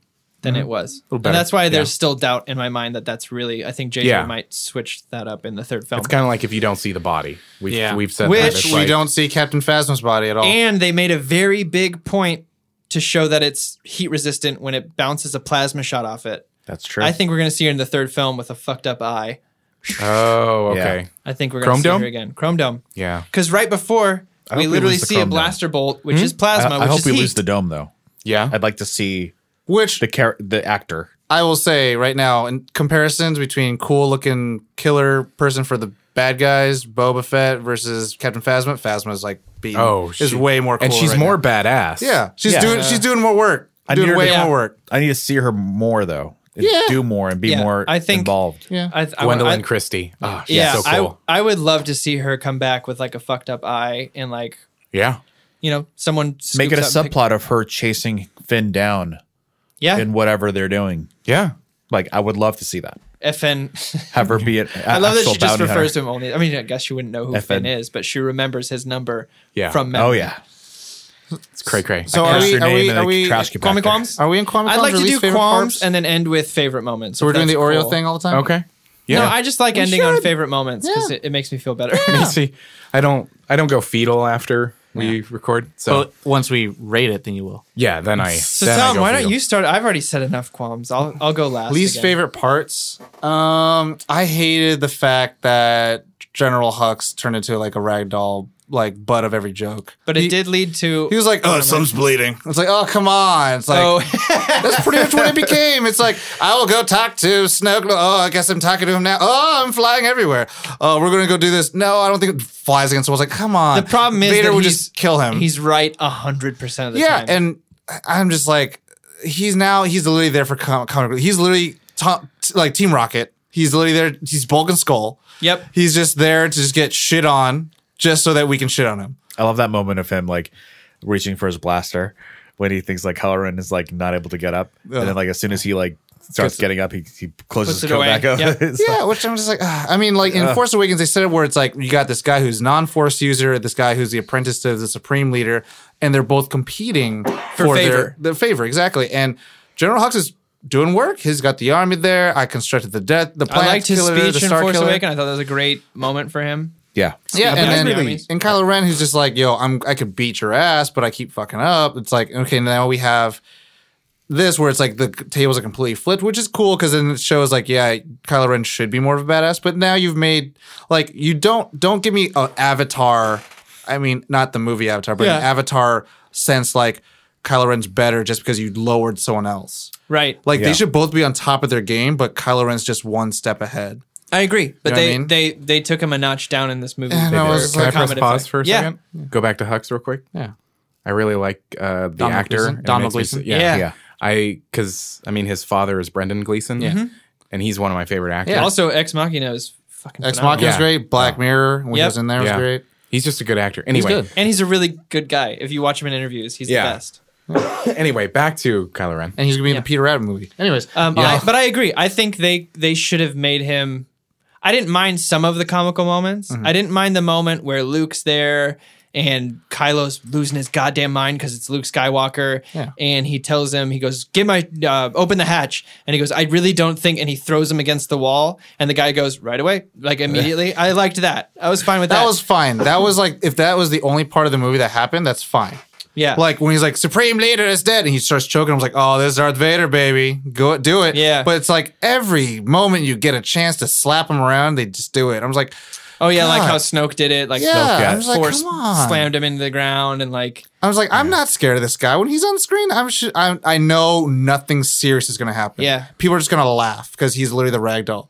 S5: than it was. And
S4: Mm-hmm. better,
S5: that's why there's still doubt in my mind that that's really. I think JJ
S4: Yeah.
S5: might switch that up in the third film.
S4: It's kind of like if you don't see the body. We've,
S2: Yeah.
S4: we've said
S5: Which
S4: that.
S2: Which
S4: It's
S2: we
S4: like-
S2: don't see Captain Phasma's body at all.
S5: and they made a very big point to show that it's heat resistant when it bounces a plasma shot off it.
S3: That's true.
S5: I think we're gonna see her in the third film with a fucked up eye.
S4: Oh, okay.
S5: I think we're gonna
S4: Chrome
S5: see
S4: Dome?
S5: her again. Chrome dome.
S4: Yeah.
S5: Because right before we
S4: hope we
S5: literally
S4: lose the
S5: see a
S4: Chrome Dome. Hmm?
S5: blaster bolt, which is
S3: I,
S5: plasma,
S3: I
S5: which
S3: hope
S5: is
S3: we
S5: heat.
S3: lose the dome though.
S4: Yeah.
S3: I'd like to see
S2: Which
S3: the char- the actor.
S2: I will say right now, in comparisons between cool looking killer person for the bad guys, Boba Fett versus Captain Phasma, Phasma is like being
S4: Oh,
S2: is
S4: she-
S2: way more cool
S4: and she's
S2: right
S4: more
S2: now.
S4: badass.
S2: yeah she's
S3: Yeah.
S2: doing she's doing more work
S3: I need
S2: doing
S3: her
S2: way
S3: to-
S5: Yeah.
S2: more work
S3: I need to see her more though. And
S2: Yeah.
S3: Do more and be
S5: Yeah,
S3: more
S5: I think-
S3: involved.
S2: yeah
S5: I, th- I,
S4: Gwendolyn
S5: I-
S4: Christie. Oh, she's
S5: yeah,
S4: so cool.
S5: I, I would love to see her come back with like a fucked up eye and like
S4: yeah.
S5: you know someone
S3: Make it a
S5: scoops up and pick-
S3: subplot of her chasing Finn down
S5: yeah,
S3: in whatever they're doing.
S4: Yeah.
S3: Like I would love to see that.
S5: FN.
S3: Have her be an
S5: I love that she just refers to him only. I mean, I guess she wouldn't know who
S3: FN.
S5: Finn is, but she remembers his number
S4: Yeah.
S5: from memory.
S3: Oh yeah.
S4: It's cray cray.
S2: so
S3: Cast
S2: are we
S3: your
S2: are
S3: name
S2: we
S3: in the
S2: are we
S3: trash compactor.
S5: Kwame Qualms?
S2: are we in Kwame
S5: I'd
S2: Qualms'
S5: like to do
S2: least favorite
S5: qualms
S2: parts?
S5: and then end with favorite moments.
S2: so
S5: if
S2: we're doing the
S5: that's
S2: Oreo
S5: cool.
S2: thing all the time
S4: okay.
S5: No, I just like ending on
S2: should.
S5: favorite moments because
S2: Yeah.
S5: it, it makes me feel better.
S4: You see, I don't I don't go fetal after we record. So
S2: but once we rate it then you will
S4: yeah, then I.
S5: So
S4: then I
S5: Tom,
S4: go
S5: why don't
S4: fetal.
S5: you start? I've already said enough qualms. I'll I'll go last.
S2: least
S5: again.
S2: favorite parts um I hated the fact that General Hux turned into like a ragdoll like butt of every joke
S5: but it
S2: He-
S5: did lead to.
S2: he was like, oh, some's bleeding. It's like, oh, come on. It's like,
S5: oh,
S2: That's pretty much what it became. It's like I will go talk to Snoke. Oh, I guess I'm talking to him now. Oh, I'm flying everywhere. Oh, we're gonna go do this. No, I don't think it flies against walls. Like, come on.
S5: the problem is
S2: Vader
S5: that
S2: would
S5: he's-
S2: just kill him.
S5: He's right hundred percent of the
S2: yeah,
S5: time.
S2: and I- I'm just like, he's now he's literally there for com- comic. relief. He's literally to- t- like Team Rocket. He's literally there. He's Bulk and Skull.
S5: yep.
S2: He's just there to just get shit on, just so that we can shit on him.
S3: I love that moment of him like reaching for his blaster when he thinks like Halloran is like not able to get up, and then like as soon as he like starts getting up, he, he closes
S5: Puts
S3: his
S5: it
S3: coat
S5: away.
S3: back up.
S5: Yeah.
S3: It's like-
S2: Yeah, which I'm just like, ah. I mean, like in Force Awakens, they said it where it's like you got this guy who's non-force user, this guy who's the apprentice to the supreme leader, and they're both competing for,
S5: favor.
S2: their their favor exactly. And General Hux is doing work. He's got the army there. I constructed the death, the
S5: I
S2: planet
S5: liked his
S2: killer, the
S5: speech in
S2: star
S5: Force
S2: killer.
S5: Awakens. I thought that was a great moment for him.
S3: yeah.
S2: Yeah,
S5: Speaking
S2: and
S5: of
S2: then
S5: enemies.
S2: and Kylo Ren, who's just like, "Yo, I'm I could beat your ass, but I keep fucking up." It's like, okay, now we have this where it's like the tables are completely flipped, which is cool because then it shows like, yeah, Kylo Ren should be more of a badass, but now you've made like you don't don't give me an Avatar. I mean, not the movie Avatar, but
S5: Yeah.
S2: an Avatar sense like Kylo Ren's better just because you lowered someone else.
S5: Right.
S2: Like
S3: Yeah.
S2: they should both be on top of their game, but Kylo Ren's just one step ahead.
S5: I agree,
S2: You know
S5: but
S2: what
S5: they,
S2: I mean?
S5: they they took him a notch down in this movie.
S2: And I
S5: for-
S2: was
S5: for
S2: like-
S4: Can I press
S5: comedy
S4: pause
S5: effect.
S4: for a
S5: Yeah.
S4: second? Go back to Hux real quick.
S2: Yeah.
S4: I really like uh, the
S2: Donald
S4: actor.
S2: Gleason?
S4: It
S2: Donald
S4: makes me
S2: Gleason?
S4: s-
S5: Yeah.
S4: Yeah. I because I mean his father is Brendan Gleason. Yeah. And he's one of my favorite actors.
S2: Mm-hmm. Yeah.
S5: Also, Ex Machina is fucking.
S2: Ex
S5: phenomenal.
S2: Machina was
S4: Yeah.
S2: great. Black Mirror when
S5: Yep.
S2: he was in there was
S4: Yeah.
S2: great.
S4: He's just a good actor. Anyway,
S2: good.
S5: and he's a really good guy. If you watch him in interviews, he's
S4: Yeah.
S5: the best.
S4: anyway, back to Kylo Ren.
S2: and he's gonna be in
S5: Yeah.
S2: the Peter Rabbit movie. Anyways,
S5: Um,
S2: yeah.
S5: I- but I agree. I think they they should have made him. I didn't mind some of the comical moments.
S2: Mm-hmm.
S5: I didn't mind the moment where Luke's there and Kylo's losing his goddamn mind because it's Luke Skywalker,
S2: Yeah.
S5: and he tells him he goes, "Get my uh, open the hatch," and he goes, "I really don't think," and he throws him against the wall, and the guy goes right away, like immediately. I liked that. I was fine with that.
S2: that was fine. That was like if that was the only part of the movie that happened, that's fine.
S5: yeah,
S2: Like when he's like Supreme Leader is dead, and he starts choking. I was like, "Oh, this is Darth Vader, baby. Go do it."
S5: Yeah.
S2: But it's like every moment you get a chance to slap him around, they just do it. I was like,
S5: oh yeah, like
S2: God.
S5: how Snoke did it, like
S2: "Yeah."
S3: got
S2: I was like,
S5: force
S2: "Come on."
S5: slammed him into the ground, and like
S2: I was like, "I'm not scared of this guy. When he's on screen, I'm, sh- I'm I know nothing serious is gonna happen.
S5: Yeah.
S2: People are just gonna laugh because he's literally the ragdoll."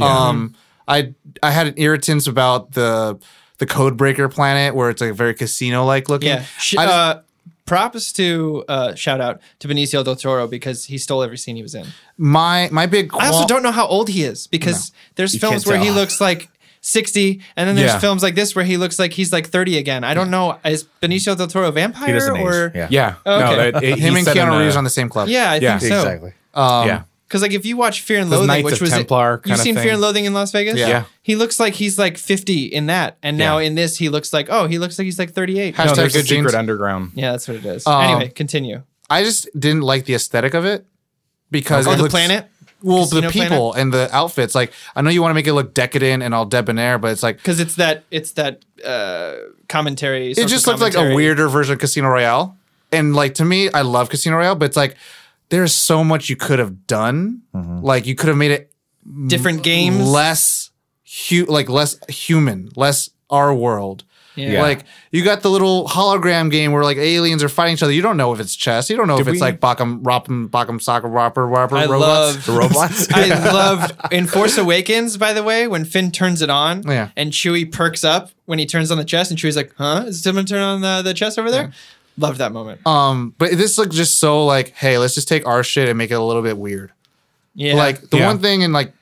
S2: Um, I I had an irritants about the the Codebreaker planet where it's like very casino like looking.
S5: Yeah. Sh-
S2: I just-
S5: uh, props to uh, shout out to Benicio del Toro because he stole every scene he was in.
S2: my my big
S5: I also
S2: qual-
S5: don't know how old he is because there's films
S3: can't
S5: where he
S3: tell.
S5: looks like 60, and then there's
S4: Yeah.
S5: films like this where he looks like he's like 30 again. I don't know. Is Benicio del Toro a vampire
S3: He doesn't
S5: or
S3: age. Yeah.
S4: Yeah. No,
S5: Okay.
S4: that, it,
S2: Oh, him
S4: he
S2: and
S4: said in
S2: Keanu
S4: the-
S2: Reeves on the same club.
S5: Yeah, I
S4: Yeah.
S5: think so.
S3: Exactly.
S2: Um,
S4: yeah.
S5: Because like if you watch Fear and Loathing,
S4: Knights
S5: which
S4: of
S5: was
S4: Templar
S5: you've
S4: kinda
S5: seen Fear
S4: thing.
S5: and Loathing in Las Vegas,
S2: Yeah. Yeah.
S5: He looks like he's like 50 in that, and now in this he looks like oh he looks like he's like 38.
S2: Hashtag
S4: No, there's a
S2: good genes.
S4: secret underground.
S5: yeah, that's what it is.
S2: Um,
S5: anyway, continue.
S2: I just didn't like the aesthetic of it because
S5: Oh,
S2: it
S5: the
S2: looks-
S5: planet.
S2: Well, the
S5: Casino planet?
S2: people and the outfits. Like, I know you want to make it look decadent and all debonair, but it's like
S5: because it's that it's that uh commentary
S2: it just looked like a weirder version of Casino Royale. And like to me, I love Casino Royale, but it's like there's so much you could have done.
S5: Mm-hmm.
S2: Like you could have made it
S5: different games
S2: less hu- like less human, less our world.
S5: Yeah.
S2: Like you got the little hologram game where like aliens are fighting each other. You don't know if it's chess. You don't know if
S3: we-
S2: it's like Bock'em Rock'em Bock'em Soccer Whopper Whopper
S5: I
S2: robots.
S5: love robots. I loved in Force Awakens, by the way, when Finn turns it on
S2: Oh, Yeah.
S5: and Chewie perks up when he turns on the chest and Chewie's like, huh? Is someone turn on the, the chest over there? Loved that moment.
S2: Um, but this like just so like, hey, let's just take our shit and make it a little bit weird.
S5: Yeah.
S2: Like the
S4: Yeah.
S2: one thing in like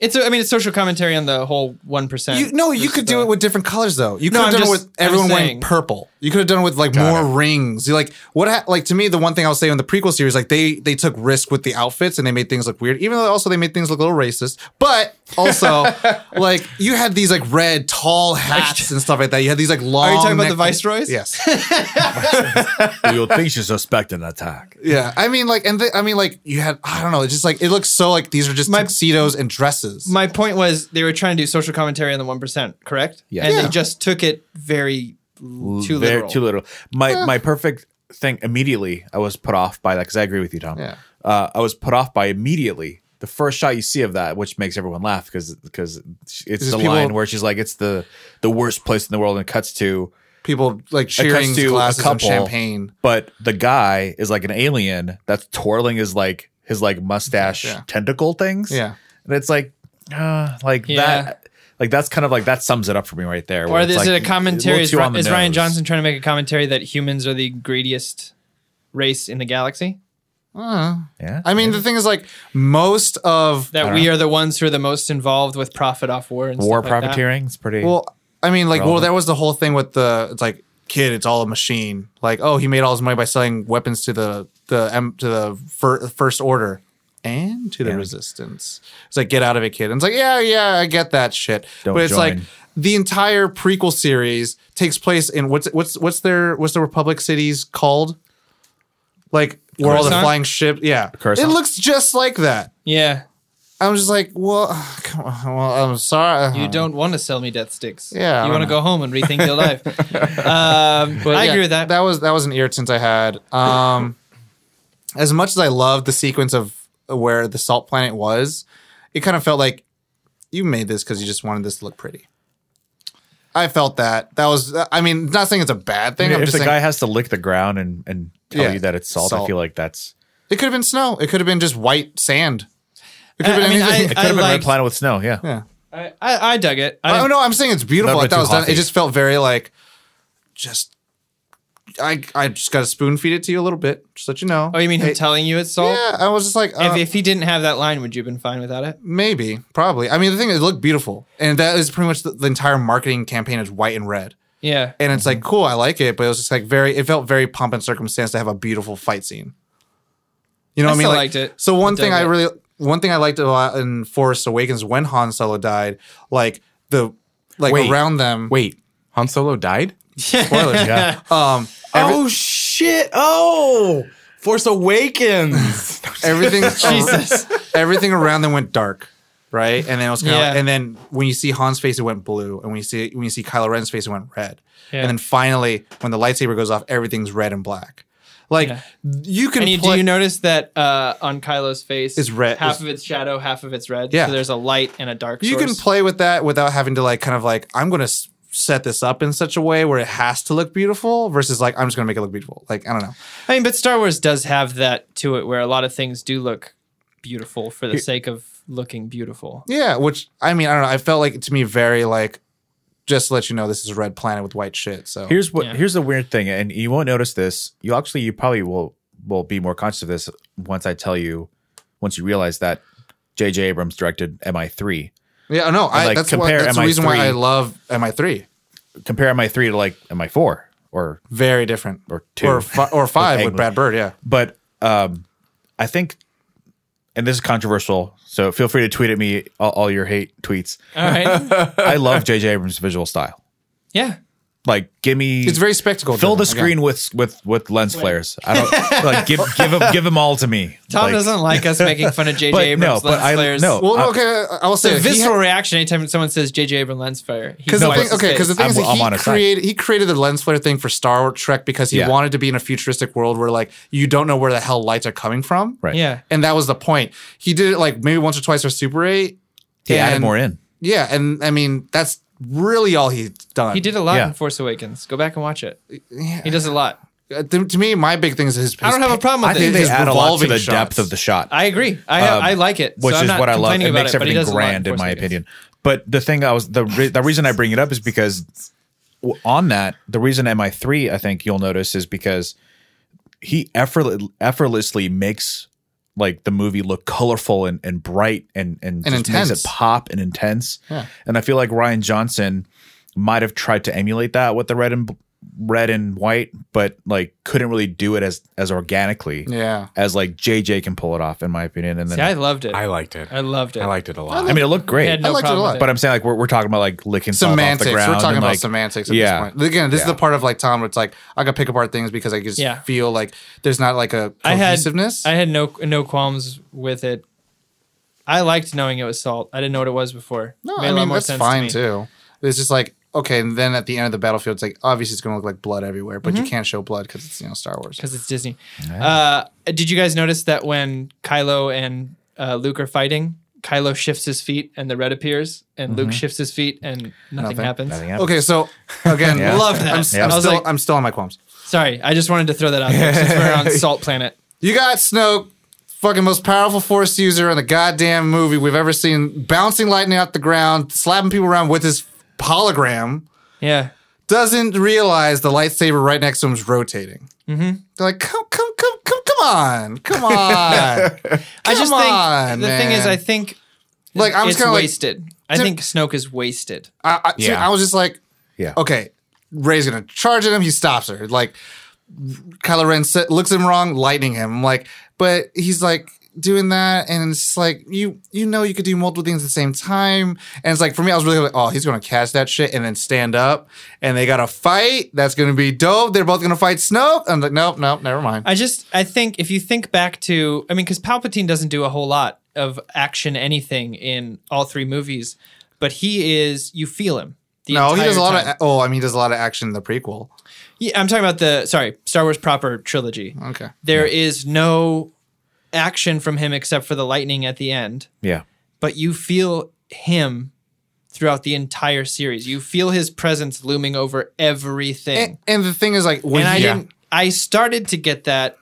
S5: it's a, I mean it's social commentary on the whole one percent.
S2: You, no, you could do it with different colors though. You could
S5: No,
S2: have
S5: I'm
S2: done
S5: just-
S2: it with
S5: I'm
S2: everyone
S5: just
S2: wearing
S5: saying.
S2: purple. You could have done it with like more rings. You like what? Ha- like to me, the one thing I'll say in the prequel series, like they they took risk with the outfits and they made things look weird. Even though also they made things look a little racist, but also like you had these like red tall hats and stuff like that. You had these like long.
S5: Are you talking about
S2: neck-
S5: the viceroys?
S2: Yes.
S6: You'll think she's suspecting attack.
S2: Yeah. I mean, like, and the, I mean, like, you had I don't know. It's just like it looks so like these are just
S5: My-
S2: tuxedos and dresses.
S5: My point was they were trying to do social commentary on the one percent, correct?
S3: Yeah.
S5: And
S2: Yeah.
S5: they just took it very l- too
S3: Very-
S5: literal.
S3: Too literal. My my perfect thing immediately. I was put off by that because I agree with you, Tom.
S2: Yeah.
S3: Uh, I was put off by immediately the first shot you see of that, which makes everyone laugh because because it's, the
S2: people-
S3: line where she's like, "It's the the worst place in the world," and it cuts to.
S2: People like cheering
S3: cuts to a
S2: glasses of
S3: couple.
S2: champagne.
S3: But the guy is like an alien that's twirling his like his like mustache
S2: Yeah.
S3: tentacle things.
S2: Yeah.
S3: and it's like, uh, like
S5: Yeah.
S3: that. Like that's kind of like that sums it up for me right there.
S5: Or
S3: where it's
S5: is
S3: like,
S5: it a commentary?
S3: little
S5: Is,
S3: too
S5: Ri-
S3: on the
S5: is Ryan
S3: nose.
S5: Johnson trying to make a commentary that humans are the greediest race in the galaxy?
S3: Yeah,
S2: I mean, the thing is, like, most of
S5: That we are the ones who are the most involved with profit off war and
S3: war
S5: stuff like that?
S3: profiteering. It's pretty.
S2: well, I mean, like, well,
S3: Relevant.
S2: there was the whole thing with the it's like kid, it's all a machine. Like, oh, he made all his money by selling weapons to the the M to the fir- first order and to the resistance. It's like, get out of it, kid. And it's like, yeah, yeah, I get that shit,
S3: Don't
S2: but it's like
S3: join.
S2: the entire prequel series takes place in what's what's what's their what's the Republic cities called? Like where all the
S5: Coruscant?
S2: flying ship, yeah,
S3: Coruscant?
S2: it looks just like that.
S5: Yeah.
S2: I was just like, well, come on, well, I'm sorry. Uh-huh.
S5: You don't want to sell me death sticks.
S2: Yeah, I
S5: You
S2: don't
S5: want to go home and rethink your life. Um, I agree with that.
S2: That was that was an irritant I had. Um, as much as I loved the sequence of where the salt planet was, it kind of felt like you made this because you just wanted this to look pretty. I felt that. That was. I mean, not saying it's a bad thing.
S3: I mean,
S2: I'm
S3: if
S2: just
S3: the
S2: saying
S3: guy has to lick the ground and and tell
S2: Yeah,
S3: you that it's salt, I
S2: salt.
S3: feel like that's
S2: it could have been snow. It could have been just white sand. It could have
S5: I-
S2: been
S5: I mean,
S2: anything.
S3: it could have been
S5: liked-
S3: red planet with snow. Yeah,
S2: yeah.
S5: I, I, I dug it. I,
S2: I, Oh, no, I'm saying it's beautiful. Like
S3: That'd be
S2: that
S3: too
S2: was done.
S3: hoppy.
S2: It just felt very like just. I I just got to spoon feed it to you a little bit, just let you know.
S5: oh, you mean him
S2: Hey,
S5: telling you it's salt?
S2: Yeah, I was just like, uh,
S5: if, if he didn't have that line, would you have been fine without it?
S2: maybe, probably. I mean, the thing is, it looked beautiful, and that is pretty much the, the entire marketing campaign is white and red,
S5: Yeah.
S2: and it's like cool, I like it, but it was just like very, it felt very pomp and circumstance to have a beautiful fight scene. You know
S5: I
S2: what I mean?
S5: still
S2: Like,
S5: liked it.
S2: So one
S5: I
S2: thing
S5: dug
S2: I
S5: it.
S2: really, one thing I liked a lot in Force Awakens when Han Solo died, like the like
S4: Wait.
S2: around them.
S4: Wait, Han Solo died?
S2: spoilers.
S3: yeah.
S2: Um,
S4: oh shit! Oh, Force Awakens.
S2: everything everything around them went dark right and then it was kind of
S5: Yeah.
S2: and then when you see han's face it went blue and when you see when you see kylo ren's face it went red
S5: Yeah.
S2: and then finally when the lightsaber goes off everything's red and black like you can
S5: And you,
S2: play-
S5: do you notice that uh, on Kylo's face
S2: It's red-
S5: half
S2: it's-
S5: of it's shadow, half of it's red.
S2: Yeah.
S5: So there's a light and a dark.
S2: you can
S5: source.
S2: play with that without having to like kind of like i'm gonna s- set this up in such a way where it has to look beautiful versus like i'm just gonna make it look beautiful like i don't know
S5: I mean, but Star Wars does have that to it, where a lot of things do look beautiful for the sake of looking beautiful.
S2: yeah which i mean i don't know i felt like to me very like just to let you know this is a red planet with white shit so
S3: Here's what
S5: Yeah.
S3: here's the weird thing, and you won't notice this. You actually you probably will will be more conscious of this once I tell you, once you realize that J.J. Abrams directed MI3.
S2: Yeah, no, I,
S3: like,
S2: that's, why,
S3: compare
S2: that's the reason why
S3: MI3.
S2: I love MI3.
S3: Compare MI3 to like MI4 or
S2: Very different, or
S3: two.
S2: or, fi- or five with,
S3: Anglin.
S2: Brad Bird. Yeah,
S3: but um, I think, and this is controversial, so feel free to tweet at me all, all your hate tweets.
S5: All right.
S3: I love J.J. Abrams' visual style.
S5: yeah.
S3: Like, give me
S2: it's very spectacle.
S3: fill the
S2: driven,
S3: screen with with with lens flares. I don't like give give them give them all to me.
S5: Tom
S3: Like,
S5: doesn't like us making fun of JJ
S3: But
S5: Abrams
S3: no,
S5: lens
S3: but I-
S5: flares.
S3: no.
S2: again. Well, okay, I will say
S5: The
S2: it. He
S5: visceral
S2: had-
S5: reaction anytime someone says JJ Abrams lens flare. he
S2: Because the
S3: No,
S5: wipes
S2: thing,
S5: his
S2: okay,
S5: face.
S2: because the thing
S3: I'm-
S2: is, that
S3: I'm on
S2: he
S3: his side.
S2: created he created the lens flare thing for Star Trek because he
S3: Yeah.
S2: wanted to be in a futuristic world where like you don't know where the hell lights are coming from,
S3: Right.
S5: yeah.
S2: and that was the point. He did it like maybe once or twice for Super Eight.
S3: He added
S2: and-
S3: more in.
S2: Yeah, and I mean that's really all he's done.
S5: He did a lot
S3: Yeah.
S5: in Force Awakens. Go back and watch it. He does a lot.
S2: Uh, to, to me, my big thing is his.
S5: I don't
S2: his
S5: have a
S2: pa-
S5: problem with
S3: I think
S5: it.
S3: they
S2: His
S3: add a lot to
S2: revolving
S3: the
S2: shots.
S3: depth of the shot.
S5: I agree. I
S3: Um,
S5: I like it,
S3: which
S5: so I'm
S3: is
S5: not
S3: what I love.
S5: complaining
S3: It
S5: about
S3: makes
S5: but he
S3: everything
S5: does a lot
S3: grand, in
S5: Force
S3: my
S5: Awakens.
S3: opinion. But the thing I was the re- the reason I bring it up is because w- on that the reason Mi three I think you'll notice is because he effortless, effortlessly makes like the movie look colorful and, and bright and and,
S2: And
S3: just makes
S2: intense.
S3: it pop and intense. And I feel like Ryan Johnson might have tried to emulate that with the red and bl- red and white, but like couldn't really do it as as organically
S2: Yeah.
S3: as like JJ can pull it off in my opinion. And then
S5: See, I loved it.
S4: I
S5: I,
S4: liked it.
S5: loved it.
S4: I liked it a lot.
S3: I mean, it looked great.
S5: I had no
S2: I liked it a
S5: problem
S2: lot.
S5: with
S3: But I'm saying like we're, we're talking about like licking stuff
S2: Semantics.
S3: Off the
S2: We're
S3: ground
S2: talking
S3: and,
S2: about
S3: like,
S2: semantics at
S3: yeah.
S2: this point. Again, this is the part of like Tom where it's like I could pick apart things because I just
S5: Yeah.
S2: feel like there's not like a
S5: I had
S2: cohesiveness.
S5: I had no no qualms with it. I liked knowing it was salt. I didn't know what it was before.
S2: no,
S5: Made a
S2: I
S5: lot
S2: mean
S5: more
S2: that's
S5: sense
S2: fine
S5: me.
S2: too. It's just like okay, and then at the end of the battlefield, it's like obviously it's going to look like blood everywhere, but
S5: Mm-hmm.
S2: you can't show blood because it's you know Star Wars.
S5: because it's Disney. Uh, did you guys notice that when Kylo and uh, Luke are fighting, Kylo shifts his feet and the red appears, and
S2: Mm-hmm.
S5: Luke shifts his feet and nothing, happens.
S3: Nothing happened.
S2: Okay, so again,
S3: Yeah.
S5: Loved that.
S2: I'm,
S5: i
S2: s- I'm
S5: was
S2: still
S5: like,
S2: I'm still on my qualms.
S5: sorry, I just wanted to throw that out there since we're on Salt Planet.
S2: You got Snoke, fucking most powerful force user in the goddamn movie we've ever seen, bouncing lightning off the ground, slapping people around with his hologram.
S5: Yeah,
S2: Doesn't realize the lightsaber right next to him is rotating. Mm-hmm. They're like, come, come, come, come, come on, come on.
S5: I just
S2: Come
S5: think
S2: on,
S5: the thing is,
S2: man.
S5: I think
S2: like I'm
S5: it's
S2: just kind of like,
S5: wasted. I think Snoke is wasted.
S2: I, I, dude,
S3: Yeah.
S2: I was just like,
S3: Yeah.
S2: okay, Ray's gonna charge at him. He stops her. Like Kylo Ren sa- looks at him wrong, lightning him. I'm like, but he's like doing that, and it's just like you you know you could do multiple things at the same time. And it's like for me, I was really like, oh, he's gonna catch that shit and then stand up, and they got to fight. That's gonna be dope. They're both gonna fight Snoke. I'm like, nope, nope, never mind.
S5: I just I think if you think back to I mean because Palpatine doesn't do a whole lot of action anything in all three movies, but he is you feel him. the
S2: no, he
S5: entire
S2: does a lot
S5: time.
S2: of. Oh, I mean, he does a lot of action in the prequel.
S5: Yeah, I'm talking about the sorry Star Wars proper trilogy.
S2: Okay.
S5: There is no action from him except for the lightning at the end,
S3: Yeah.
S5: but you feel him throughout the entire series. You feel his presence looming over everything.
S2: And, and the thing is, like, when
S5: and I
S2: he-
S5: didn't. I started to get that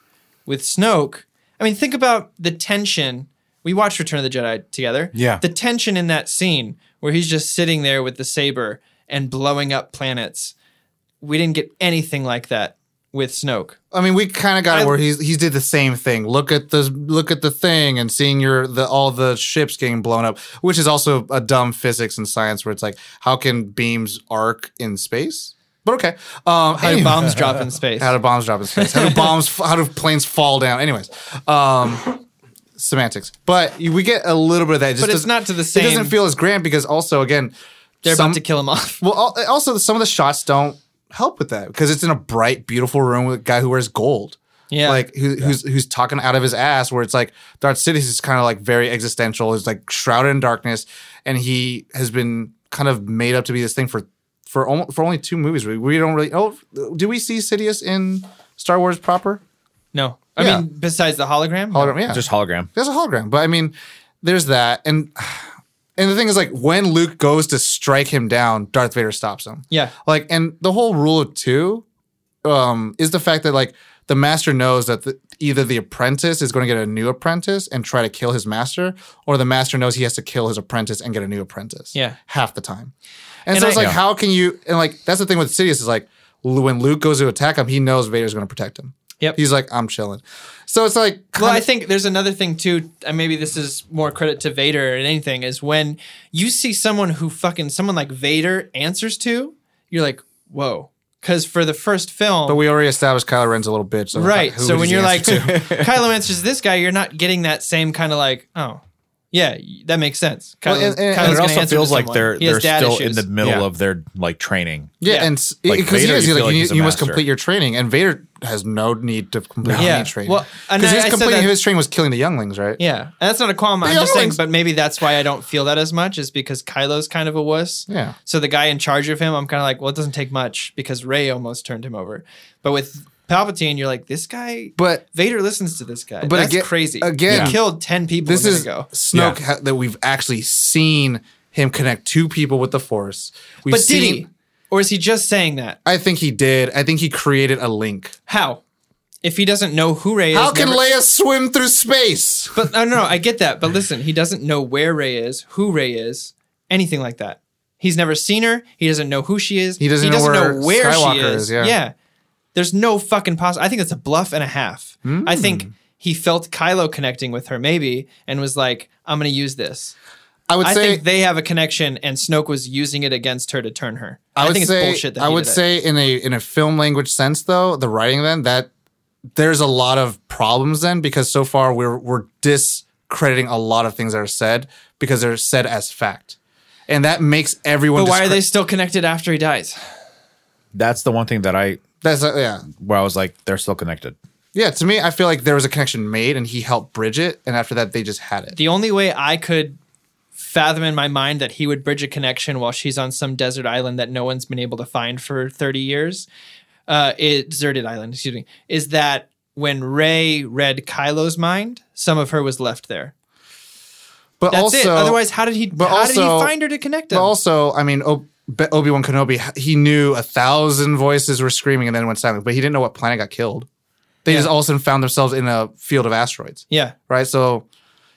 S5: with Snoke. I mean, think about the tension. We watched Return of the Jedi together.
S4: Yeah.
S5: The tension in that scene where he's just sitting there with the saber and blowing up planets. We didn't get anything like that with Snoke.
S2: I mean, we kind of got
S5: I-
S2: it where he's he did the same thing. Look at the look at the thing and seeing your the all the ships getting blown up, which is also a dumb physics and science where it's like, how can beams arc in space? But okay, um,
S5: How do bombs drop in space?
S2: how do bombs drop in space? How do bombs? f- How do planes fall down? Anyways, um, semantics. But you- we get a little bit of that. It just
S5: But it's
S2: doesn't-
S5: not to the
S2: It doesn't
S5: same-
S2: feel as grand because also again,
S5: They're
S2: some-
S5: about to kill him off.
S2: well, al- also some of the shots don't help with that because it's in a bright, beautiful room with a guy who wears gold.
S5: Yeah.
S2: like who, who's who's talking out of his ass. Where it's like Darth Sidious is kind of like very existential. He's like shrouded in darkness, and he has been kind of made up to be this thing for for almost, for only two movies. We, we don't really. Oh, do we see Sidious in Star Wars proper?
S5: No. I
S2: Yeah.
S5: mean, besides the hologram.
S2: Hologram, yeah,
S3: Just hologram.
S2: there's a hologram. But I mean, there's that, and and the thing is like when Luke goes to strike him down, Darth Vader stops him.
S5: Yeah.
S2: like and the whole rule of two um is the fact that like the master knows that the, either the apprentice is going to get a new apprentice and try to kill his master or the master knows he has to kill his apprentice and get a new apprentice
S5: Yeah.
S2: half the time and,
S5: And
S2: so it's
S5: I-
S2: like how can you and like that's the thing with Sidious is like l- when Luke goes to attack him he knows Vader's going to protect him
S5: Yep.
S2: he's like I'm chilling so it's like
S5: Well,
S2: kinda-
S5: I think there's another thing too, and maybe this is more credit to Vader and anything, is when you see someone who fucking someone like Vader answers to, you're like, whoa. Because for the first film,
S2: but we already established Kylo Ren's a little bitch so
S5: right?
S2: who
S5: So
S2: does
S5: when
S2: he
S5: you're like,
S2: answer to?
S5: Kylo answers this guy, you're not getting that same kind of like, oh, yeah, y- that makes sense. Kylo,
S2: Well, and- and- But
S5: Kylo's
S3: But it
S5: gonna
S3: also
S5: answer to
S3: feels like
S5: someone.
S3: they're
S5: He has
S3: they're
S5: dad
S3: still in
S5: issues.
S3: the middle
S2: Yeah.
S3: of their like training.
S2: Yeah,
S5: Yeah.
S2: and because
S3: Like
S2: he
S3: Vader,
S2: is
S3: you
S2: like,
S3: feel like
S2: you,
S3: he's a
S2: you must
S3: master.
S2: complete your training, and Vader has no need to complete
S5: Yeah.
S2: any training.
S5: Well, and
S2: because
S5: I-
S2: he was
S5: I said
S2: completing
S5: that-
S2: his training was killing the younglings, right?
S5: Yeah, and that's not a qualm. I'm
S2: They
S5: just
S2: are
S5: saying,
S2: like-
S5: but maybe that's why I don't feel that as much is because Kylo's kind of a wuss.
S2: Yeah.
S5: So the guy in charge of him, I'm kind of like, well, it doesn't take much because Ray almost turned him over. But with Palpatine, you're like, this guy.
S2: But
S5: Vader listens to this guy.
S2: But
S5: But that's
S2: aga-
S5: crazy.
S2: again-
S5: he killed ten people.
S2: this
S5: a minute
S2: is
S5: ago.
S2: Snoke ha- that we've actually seen him connect two people with the Force. We've
S5: But did he? Or is he just saying that?
S2: I think he did. I think he created a link.
S5: How? If he doesn't know who Ray
S2: How
S5: is,
S2: can
S5: never-
S2: Leia swim through space?
S5: But no, no, no, I get that. But listen, he doesn't know where Ray is, who Ray is, anything like that. He's never seen her. He doesn't know who she is.
S2: He doesn't know where
S5: she
S2: Skywalker
S5: is.
S2: is, yeah.
S5: There's no fucking possible. I think that's a bluff and a half. I
S2: Hmm.
S5: think he felt Kylo connecting with her, maybe, and was like, I'm going to use this.
S2: I would
S5: I
S2: say
S5: think they have a connection, and Snoke was using it against her to turn her.
S2: I,
S5: I,
S2: would
S5: think it's
S2: say,
S5: bullshit that
S2: I
S5: he
S2: would
S5: did it.
S2: say in a in a film language sense though, the writing then that there's a lot of problems then because so far we're we're discrediting a lot of things that are said because they're said as fact. And that makes everyone
S5: But why are
S2: discre-
S5: they still connected after he dies?
S3: That's the one thing that I
S2: that's a, yeah.
S3: where I was like, they're still connected.
S2: Yeah, to me I feel like there was a connection made and he helped bridge it and after that they just had it.
S5: the only way I could fathom in my mind that he would bridge a connection while she's on some desert island that no one's been able to find for 30 years, uh, it, deserted island, excuse me, is that when Ray read Kylo's mind, some of her was left there.
S2: But
S5: That's
S2: also
S5: it. Otherwise, how did he?
S2: but
S5: how did he
S2: also-
S5: find her to connect him?
S2: But also, I mean, Ob- Obi Wan Kenobi, he knew a thousand voices were screaming and then went silent, but he didn't know what planet got killed. They just all of a sudden found themselves in a field of asteroids,
S5: yeah,
S2: right? So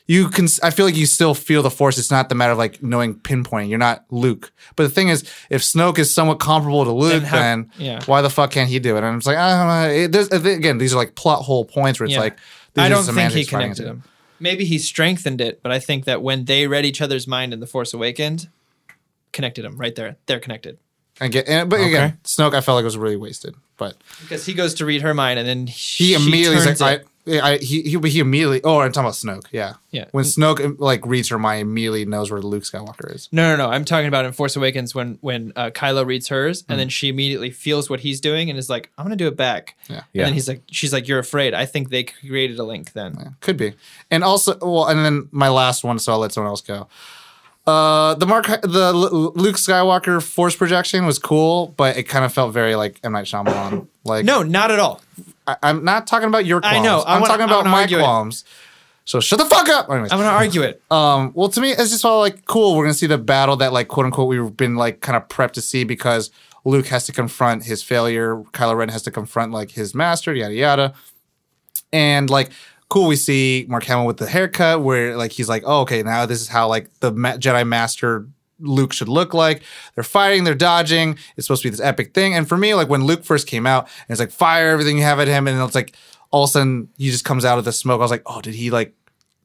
S2: you can, I feel like you still feel the force. It's not the matter of like knowing pinpointing. You're not Luke. But the thing is, if Snoke is somewhat comparable to Luke, then,
S5: how- yeah.
S2: why the fuck can't he do it? And I'm just like, I don't know. It, there's, again, these are like plot hole points where it's
S5: Yeah.
S2: like, these
S5: I
S2: are
S5: don't think he
S2: semantics fighting
S5: connected
S2: each other.
S5: them. Maybe he strengthened it, but I think that when they read each other's mind in The Force Awakened, connected them right there. They're connected.
S2: I get, and, but
S4: Okay.
S2: again, Snoke, I felt like was really wasted. But
S5: Because he goes to read her mind, and then
S2: he immediately
S5: turns
S2: is
S5: it.
S2: like, I, I, he, he, he immediately. Oh, I'm talking about Snoke. Yeah,
S5: Yeah.
S2: When Snoke um, like reads her mind, immediately knows where Luke Skywalker is.
S5: No, no, no. I'm talking about in Force Awakens when when uh, Kylo reads hers, and then she immediately feels what he's doing and is like, "I'm gonna do it back."
S2: Yeah.
S5: And
S3: Yeah.
S5: then he's like, "She's like, you're afraid." I think they created a link then.
S2: Could be. And also, well, and then my last one, so I'll let someone else go. Uh, the Mark, the Lu- Luke Skywalker force projection was cool, but it kind of felt very like M Night Shyamalan. Like,
S5: No, not at all.
S2: I, I'm not talking about your qualms.
S5: I know. I
S2: I'm
S5: wanna-
S2: talking
S5: I
S2: about
S5: wanna
S2: my
S5: argue it.
S2: qualms. So shut the fuck up. Anyways,
S5: I'm gonna argue it.
S2: Um, well, to me, it's just all like cool. We're gonna see the battle that, like, quote unquote, we've been like kind of prepped to see because Luke has to confront his failure. Kylo Ren has to confront like his master, yada yada. And like, cool, we see Mark Hamill with the haircut, where like he's like, oh, okay, now this is how like the ma- Jedi Master Luke should look like. They're fighting, they're dodging. It's supposed to be this epic thing. And for me, like when Luke first came out, and it's like fire everything you have at him, and it's like all of a sudden he just comes out of the smoke. I was like, oh, did he like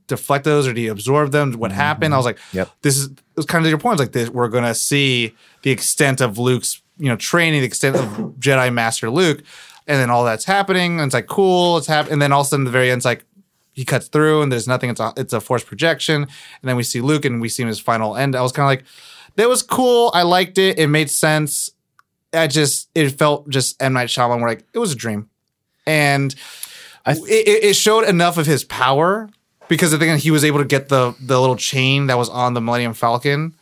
S2: deflect those or do you absorb them? What happened? I was like,
S3: Yep.
S2: this is it was kind of your point. It's Like this, we're gonna see the extent of Luke's, you know, training, the extent of Jedi Master Luke, and then all that's happening. And it's like cool, it's happening. And then all of a sudden, at the very end, it's like he cuts through and there's nothing. It's a it's a forced projection. And then we see Luke and we see him his final end. I was kind of like, that was cool. I liked it. It made sense. I just it felt just M Night Shyamalan. We're like it was a dream, and
S3: I
S2: it- it, it showed enough of his power because I think he was able to get the the little chain that was on the Millennium Falcon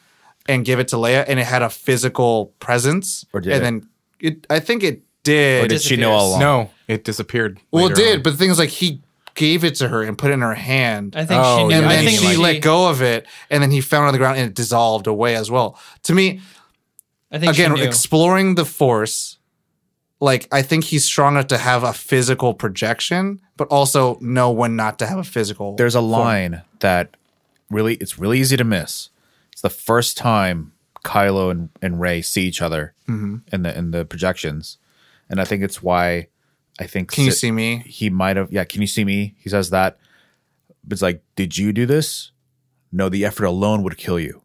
S2: and give it to Leia, and it had a physical presence.
S3: Or did
S2: and
S3: it?
S2: then it, I think it did.
S3: Or did she know
S5: disappears.
S3: all along?
S4: No, it disappeared.
S2: well, it
S4: later
S2: did,
S4: on.
S2: but the thing is, like he gave it to her and put it in her hand.
S5: I think
S4: Oh,
S5: she.
S2: and
S4: yeah.
S5: Knew. I
S2: then
S5: think
S2: she
S5: she
S2: let go of it, and then he found it on the ground, and it dissolved away as well. To me,
S5: I think
S2: again
S5: she knew.
S2: exploring the force like i think he's strong enough to have a physical projection but also know when not to have a physical
S3: There's a line that really it's really easy to miss. It's the first time Kylo and, and Ray see each other
S5: Mm-hmm.
S3: in the in the projections. And I think it's why I think
S2: can you
S3: Sid-
S2: see me
S3: he might have yeah, can you see me? He says that. It's like, did you do this? No, the effort alone would kill you.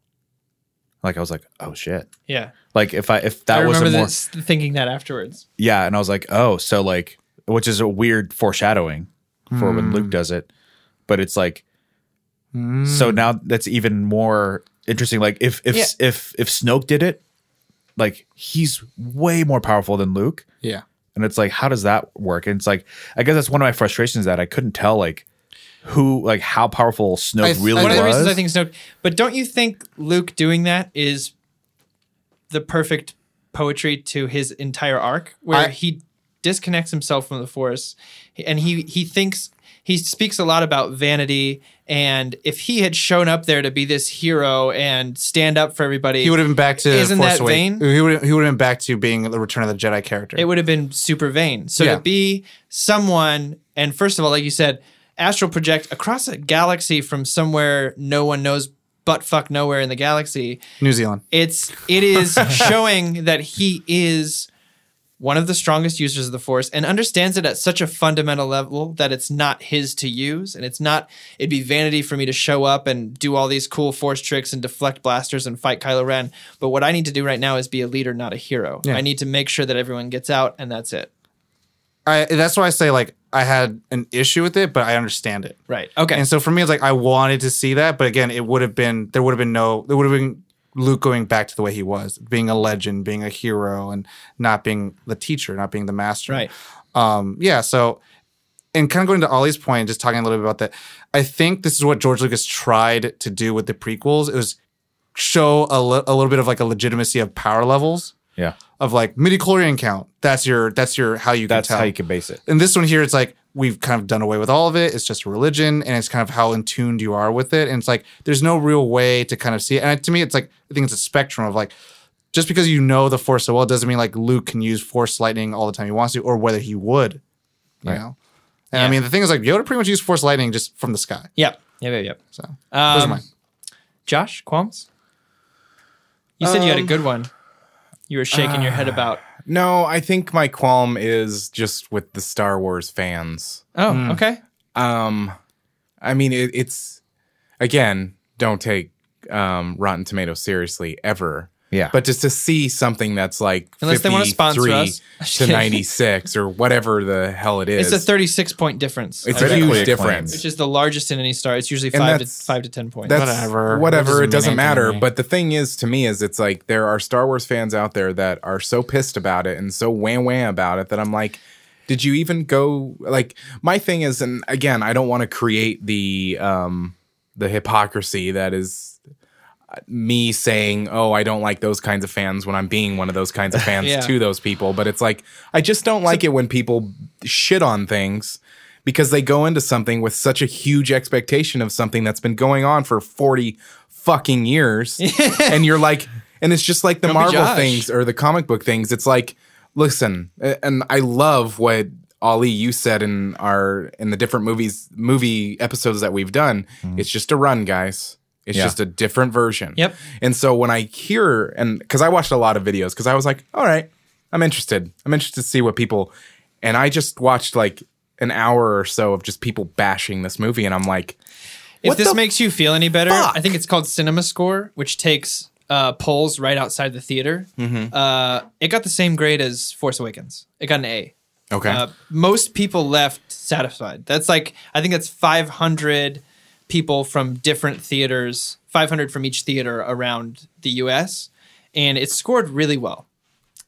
S3: Like I was like, oh shit.
S5: yeah,
S3: Like if I if
S5: I
S3: that was
S5: remember
S3: a more
S5: this, thinking that afterwards.
S3: yeah, and I was like, oh, so like, which is a weird foreshadowing for when
S5: Hmm.
S3: Luke does it, but it's like,
S5: Mm.
S3: so now that's even more interesting. Like, if if
S5: Hmm. Yeah.
S3: if if Snoke did it, like he's way more powerful than Luke,
S2: yeah
S3: and it's like, how does that work? And it's like, I guess that's one of my frustrations that I couldn't tell like who like how powerful Snoke
S2: I-
S3: really
S2: It
S5: One of the
S3: was.
S5: reasons I think Snoke. But don't you think Luke doing that is the perfect poetry to his entire arc, where
S2: I-
S5: he disconnects himself from the Force, and he he thinks he speaks a lot about vanity. And if he had shown up there to be this hero and stand up for everybody,
S2: He would have been back to
S5: Isn't
S2: Force
S5: that
S2: Awakens.
S5: vain?
S2: He would he would have been back to being the Return of the Jedi character.
S5: it would have been super vain. So
S2: Yeah.
S5: to be someone, and first of all, like you said, astral project across a galaxy from somewhere no one knows but fuck nowhere in the galaxy.
S2: New Zealand.
S5: It's it is showing that he is one of the strongest users of the force and understands it at such a fundamental level that it's not his to use and it's not it'd be vanity for me to show up and do all these cool force tricks and deflect blasters and fight Kylo Ren but what I need to do right now is be a leader not a hero I need to make sure that everyone gets out and that's it
S2: I that's why I say like I had an issue with it, but I understand it.
S5: right okay
S2: And so for me, it's like I wanted to see that, but again, it would have been there would have been no there would have been Luke going back to the way he was, being a legend, being a hero, and not being the teacher, not being the master.
S5: right
S2: Um, yeah. So, and kind of going to Ollie's point, just talking a little bit about that. I think this is what George Lucas tried to do with the prequels. It was show a, li- a little bit of like a legitimacy of power levels
S3: Yeah.
S2: of like midi chlorian count. That's your that's your how you
S3: That's
S2: can tell
S3: how you can base it.
S2: and this one here it's like we've kind of done away with all of it it's just religion and it's kind of how in tuned you are with it and it's like there's no real way to kind of see it and to me it's like i think it's a spectrum of like just because you know the force so well doesn't mean like luke can use force lightning all the time he wants to or whether he would you know and i
S5: Yeah.
S2: mean the thing is like yoda pretty much used force lightning just from the sky
S5: yep yep yep, yep.
S2: so those are
S5: Um,
S2: mine.
S5: Josh Qualms you said you had a good one you were shaking your head about
S4: No, I think my qualm is just with the Star Wars fans.
S5: oh okay
S4: Um, I mean, it, it's again, don't take um, Rotten Tomatoes seriously ever.
S3: Yeah.
S4: But just to see something that's like
S5: Unless they wanna sponsor
S4: 53
S5: us.
S4: to 96 or whatever the hell it is.
S5: It's a 36 point difference.
S4: It's
S5: I
S4: a
S5: reckon,
S4: huge
S3: Critically
S4: difference.
S5: Which is the largest in any star. It's usually
S4: And
S5: five to
S4: that's-
S5: five to ten points.
S4: That's
S2: Whatever.
S4: whatever.
S2: That
S4: Whatever. It
S2: doesn't mean
S4: doesn't
S2: anything to
S4: matter.
S2: me.
S4: But the thing is, to me, is it's like there are Star Wars fans out there that are so pissed about it and so wham wham about it that I'm like, did you even go? Like, my thing is, and again, I don't want to create the um the hypocrisy that is uh, me saying, "Oh, I don't like those kinds of fans" when I'm being one of those kinds of fans
S5: Yeah.
S4: to those people. But it's like I just don't like it when people shit on things because they go into something with such a huge expectation of something that's been going on for forty fucking years, and you're like, and it's just like the
S5: Grumpy
S4: Marvel
S5: Josh.
S4: things or the comic book things. It's like, listen, a- and I love what Ali you said in our in the different movies movie episodes that we've done. It's just a run, guys. It's
S3: Yeah.
S4: just a different version.
S5: Yep.
S4: And so when I hear and because I watched a lot of videos because I was like, all right, I'm interested. I'm interested to see what people. And I just watched like an hour or so of just people bashing this movie, and I'm like,
S5: if
S4: what
S5: this
S4: the
S5: makes you feel any better,
S4: fuck?
S5: I think it's called Cinema Score, which takes uh, polls right outside the theater.
S4: Mm-hmm.
S5: Uh, it got the same grade as Force Awakens. It got an A.
S4: okay,
S5: Uh, most people left satisfied. That's like I think that's 500 people from different theaters, 500 from each theater around the U.S. And it scored really well.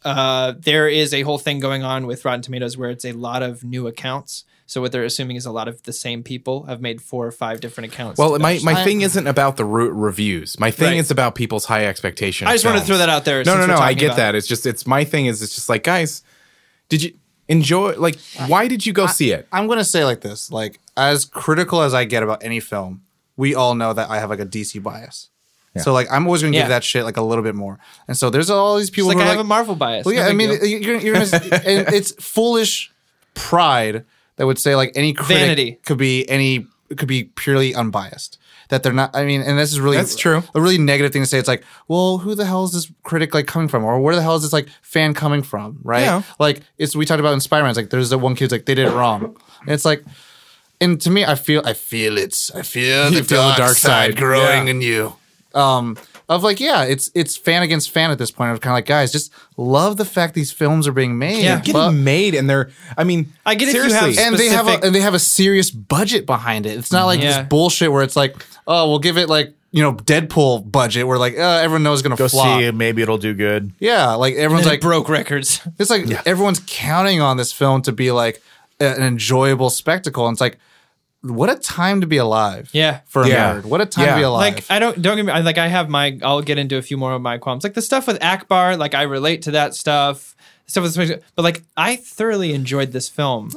S5: Uh, there is a whole thing going on with Rotten Tomatoes where it's a lot of new accounts. So what they're assuming is a lot of the same people have made four or five different accounts.
S4: well, my, my thing isn't about the re- reviews. My thing
S5: Right.
S4: is about people's high expectations.
S5: I just wanted to throw that out there.
S4: No,
S5: since
S4: no,
S5: we're
S4: no. I
S5: talking
S4: get
S5: about
S4: that. It's just it's my thing is it's just like guys, did you enjoy? Like, why did you go see it?
S2: I'm gonna say like this: like as critical as I get about any film, we all know that I have like a DC bias. So like I'm always gonna
S5: Yeah.
S2: give that shit like a little bit more. And so there's all these people
S5: It's
S2: who
S5: like I
S2: are
S5: have a Marvel bias.
S2: well,
S5: No
S2: yeah, I
S5: big
S2: mean,
S5: deal.
S2: you're, you're gonna, and it's foolish pride that would say like any critic
S5: Vanity.
S2: could be any could be purely unbiased. That they're not. I mean, and this is really
S4: That's true.
S2: A really negative thing to say. It's like, well, who the hell is this critic like coming from, or where the hell is this like fan coming from, right?
S4: Yeah.
S2: Like it's we talked about in Spider Man. It's like there's that one kid's like they did it wrong. And it's like, and to me, I feel I feel it. I feel the,
S4: feel the
S2: dark,
S4: dark
S2: side,
S4: side.
S2: growing
S4: Yeah.
S2: in you um, of like, yeah, it's it's fan against fan at this point. I'm kind of like, guys, just love the fact these films are being made.
S5: Yeah.
S4: They're getting
S2: Lo-
S4: made, and they're. I mean,
S5: I get if you
S4: seriously.
S5: have
S2: and they have a
S5: specific-
S2: and they have a serious budget behind it. It's not like
S5: Yeah.
S2: this bullshit where it's like, oh, we'll give it like you know Deadpool budget where like uh, everyone knows it's gonna
S3: Go
S2: flop.
S3: see it. Maybe it'll do good.
S2: Yeah, like everyone's
S5: It
S2: like,
S5: broke records.
S2: it's like everyone's counting on this film to be like a- an enjoyable spectacle. And it's like, what a time to be alive.
S5: Yeah.
S2: for a
S4: Yeah.
S2: nerd. What a time to
S4: Yeah.
S2: be alive.
S5: Like I don't don't get me I- like I have my I'll get into a few more of my qualms. Like the stuff with Akbar, like I relate to that stuff. stuff was but like I thoroughly enjoyed this film.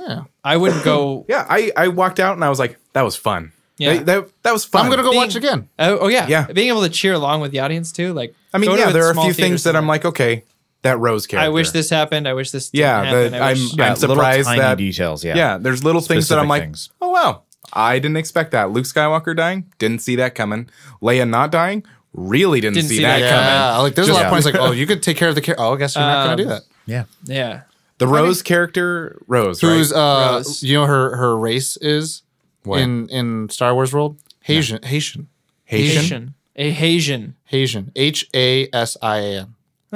S5: I wouldn't go.
S4: Yeah, I, I walked out and I was like, that was fun.
S5: Yeah.
S4: That, that, that was fun.
S2: I'm gonna go
S5: Being-
S2: watch again.
S5: Oh, oh yeah,
S4: Yeah.
S5: Being able to cheer along with the audience too, like
S4: I mean,
S5: go to
S4: yeah,
S5: a
S4: there are a
S5: small
S4: few
S5: theater
S4: things that I'm like, okay, that Rose character.
S5: I wish this happened. I wish this. Didn't
S4: Yeah,
S5: happen.
S4: that
S5: I wish,
S4: I'm surprised
S3: little tiny
S4: that-
S3: details. Yeah,
S4: Yeah, there's little things that
S3: Specific
S4: I'm like,
S3: things.
S4: oh wow, I didn't expect that. Luke Skywalker dying, didn't see that coming. Leia not dying, really didn't,
S5: Didn't
S4: see,
S5: see
S4: that,
S5: that
S4: coming.
S2: Yeah, like there's a lot
S3: Yeah.
S2: of points like, oh, you could take care of the character. Oh, I guess you're not gonna do that.
S3: yeah.
S5: yeah.
S4: The Rose character, Rose, right?
S2: Who's uh,
S5: Rose.
S2: you know her her race is in in Star Wars world Haitian Haitian Haitian
S5: Haitian. A Haitian.
S2: Haitian H A S I A N.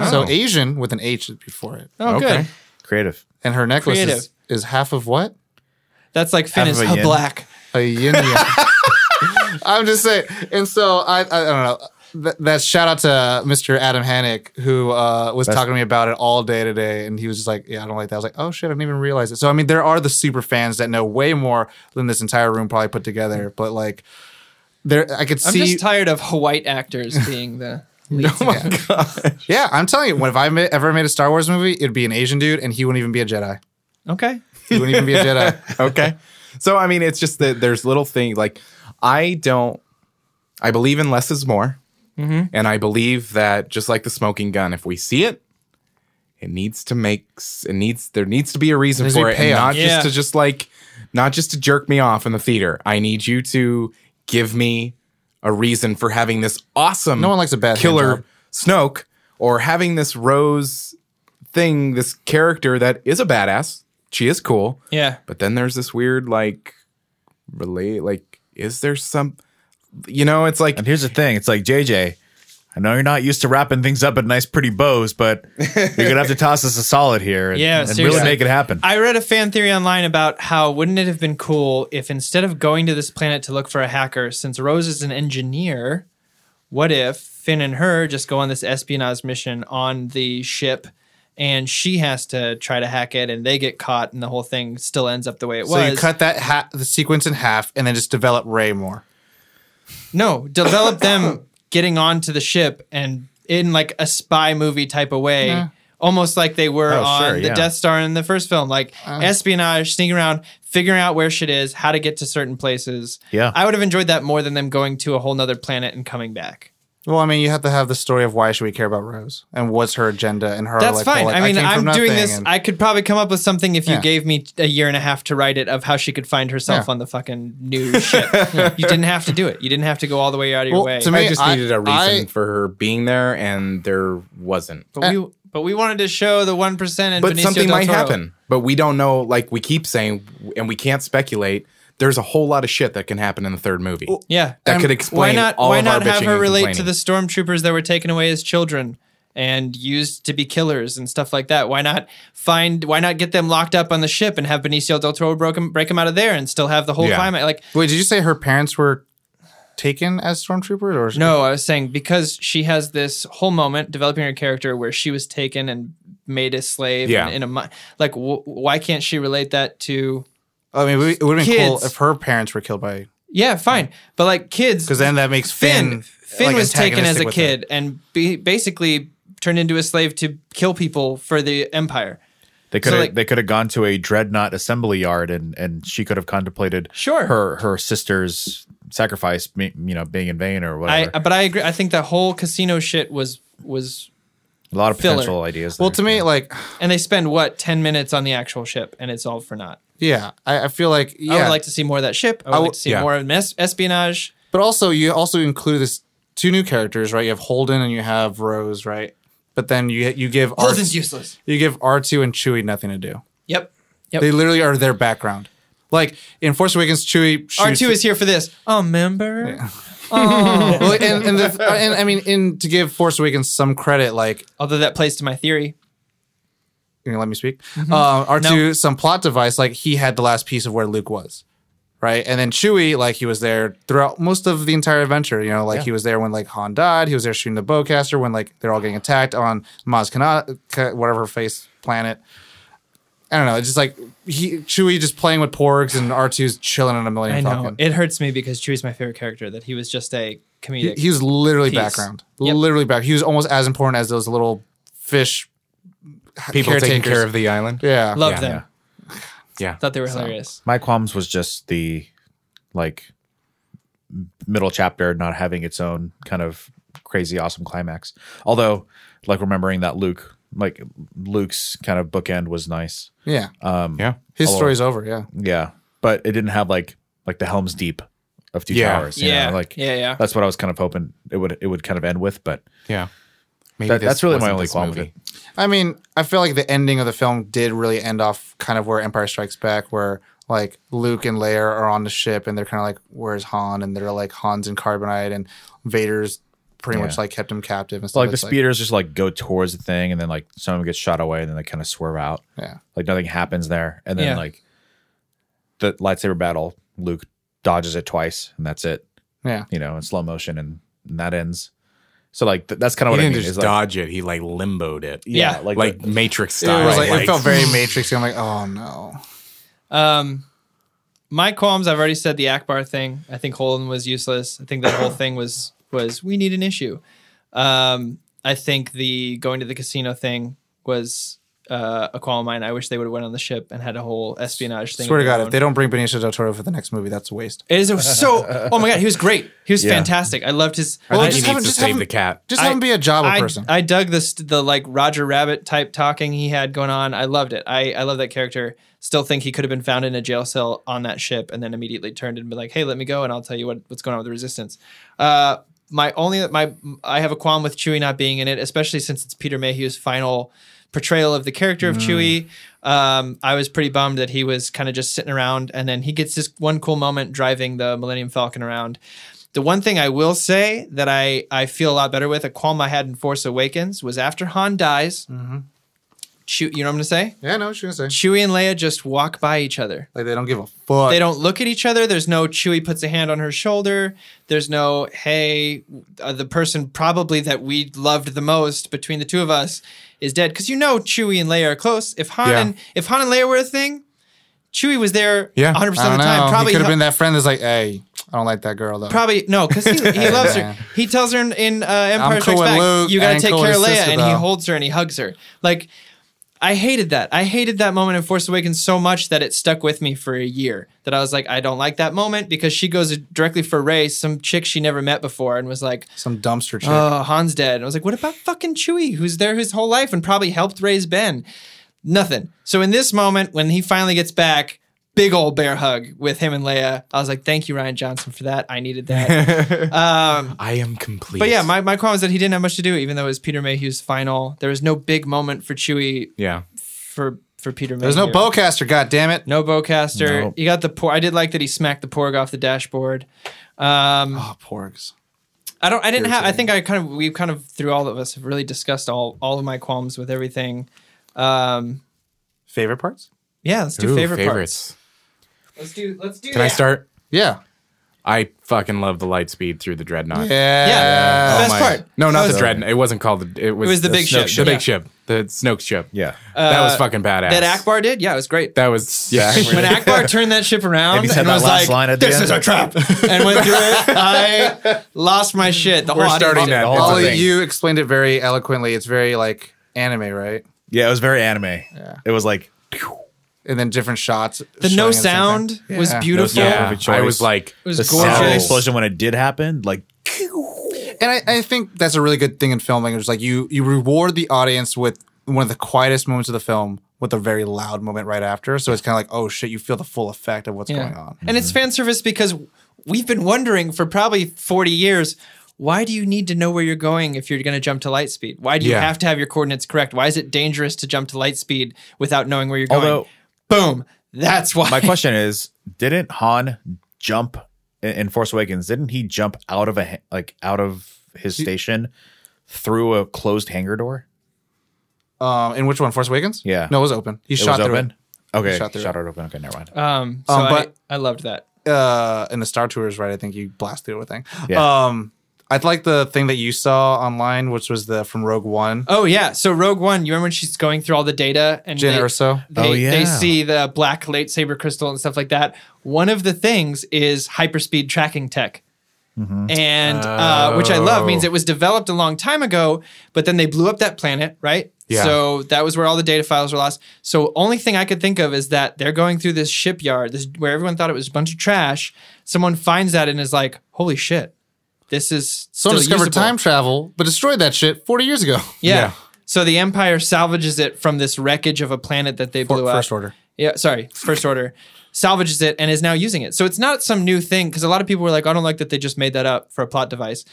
S2: So Asian with an H before it,
S5: Oh,
S4: Okay.
S5: good.
S3: creative.
S2: and her necklace
S5: Creative.
S2: is, is half of what
S5: That's like Finn
S3: Half
S5: is
S3: of a yin.
S5: black.
S2: a yin yang. I'm just saying, and so I I, I don't know. Th- that's shout out to Mr. Adam Hannick who uh, was talking to me about it all day today, and he was just like, "Yeah, I don't like that." I was like, "Oh shit, I didn't even realize it." So I mean, there are the super fans that know way more than this entire room probably put together, but like, there I could
S5: Mm-hmm. I'm
S2: see.
S5: just tired of white actors being the. leads again.
S2: yeah, I'm telling you, when if I ma- ever made a Star Wars movie, it'd be an Asian dude, and he wouldn't even be a Jedi.
S5: Okay.
S2: He wouldn't even be a Jedi.
S4: okay. So I mean, it's just that there's little things like I don't. I believe in less is more,
S2: Mm-hmm.
S4: and I believe that just like the smoking gun, if we see it, it needs to make s- it needs there needs to be a reason
S2: There's
S4: for
S2: a
S4: it, and
S2: payoff.
S4: not
S5: Yeah.
S4: just to just like not just to jerk me off in the theater. I need you to give me a reason for having this awesome
S2: No one likes a bad
S4: killer
S2: handjob.
S4: Snoke or having this Rose thing, this character that is a badass. She is cool.
S5: Yeah.
S4: But then there's this weird like relate like is there some you know it's like
S3: And here's the thing: it's like JJ. I know you're not used to wrapping things up in nice, pretty bows, but you're gonna have to toss us a solid here and,
S5: Yeah,
S3: and really
S5: seriously.
S3: make it happen.
S5: I read a fan theory online about how wouldn't it have been cool if instead of going to this planet to look for a hacker, since Rose is an engineer, what if Finn and her just go on this espionage mission on the ship and she has to try to hack it and they get caught and the whole thing still ends up the way it
S2: So
S5: was.
S2: you cut that ha- the sequence in half, and then just develop Ray more.
S5: No, develop them getting onto the ship and in like a spy movie type of way. Almost like they were
S3: Oh,
S5: on
S3: sure,
S5: the
S3: yeah.
S5: Death Star in the first film, like
S2: Uh.
S5: espionage, sneaking around, figuring out where shit is, how to get to certain places.
S3: Yeah.
S5: I would have enjoyed that more than them going to a whole nother planet and coming back.
S2: Well, I mean, you have to have the story of why should we care about Rose and what's her agenda and her.
S5: That's
S2: like,
S5: fine.
S2: well, like,
S5: I mean,
S2: came
S5: I
S2: from
S5: am doing
S2: nothing
S5: this.
S2: and-
S5: I could probably come up with something if you
S2: Yeah.
S5: gave me a year and a half to write it of how she could find herself
S2: Yeah.
S5: on the fucking new ship. You didn't have to do it. You didn't have to go all the way out of your
S2: Well,
S5: way.
S2: to me-
S4: I just
S2: I-
S4: needed a reason
S2: I-
S4: for her being there and there wasn't.
S5: but, we, but we wanted to show the one percent and
S4: But
S5: Benicio
S4: something
S5: del
S4: might
S5: Toro.
S4: happen. But we don't know like we keep saying and we can't speculate. There's a whole lot of shit that can happen in the third movie.
S5: Yeah,
S4: That
S5: And
S4: could explain
S5: Why not?
S4: all
S5: why
S4: of our
S5: not have
S4: bitching
S5: her
S4: and
S5: relate to the
S4: complaining.
S5: stormtroopers that were taken away as children and used to be killers and stuff like that? Why not find? Why not get them locked up on the ship and have Benicio del Toro break them, break them out of there and still have the whole
S4: Yeah.
S5: climate? Like,
S2: Wait, did you say her parents were taken as stormtroopers or
S5: no, I was saying because she has this whole moment developing her character where she was taken and made a slave.
S4: Yeah.
S5: in, in a mi- like, w- why can't she relate that to?
S2: I mean, it would have been cool
S5: Kids.
S2: if her parents were killed by
S5: Yeah, fine, but like kids,
S2: because then that makes Finn.
S5: Finn. Finn
S2: like,
S5: was taken as
S2: antagonistic
S5: a
S2: with
S5: kid
S2: her.
S5: and be, basically turned into a slave to kill people for the Empire.
S3: They could
S5: So,
S3: have
S5: like-
S3: they could have gone to a dreadnought assembly yard and and she could have contemplated
S5: Sure.
S3: her her sister's sacrifice me- you know being in vain or
S5: I,
S3: whatever.
S5: but I agree. I think that whole casino shit was was,
S3: A lot of
S5: filler.
S3: potential ideas.
S2: Well,
S3: there.
S2: to me, like,
S5: and they spend what ten minutes on the actual ship, and it's all for naught.
S2: yeah, I, I feel like, yeah,
S5: I would like to see more of that ship. I would like
S2: would-
S5: to see
S4: yeah.
S5: more of mes- espionage.
S2: But also, you also include this two new characters, right? You have Holden and you have Rose, right? But then you you give R-
S5: useless.
S2: you give R two and Chewie nothing to do.
S5: Yep. Yep.
S2: They literally are their background. Like in Force Awakens, Chewie
S5: R
S2: shoots-
S5: two is here for this. Oh, member.
S2: well, and and, the, and I mean, in to give Force Awakens some credit, like
S5: Although that plays to my theory.
S2: you know, let me speak.
S5: Mm-hmm.
S2: Um, R two, some plot device, like he had the last piece of where Luke was, right? And then Chewie, like he was there throughout most of the entire adventure. You know, like he was there when like Han died. He was there shooting the bowcaster when like they're all getting attacked on Maz Kanata, Ka- whatever face planet. I don't know. It's just like he Chewie just playing with Porgs and R 2s chilling in a Millennium
S5: I know
S2: Falcon.
S5: it hurts me because Chewie's my favorite character. That he was just a comedic.
S2: He was literally
S5: piece.
S2: background,
S5: Yep.
S2: literally back. He was almost as important as those little fish
S4: people taking
S2: caretakers.
S4: care of the island.
S2: Yeah.
S5: Love
S4: Yeah.
S5: them.
S4: Yeah.
S5: Thought they were hilarious.
S3: My qualms was just the like middle chapter not having its own kind of crazy awesome climax. Although, like remembering that Luke, like Luke's kind of bookend was nice.
S2: Yeah.
S3: Um,
S4: Yeah.
S2: His
S3: Although-
S2: story's over. Yeah.
S3: yeah, but it didn't have like like the Helm's Deep of Two
S4: Yeah.
S3: Towers. you know,
S5: Yeah.
S3: like
S5: yeah, yeah.
S3: that's what I was kind of hoping it would it would kind of end with. But
S4: Yeah. Maybe
S3: that,
S4: this
S3: that's really my
S4: wasn't
S3: only
S4: this
S3: qualm with
S4: movie.
S3: it.
S2: I mean, I feel like the ending of the film did really end off kind of where Empire Strikes Back, where like Luke and Leia are on the ship and they're kind of like, "Where's Han?" and they're like, "Han's in carbonite," and Vader's pretty
S3: Yeah.
S2: much like kept him captive and stuff.
S3: Like the
S2: It's
S3: speeders just like go towards the thing, and then like some of them get shot away, and then they kind of swerve out.
S2: yeah,
S3: like nothing happens there and then
S5: Yeah.
S3: like the lightsaber battle luke dodges it twice and that's it
S2: yeah,
S3: you know in slow motion and, and that ends so like th- that's kind of what
S4: he
S3: i
S4: didn't
S3: mean
S4: just
S3: is, like,
S4: dodge it. He like limboed it.
S5: Yeah.
S3: like,
S4: Like
S3: the-
S4: Matrix
S2: it
S4: style.
S2: was like, it felt very Matrixy. I'm like, oh no,
S5: Um, my qualms. I've already said the Akbar thing. I think Holden was useless. I think that whole thing was was we need an issue. Um, I think the going to the casino thing was uh, a qualm of mine. I wish they would have went on the ship and had a whole espionage thing.
S2: swear
S5: of
S2: to
S5: their
S2: God,
S5: own.
S2: if they don't bring Benicio del Toro for the next movie, that's a waste.
S5: It is so. Oh my god, he was great. He was
S3: Yeah.
S5: fantastic. I loved his.
S2: Well,
S5: I,
S4: I
S2: just
S4: think he
S2: haven't-
S4: needs to
S2: just
S4: save
S2: haven't-
S4: the cat.
S2: Just let him be a Java
S5: I,
S2: person.
S5: I dug this the like Roger Rabbit type talking he had going on. I loved it. I I love that character. Still think he could have been found in a jail cell on that ship and then immediately turned and be like, "Hey, let me go and I'll tell you what what's going on with the resistance." Uh, my only my I have a qualm with Chewie not being in it, especially since it's Peter Mayhew's final portrayal of the character of Chewie. Um, I was pretty bummed that he was kind of just sitting around, and then he gets this one cool moment driving the Millennium Falcon around. The one thing I will say that I, I feel a lot better with, a qualm I had in Force Awakens, was after Han dies,
S2: Mm-hmm.
S5: Chew, you know what I'm going to say?
S2: yeah, no, she was gonna say
S5: Chewie and Leia just walk by each other.
S2: like they don't give a fuck.
S5: They don't look at each other. There's no Chewie puts a hand on her shoulder. There's no, hey, uh, the person probably that we loved the most between the two of us is dead. Because you know Chewie and Leia are close. If Han,
S2: Yeah.
S5: and, if Han and Leia were a thing, Chewie was there
S4: Yeah,
S5: 100% of the
S2: I don't know.
S5: time. Probably
S2: he could have
S5: hel-
S2: been that friend that's like, "Hey, I don't like that girl though."
S5: Probably no, because he, he loves her. He tells her in, in uh, Empire
S2: cool
S5: Strikes
S2: with
S5: Back,
S2: Luke,
S5: "You
S2: I
S5: gotta
S2: ain't
S5: take
S2: cool
S5: care
S2: with
S5: of
S2: his
S5: Leia,"
S2: sister,
S5: and he
S2: though.
S5: holds her and he hugs her. Like, I hated that. I hated that moment in Force Awakens so much that it stuck with me for a year. That I was like, I don't like that moment because she goes directly for Ray, some chick she never met before, and was like,
S2: Some dumpster chick.
S5: "Oh, Han's dead." And I was like, "What about fucking Chewie, who's there his whole life and probably helped raise Ben?" Nothing. So in this moment, when he finally gets back, big old bear hug with him and Leia. I was like, "Thank you, Ryan Johnson, for that. I needed that."
S4: I am complete.
S5: But yeah, my, my qualm is that he didn't have much to do, even though it was Peter Mayhew's final. There was no big moment for Chewie
S4: yeah.
S5: for for Peter Mayhew.
S2: There's no bowcaster. God damn it.
S5: No bowcaster.
S3: Nope.
S5: You got the por- I did like that he smacked the porg off the dashboard. Um,
S2: Oh, porgs.
S5: I don't. I didn't have. I think I kind of. We've kind of through all of us have really discussed all all of my qualms with everything. Um,
S2: Favorite parts?
S5: yeah, let's do
S4: Ooh,
S5: favorite parts.
S4: favorites.
S5: Let's do. Let's do.
S4: Can I
S5: that.
S4: start?
S2: Yeah.
S4: I fucking love the light speed through the dreadnought.
S2: Yeah.
S5: Yeah. Oh
S2: Oh
S5: Best part.
S4: No, not
S5: That
S4: the
S5: was-
S4: dreadnought. It wasn't called. The, it was,
S5: was the big ship.
S4: Snoke
S5: ship.
S4: The
S5: Yeah.
S4: big ship. The Snoke ship.
S3: yeah
S4: that was
S5: Uh,
S4: fucking badass.
S5: That Akbar did. Yeah, it was great.
S4: That was yeah.
S5: when Akbar turned that ship
S3: And
S5: around and,
S3: he said that
S5: was
S3: last
S5: like,
S3: line at the
S5: "This
S3: end."
S5: is a trap," and went through it, I lost my shit. The whole
S4: We're
S5: audience
S4: starting
S5: did.
S4: that.
S3: All
S4: It's a
S3: of
S4: thing.
S2: you explained it very eloquently. It's very like anime, right?
S3: yeah it was very anime it was like phew.
S2: And then different shots.
S5: The no sound was beautiful.
S4: Yeah,
S3: Perfect
S4: I
S3: choice.
S4: was like,
S5: It was
S3: the
S5: gorgeous.
S3: sound of the oh. explosion when it did happen like
S2: And I, I think that's a really good thing in filming. It's like you you reward the audience with one of the quietest moments of the film with a very loud moment right after. So it's kind of like, oh shit, you feel the full effect of what's
S5: Yeah.
S2: going on.
S5: And it's fan service because we've been wondering for probably 40 years why do you need to know where you're going if you're going to jump to light speed? Why do you
S4: Yeah.
S5: have to have your coordinates correct? Why is it dangerous to jump to light speed without knowing where you're going?
S3: Although-
S5: Boom. That's why.
S3: my question is didn't han jump in, in force awakens didn't he jump out of a ha- like out of his station through a closed hangar door
S2: Um, in which one? Force Awakens?
S3: Yeah.
S2: No, it was open. He
S3: it
S2: shot
S3: was
S2: through
S3: open okay
S2: Shot
S3: shot,
S2: through
S3: it open okay never mind
S5: um, so
S2: Um,
S5: but
S2: but-
S5: I, I loved that.
S2: it. Uh, in the Star Tours, right? I think you blast through the thing.
S3: Yeah.
S2: Um, I'd like the thing that you saw online, which was the from Rogue One.
S5: Oh, yeah. So Rogue One, you remember when she's going through all the data and
S2: Jin
S5: they-
S2: Erso.
S5: they,
S3: Oh, yeah.
S5: they see the black lightsaber crystal and stuff like that. One of the things is hyperspeed tracking tech.
S2: Mm-hmm.
S5: and uh, which I love means it was developed a long time ago, but then they blew up that planet, right?
S2: Yeah.
S5: So that was where all the data files were lost. So only thing I could think of is that they're going through this shipyard, this where everyone thought it was a bunch of trash. Someone finds that and is like, "Holy shit, this is
S2: Someone
S5: still
S2: discovered
S5: usable."
S2: time travel, but destroyed that shit 40 years ago.
S5: Yeah. So the Empire salvages it from this wreckage of a planet that they blew up.
S2: First order.
S5: Yeah, sorry, first order salvages it and is now using it. So it's not some new thing because a lot of people were like, I don't like that they just made that up for a plot device,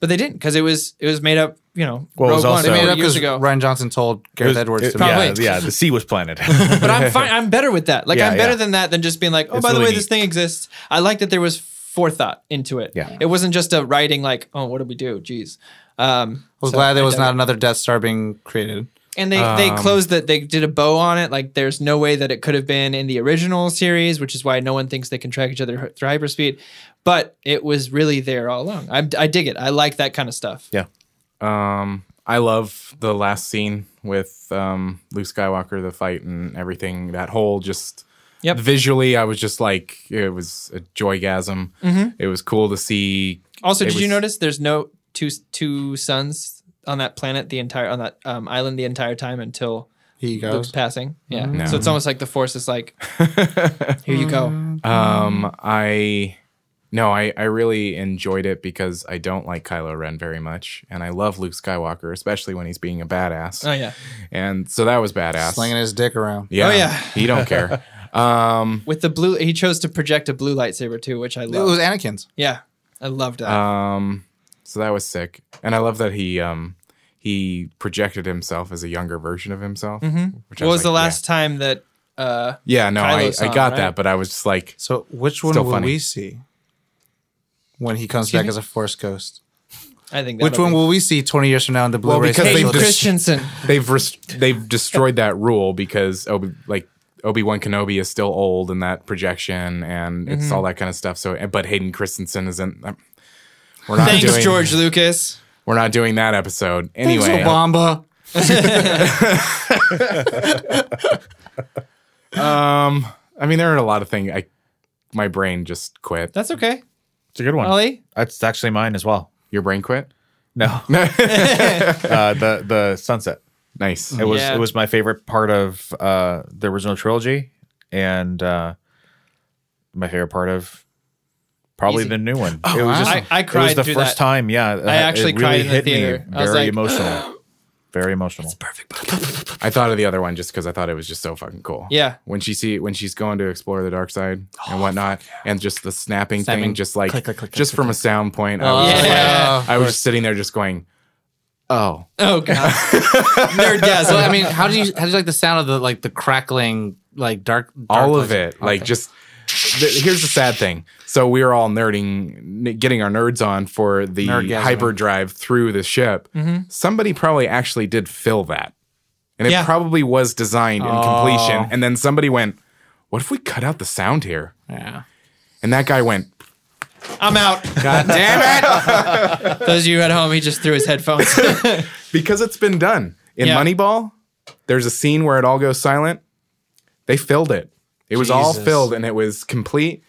S5: but they didn't because it was it was made up, you know,
S6: Well, it was
S5: Rogue One
S6: also-
S2: They made it
S5: 40
S2: up
S5: years
S2: because
S5: ago.
S2: Ryan Johnson told Gareth Edwards
S6: It-
S2: to
S5: probably.
S6: yeah, yeah, the sea was planted.
S5: But I'm fine. I'm better with that. Like
S6: Yeah,
S5: I'm better
S6: yeah.
S5: than that than just being like, oh,
S6: It's
S5: by the
S6: really
S5: way, this
S6: neat.
S5: thing exists. I like that there was forethought into it.
S3: Yeah.
S5: it wasn't just a writing like, oh, what did we do? Jeez. Um,
S2: I was
S5: so
S2: glad there
S5: I
S2: was
S5: dug it.
S2: not another Death Star being created.
S5: And they,
S4: Um,
S5: they closed that they did a bow on it. Like there's no way that it could have been in the original series, which is why no one thinks they can track each other through hyperspeed. But it was really there all along. I, I dig it. I like that kind of stuff.
S3: Yeah.
S4: Um, I love the last scene with um, Luke Skywalker, the fight and everything. That whole just
S5: Yep.
S4: visually, I was just like, it was a joygasm.
S5: Mm-hmm.
S4: It was cool to see.
S5: Also,
S4: It
S5: did you
S4: was-
S5: notice there's no two two suns on that planet the entire on that um, island the entire time until
S2: He
S5: Luke's
S2: goes.
S5: passing? Yeah.
S4: Mm-hmm. No.
S5: So it's almost like the Force is like, here you go.
S4: Um, I no, I I really enjoyed it because I don't like Kylo Ren very much, and I love Luke Skywalker, especially when he's being a badass.
S5: Oh yeah,
S4: And so that was badass.
S2: Slinging his dick around.
S4: Yeah,
S5: Oh, yeah.
S4: he don't care. um,
S5: with the blue, he chose to project a blue lightsaber too, which I
S2: It was
S5: love.
S2: Anakin's.
S5: Yeah, I loved that.
S4: Um, so that was sick, and I love that he um he projected himself as a younger version of himself. Which I
S5: Mm-hmm. what was the
S4: like,
S5: last time that? Uh,
S4: Yeah, yeah no, I,
S5: Kylo's
S4: I
S5: on,
S4: got
S5: right?
S4: that, but I was just like,
S2: So which one
S4: Still
S2: will
S4: funny.
S2: we see when he comes back as a Force Ghost?
S5: I think
S2: Which
S5: that'll
S2: one
S5: be-
S2: will we see 20 years from now in the Blu-ray?
S4: because
S5: Hayden
S4: they
S2: special
S4: just-
S2: edition?
S5: Christensen?
S4: they've res- they've destroyed that rule because Obi like Obi Wan Kenobi is still old in that projection, and
S5: Mm-hmm.
S4: it's all that kind of stuff. So, but Hayden Christensen isn't. um, We're not
S5: Thanks,
S4: doing.
S5: George Lucas.
S4: We're not doing that episode
S2: Thanks,
S4: anyway.
S2: Obama.
S4: um, I mean, there are a lot of things. I my brain just quit.
S5: That's okay,
S3: It's a good one.
S5: Ollie.
S3: That's actually mine as well.
S4: Your brain quit.
S3: No, uh, the the sunset.
S4: Nice.
S3: It was
S5: Yeah.
S3: it was my favorite part of uh, the original trilogy, and uh, my favorite part of probably
S5: Easy.
S3: the new one. it was
S5: I- I
S3: It was
S5: cried
S3: the
S5: through
S3: first
S5: that.
S3: time. Yeah, I
S5: actually cried in the theater. I
S3: Very
S5: was like,
S3: emotional. Very emotional.
S4: I thought of the other one just because I thought it was just so fucking cool.
S5: Yeah.
S4: When she see when she's going to explore the dark side and whatnot, and just the snapping, thing,
S2: Snapping.
S4: just like
S2: Click, click, click,
S4: just
S2: click, Oh,
S4: from a sound point, I was,
S5: Yeah.
S4: just like-
S5: Yeah.
S4: I was just sitting there just going, oh,
S5: Oh god, nerdgasm.
S2: So I mean, how do you how do you like the sound of the like the crackling like dark, Oh, dark
S4: all of
S2: lights?
S4: it, like just. th- here's the sad thing. So we were all nerding, n- getting our nerds on for the
S2: Nerdgasming.
S4: hyperdrive through the ship.
S2: Mm-hmm.
S4: Somebody probably actually did fill that, and it
S5: Yeah.
S4: probably was designed in
S2: Oh.
S4: completion. And then somebody went, "What if we cut out the sound here?"
S2: Yeah.
S4: And that guy went,
S5: I'm out.
S4: God damn it!
S5: Those of you at home, he just threw his headphones.
S4: Because it's been done. In
S5: Yeah.
S4: Moneyball, there's a scene where it all goes silent. They filled it. It was all
S2: Jesus.
S4: filled and it was complete.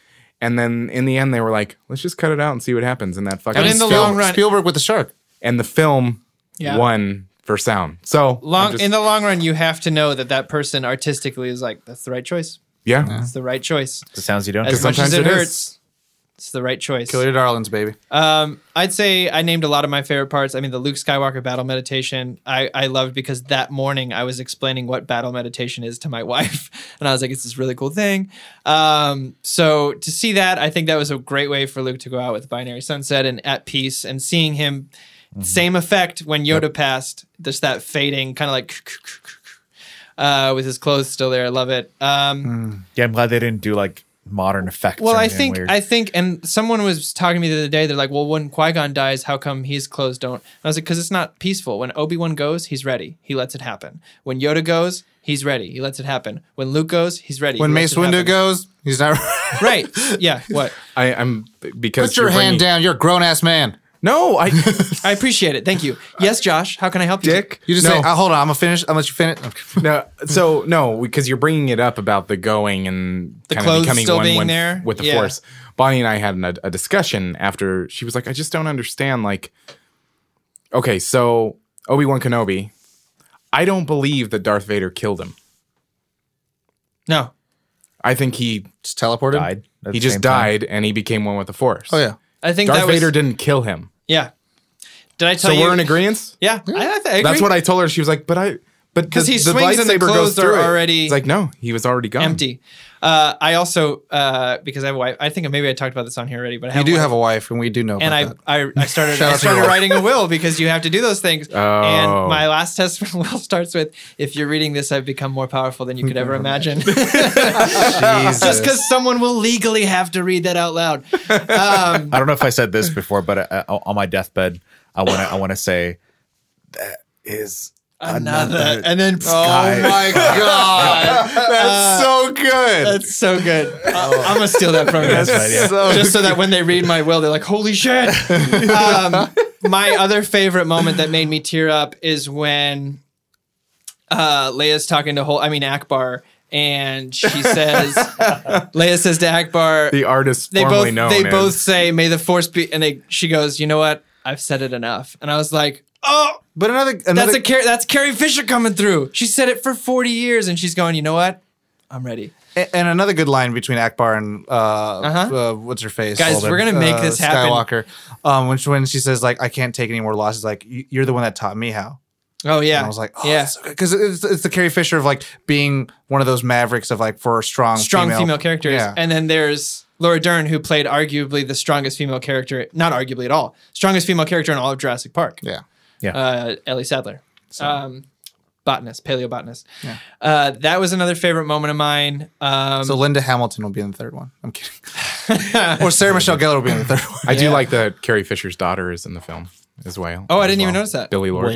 S4: And then in the end, they were like, let's just cut it out and see what happens in that fucking
S5: And in the
S4: film.
S5: long run-
S2: Spielberg with the shark.
S4: and the film
S5: Yeah.
S4: won for sound. So, I'm
S5: long
S4: just-
S5: in the long run, you have to know that that person artistically is like that's the right choice.
S4: yeah.
S5: It's the right choice.
S3: The sounds you don't.
S5: As much as
S4: sometimes
S5: it,
S4: it is.
S5: hurts, it's the right choice.
S2: Kill your darlings, baby.
S5: Um, I'd say I named a lot of my favorite parts. I mean, the Luke Skywalker battle meditation I, I loved because that morning I was explaining what battle meditation is to my wife, and I was like, "It's this really cool thing." Um, so to see that, I think that was a great way for Luke to go out with binary sunset and at peace, and seeing him, same effect when Yoda passed, just that fading kind of like. Uh, with his clothes still there, I love it. Um,
S3: Yeah, I'm glad they didn't do like modern effects.
S5: well,
S3: or
S5: I
S3: anything
S5: think
S3: weird.
S5: I think, and someone was talking to me the other day. They're like, "Well, when Qui Gon dies, how come his clothes don't?" And I was like, "Because it's not peaceful. When Obi Wan goes, he's ready. He lets it happen. When Yoda goes, he's ready. He lets it happen. When Luke goes, he's ready.
S2: When
S5: he lets
S2: Mace
S5: it
S2: Windu
S5: happen."
S2: goes, he's not.
S5: right? Yeah. What?
S4: I, I'm because
S2: Put your
S4: you're
S2: hand
S4: bringing-
S2: down. You're a grown ass man.
S4: No, I
S5: I appreciate it. Thank you. Yes, Josh. How can I help you?
S4: Dick.
S2: You just
S4: no,
S2: say, oh, hold on, I'm gonna finish. I'll let you finish.
S4: no. So no, because you're bringing it up about the going and
S5: The
S4: kind
S5: clothes
S4: of becoming
S5: still
S4: one
S5: being
S4: with-
S5: there?
S4: with the
S5: Yeah.
S4: force. Bonnie and I had an, a discussion after she was like, "I just don't understand." Like, okay, so Obi Wan Kenobi, I don't believe that Darth Vader killed him.
S5: No.
S4: I think he
S2: Just teleported.
S3: Died at
S4: he
S3: the
S4: just
S3: same time.
S4: died and he became one with the force.
S2: Oh yeah.
S5: I think
S4: Darth
S5: that was,
S4: Vader didn't kill him.
S5: Yeah. Did I
S4: So
S5: tell you?
S4: we're in agreement.
S5: Yeah. I, I, th- I agree.
S4: That's what I told her. She was like, "But I." But
S5: 'Cause
S4: the-
S5: he
S4: the
S5: swings and the
S4: lightsaber
S5: clothes
S4: goes
S5: are
S4: through it."
S5: already-
S4: It's like no, he was already gone.
S5: empty. Uh, I also uh, because I have a wife. I think maybe I talked about this on here already, but I
S2: You
S5: have
S2: do
S5: wife.
S2: have a wife, and we do know.
S5: and
S2: about
S5: I,
S2: that.
S5: I I started
S2: Shout
S5: I
S2: out to your
S5: started
S2: wife.
S5: writing a will because you have to do those things. And
S4: Oh.
S5: my last test for will starts with if you're reading this, I've become more powerful than you could ever imagine. Just because someone will legally have to read that out loud. Um,
S3: I don't know if I said this before, but uh, on my deathbed, I want to I want to say that is
S5: another, and then oh
S3: guy.
S2: my god, that's so good.
S5: Uh, that's so good.
S4: Oh.
S5: I- I'm gonna steal that from you.
S3: idea.
S2: so
S5: just so that when they read my will, they're like, "Holy shit!" um, my other favorite moment that made me tear up is when uh, Leia's talking to whole, I mean Akbar, and she says, Leia says to Akbar,
S4: The artist
S5: they
S4: formerly
S5: both
S4: known.
S5: they
S4: as-
S5: both say, "May the force be," and they she goes, "You know what? I've said it enough," and I was like, "Oh."
S2: But another, another
S5: That's a Car- that's Carrie Fisher coming through. She said it for 40 years and she's going, "You know what? I'm ready."
S2: A- And another good line between Akbar and uh,
S5: Uh-huh.
S2: uh, what's her face,
S5: Guys,
S2: Alden,
S5: we're gonna make this happen.
S2: Skywalker, um, which when she says like, "I can't take any more losses," like "You- you're the one that taught me how.
S5: Oh yeah.
S2: And I was like, oh,
S5: yeah.
S2: because it's, it's the Carrie Fisher of like being one of those mavericks of like for strong,
S5: strong female, characters.
S2: Yeah.
S5: And then there's Laura Dern, who played arguably the strongest female character, not arguably at all, strongest female character in all of Jurassic Park.
S2: yeah,
S5: Uh, Ellie Sadler, um, botanist, paleobotanist. Uh, that was another favorite moment of mine. Um,
S2: so Linda Hamilton will be in the third one. I'm kidding. or Sarah Michelle Gellar will be in the third one.
S4: I do like that Carrie Fisher's daughter is in the film as well.
S5: Oh, I
S4: as
S5: didn't even
S4: well.
S5: notice that.
S4: Billy Lord.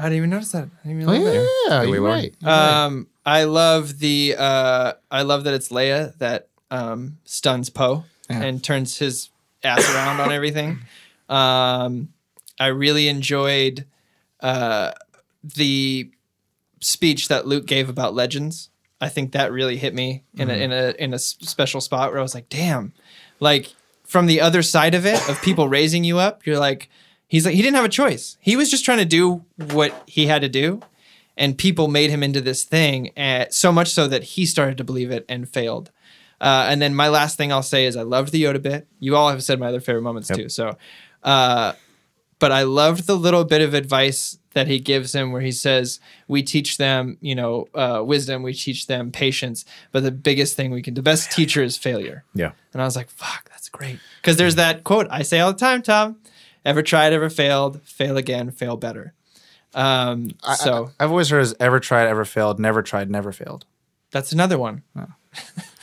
S5: I didn't even notice that. I didn't even
S2: Oh,
S5: look at it.
S2: yeah,
S4: Billy
S2: you're
S4: Lord.
S2: right.
S5: Um, I love the. Uh, I love that it's Leia that um, stuns Poe and turns his ass around on everything. Um, I really enjoyed uh, the speech that Luke gave about legends. I think that really hit me in a in a in a s- special spot where I was like, damn, like from the other side of it of people raising you up, you're like, he's like he didn't have a choice. He was just trying to do what he had to do, and people made him into this thing uh, so much so that he started to believe it and failed. Uh, and then my last thing I'll say is I loved the Yoda bit. You all have said my other favorite moments too. So, uh, but I loved the little bit of advice that he gives him where he says, We teach them, you know, uh, wisdom, we teach them patience, but the biggest thing we can, the best teacher is failure.
S3: yeah.
S5: And I was like, fuck, that's great. Because there's that quote I say all the time, Tom ever tried, ever failed, fail again, fail better. Um, so
S2: I, have always heard as ever tried, ever failed, never tried, never failed.
S5: that's another one.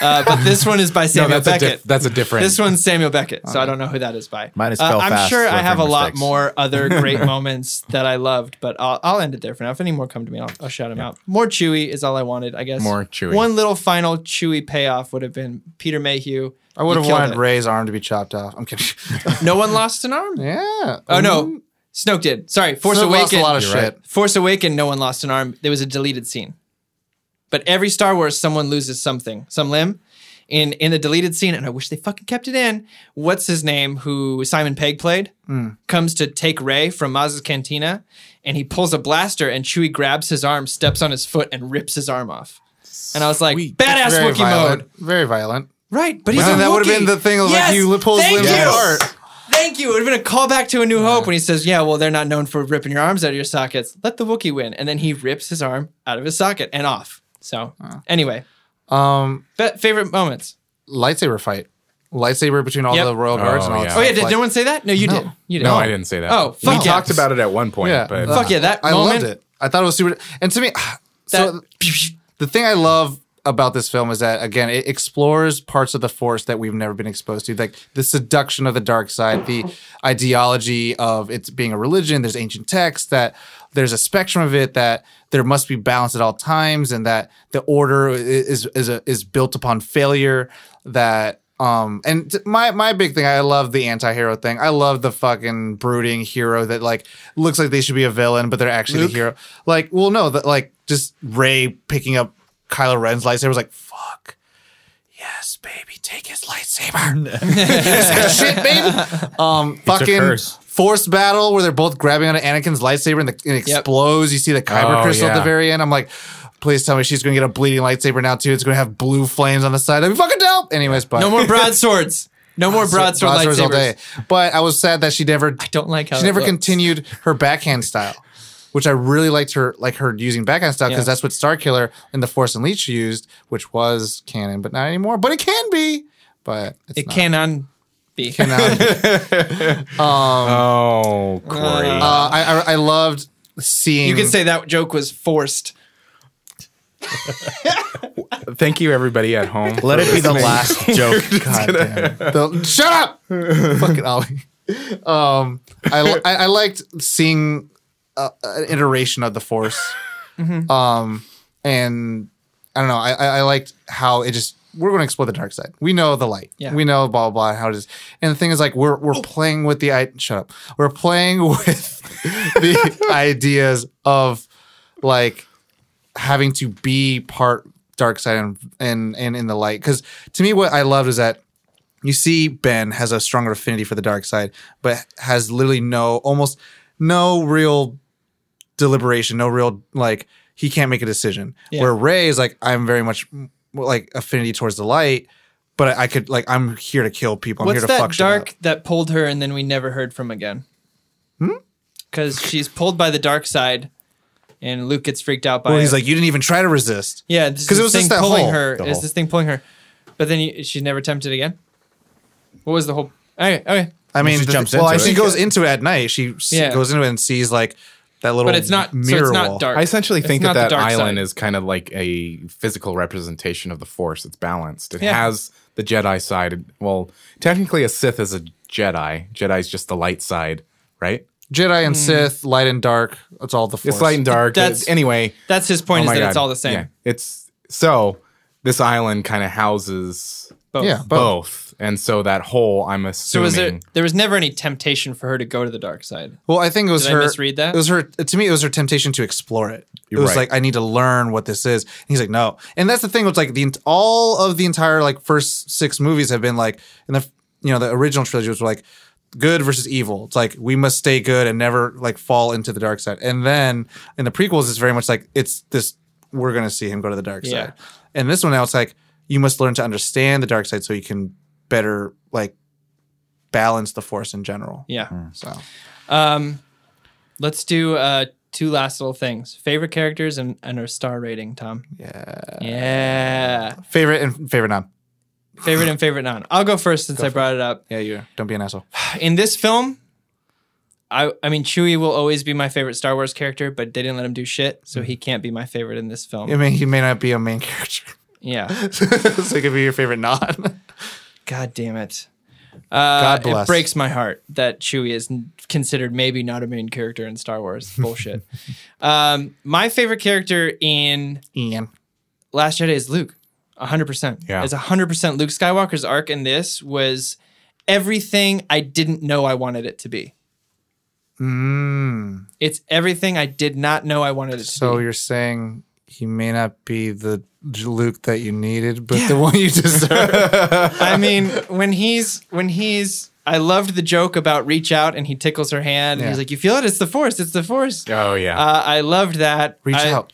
S5: uh, but this one is by
S4: No,
S5: Samuel
S4: that's a,
S5: Beckett.
S4: diff- that's a different.
S5: This one's Samuel Beckett, so I don't know who that is by.
S3: Mine is
S5: Uh,
S3: Fell
S5: I'm
S3: Fast,
S5: sure I
S3: Surfing
S5: have a lot
S3: Mistakes.
S5: more other great moments that I loved, but I'll, I'll end it there for now. If any more come to me, I'll, I'll shout them out. More Chewy is all I wanted, I guess.
S4: More Chewie.
S5: One little final Chewy payoff would have been Peter Mayhew.
S2: I would
S5: You
S2: have
S5: killed
S2: wanted
S5: it.
S2: Ray's arm to be chopped off. I'm kidding.
S5: No one lost an arm.
S2: yeah. Mm-hmm.
S5: Oh no, Snoke did. Sorry, Force
S2: Snoke lost
S5: Awakens.
S2: a lot of You're shit. right.
S5: Force Awakened. No one lost an arm. There was a deleted scene. But every Star Wars, someone loses something, some limb, in in the deleted scene. And I wish they fucking kept it in. What's his name? Who Simon Pegg played
S2: Hmm.
S5: comes to take Ray from Maz's cantina, and he pulls a blaster, and Chewie grabs his arm, steps on his foot, and rips his arm off. And I was like, badass
S2: Very
S5: Wookiee
S2: violent.
S5: mode.
S2: Very violent.
S5: Right, but he's
S2: Well,
S5: a
S2: that would've
S5: Wookiee.
S2: been the thing of, like,
S5: Yes,
S2: you li- pulls
S5: thank
S2: limbs
S5: you.
S2: apart.
S5: Thank you. It would have been a callback to A New Hope when he says, "Yeah, well, they're not known for ripping your arms out of your sockets. Let the Wookiee win." And then he rips his arm out of his socket and off. So anyway,
S2: Um,
S5: fa- favorite moments.
S2: lightsaber fight, lightsaber between all
S5: Yep.
S2: the royal guards and
S4: Oh,
S2: all.
S4: yeah.
S2: that
S5: Oh yeah,
S2: stuff,
S5: did
S2: like-
S5: no one say that? No, you did. You did.
S4: no, I didn't say that.
S5: Oh,
S4: we
S5: fuck yeah.
S4: talked about it at one point,
S2: Yeah,
S4: but
S5: Fuck yeah, that
S2: I
S5: moment-
S2: loved it. I thought it was super. And to me, so the thing I love about this film is that again, it explores parts of the force that we've never been exposed to, like the seduction of the dark side, the ideology of it's being a religion. There's ancient texts that there's a spectrum of it that there must be balance at all times, and that the order i- is is a, is built upon failure. That Um, and t- my my big thing, I love the anti-hero thing. I love the fucking brooding hero that like looks like they should be a villain, but they're actually the hero. Like, well, no, that like just Ray picking up Kylo Ren's lightsaber was like, fuck, yes, baby, take his lightsaber, It's like, shit, baby. Um, fucking
S3: hers.
S2: force battle where they're both grabbing onto Anakin's lightsaber and, the, and it
S5: Yep.
S2: explodes. You see the kyber
S4: Oh,
S2: crystal at the
S4: yeah.
S2: very end. I'm like. Please tell me she's going to get a bleeding lightsaber now too. It's going to have blue flames on the side. That'd be fucking dope. Anyways, but
S5: No more broadswords. No more broadsword
S2: Broadswords
S5: lightsabers.
S2: all day. But I was sad that she never
S5: Don't like how
S2: she
S5: that
S2: never
S5: looks.
S2: continued her backhand style, which I really liked her like her using backhand style because
S5: Yeah.
S2: that's what Starkiller and the Force and Leech used, which was canon, but not anymore. But it can be. But it's
S5: It
S2: not.
S5: cannot be.
S2: Now-
S4: Oh, Corey.
S5: Uh,
S2: uh, I, I I loved seeing.
S5: You could say that joke was forced.
S4: Thank you, everybody at home.
S3: Let it be the last joke. God damn it.
S2: The- shut up, fucking Ollie. Um, I, li- I I liked seeing uh, an iteration of the Force,
S3: Mm-hmm.
S2: um, and I don't know. I I I liked how it just we're going to explore the dark side. We know the light.
S5: Yeah.
S2: We know blah blah blah. How it is. And the thing is, like we're we're
S3: Oh.
S2: playing with the I shut up. We're playing with the ideas of like having to be part dark side and and and in the light because to me what i loved is that you see ben has a stronger affinity for the dark side but has literally no almost no real deliberation no real like he can't make a decision
S5: Yeah.
S2: where ray is like i'm very much mm, like affinity towards the light but I- I could like I'm here to kill people. I'm
S5: What's
S2: here to
S5: that
S2: fuck shit
S5: dark
S2: up. Hmm?
S5: that pulled her and then we never heard from again? Because she's pulled by the dark side, and Luke gets freaked out by.
S2: Well, he's
S5: it.
S2: like, you didn't even try to resist.
S5: yeah, because
S2: it was
S5: thing
S2: just that
S5: pulling
S2: hole,
S5: her.
S3: the
S5: Is
S3: hole.
S5: this thing pulling her? But then you, she's never tempted again. What was the whole? Okay, okay.
S2: I mean,
S3: she
S2: the-
S3: jumps
S2: well,
S3: into
S2: she
S3: it.
S2: goes into it at night. She s-
S5: Yeah.
S2: goes into it and sees like that little
S5: But it's not. So
S2: mirror
S5: it's not
S2: wall.
S5: dark.
S4: I essentially
S5: It's
S4: think
S5: not
S4: that
S5: the
S4: that
S5: dark
S4: island
S5: side.
S4: is kind of like a physical representation of the Force. It's balanced. It
S5: Yeah.
S4: has the Jedi side. Well, technically, a Sith is a Jedi. Jedi's just the light side, right?
S2: Jedi
S5: Hmm.
S2: and Sith, light and dark. It's all the force.
S4: It's light and dark.
S5: That's-
S4: anyway,
S5: That's his point.
S4: oh
S5: is
S4: my
S5: that
S4: God.
S5: it's all the same.
S4: Yeah. It's so this island kind of houses
S5: Both.
S2: Yeah,
S4: both. and so that whole I'm
S5: So
S4: assuming.
S5: was there? There was never any temptation for her to go to the dark side.
S2: Well, I think it was
S5: Did I
S2: her.
S5: misread that?
S2: It was her. To me, it was her temptation to explore it. It was
S4: right.
S2: like I need to learn what this is. And he's like, no. And that's the thing. It's like the ent- all of the entire like first six movies have been like, and the you know the original trilogy was like good versus evil. It's like we must stay good and never like fall into the dark side. And then in the prequels, it's very much like it's this. We're gonna see him go to the dark
S5: Yeah.
S2: side. And this one now, it's like you must learn to understand the dark side so you can better like balance the force in general.
S5: Yeah.
S2: So.
S5: Um, let's do uh, two last little things: favorite characters and, and our star rating. Tom.
S2: Yeah.
S5: Yeah.
S2: Favorite and favorite non.
S5: Favorite and favorite non. I'll go first since I brought it up.
S2: Yeah, you don't be an asshole.
S5: In this film, I I mean Chewie will always be my favorite Star Wars character, but they didn't let him do shit,
S2: Mm.
S5: so he can't be my favorite in this film.
S2: I mean, he may not be a main character,
S5: Yeah.
S2: so he could be your favorite non.
S5: God damn it. Uh,
S2: God bless.
S5: It breaks my heart that Chewie is n- considered maybe not a main character in Star Wars. Bullshit. um, my favorite character in
S2: Ian.
S5: Last Jedi is Luke. 100%.
S4: Yeah.
S5: It's 100% Luke Skywalker's arc in this was everything I didn't know I wanted it to be.
S2: Mm.
S5: It's everything I did not know I wanted it
S2: So
S5: to be.
S2: you're saying he may not be the Luke that you needed, but the one you deserve.
S5: I mean, when he's when he's I loved the joke about reach out and he tickles her hand and
S2: Yeah.
S5: he's like, "You feel it? It's the force. It's the force."
S4: oh yeah.
S5: Uh, I loved that.
S2: Reach
S5: I-
S2: out.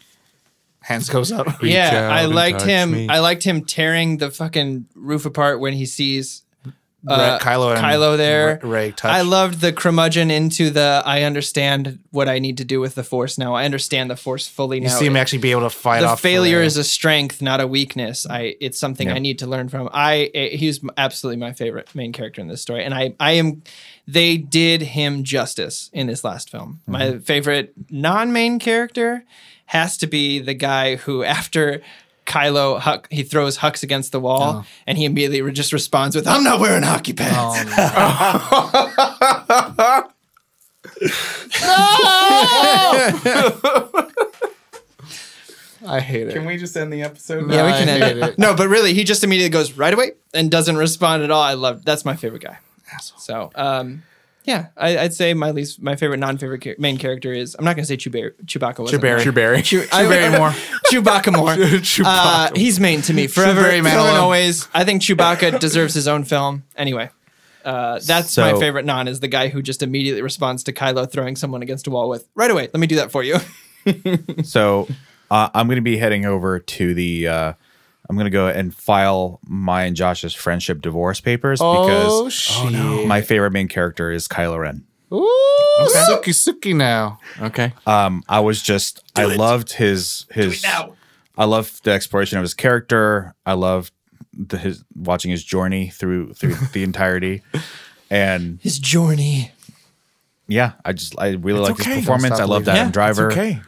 S2: Hands goes up.
S5: yeah,
S4: out
S5: I
S4: and
S5: liked
S4: touch
S5: him.
S4: me.
S5: I liked him tearing the fucking roof apart when he sees uh,
S2: Ray- Kylo and
S5: Kylo there.
S2: Ray Ray touch.
S5: I loved the curmudgeon into the. I understand what I need to do with the force now. I understand the force fully
S2: You
S5: now.
S2: see him actually be able to fight
S5: the
S2: off
S5: failure
S2: Ray.
S5: is a strength, not a weakness. I it's something I need to learn from. I eh, he's absolutely my favorite main character in this story, and I I am. They did him justice in this last film.
S2: Mm-hmm.
S5: My favorite non-main character has to be the guy who after. Kylo, Huck, he throws Hux against the
S2: Oh.
S5: wall, and he immediately re- just responds with, "I'm not wearing hockey pads."
S2: I hate it.
S4: Can we just end the episode?
S5: Yeah, we
S2: I
S5: can end
S2: hate
S5: it. No, but really, he just immediately goes right away and doesn't respond at all. I love that's my favorite guy. So, um, yeah, I, I'd say my least, my favorite non-favorite char- main character is I'm not gonna say Chewbar- Chewbacca. Wasn't
S2: Chewberry.
S4: Barry.
S5: Chew- I-
S2: more.
S5: Chewbacca more. Uh, he's main to me forever,
S2: Chewberry
S5: forever
S2: man
S5: and
S2: alone.
S5: always. I think Chewbacca deserves his own film. Anyway, uh, that's my
S3: So-
S5: favorite non is the guy who just immediately responds to Kylo throwing someone against a wall with right away. Let me do that for you.
S3: So uh, I'm going to be heading over to the. Uh, I'm going to go and file my and Josh's friendship divorce papers
S2: Oh,
S3: because
S2: shit. Oh, no.
S3: my favorite main character is Kylo Ren.
S2: Ooh, Suki Suki now.
S5: Uh,
S4: Okay.
S3: Um, I was just I loved his his. I loved the exploration of his character. I loved the, his watching his journey through through the entirety, and
S5: His journey.
S3: yeah, I just I really like
S4: okay.
S3: his performance.
S2: Don't
S3: I
S2: stop
S3: loved
S2: believing.
S3: Adam Driver,
S4: Okay.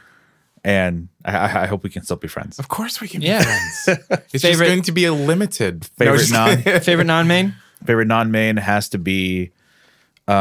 S3: and I, I, I hope we can still be friends.
S4: Of course we can.
S5: Yeah.
S4: It's just
S5: Favorite-
S4: going to be a limited No,
S3: Favorite
S4: just-
S3: non
S5: favorite non-main.
S3: favorite non main has to be, um,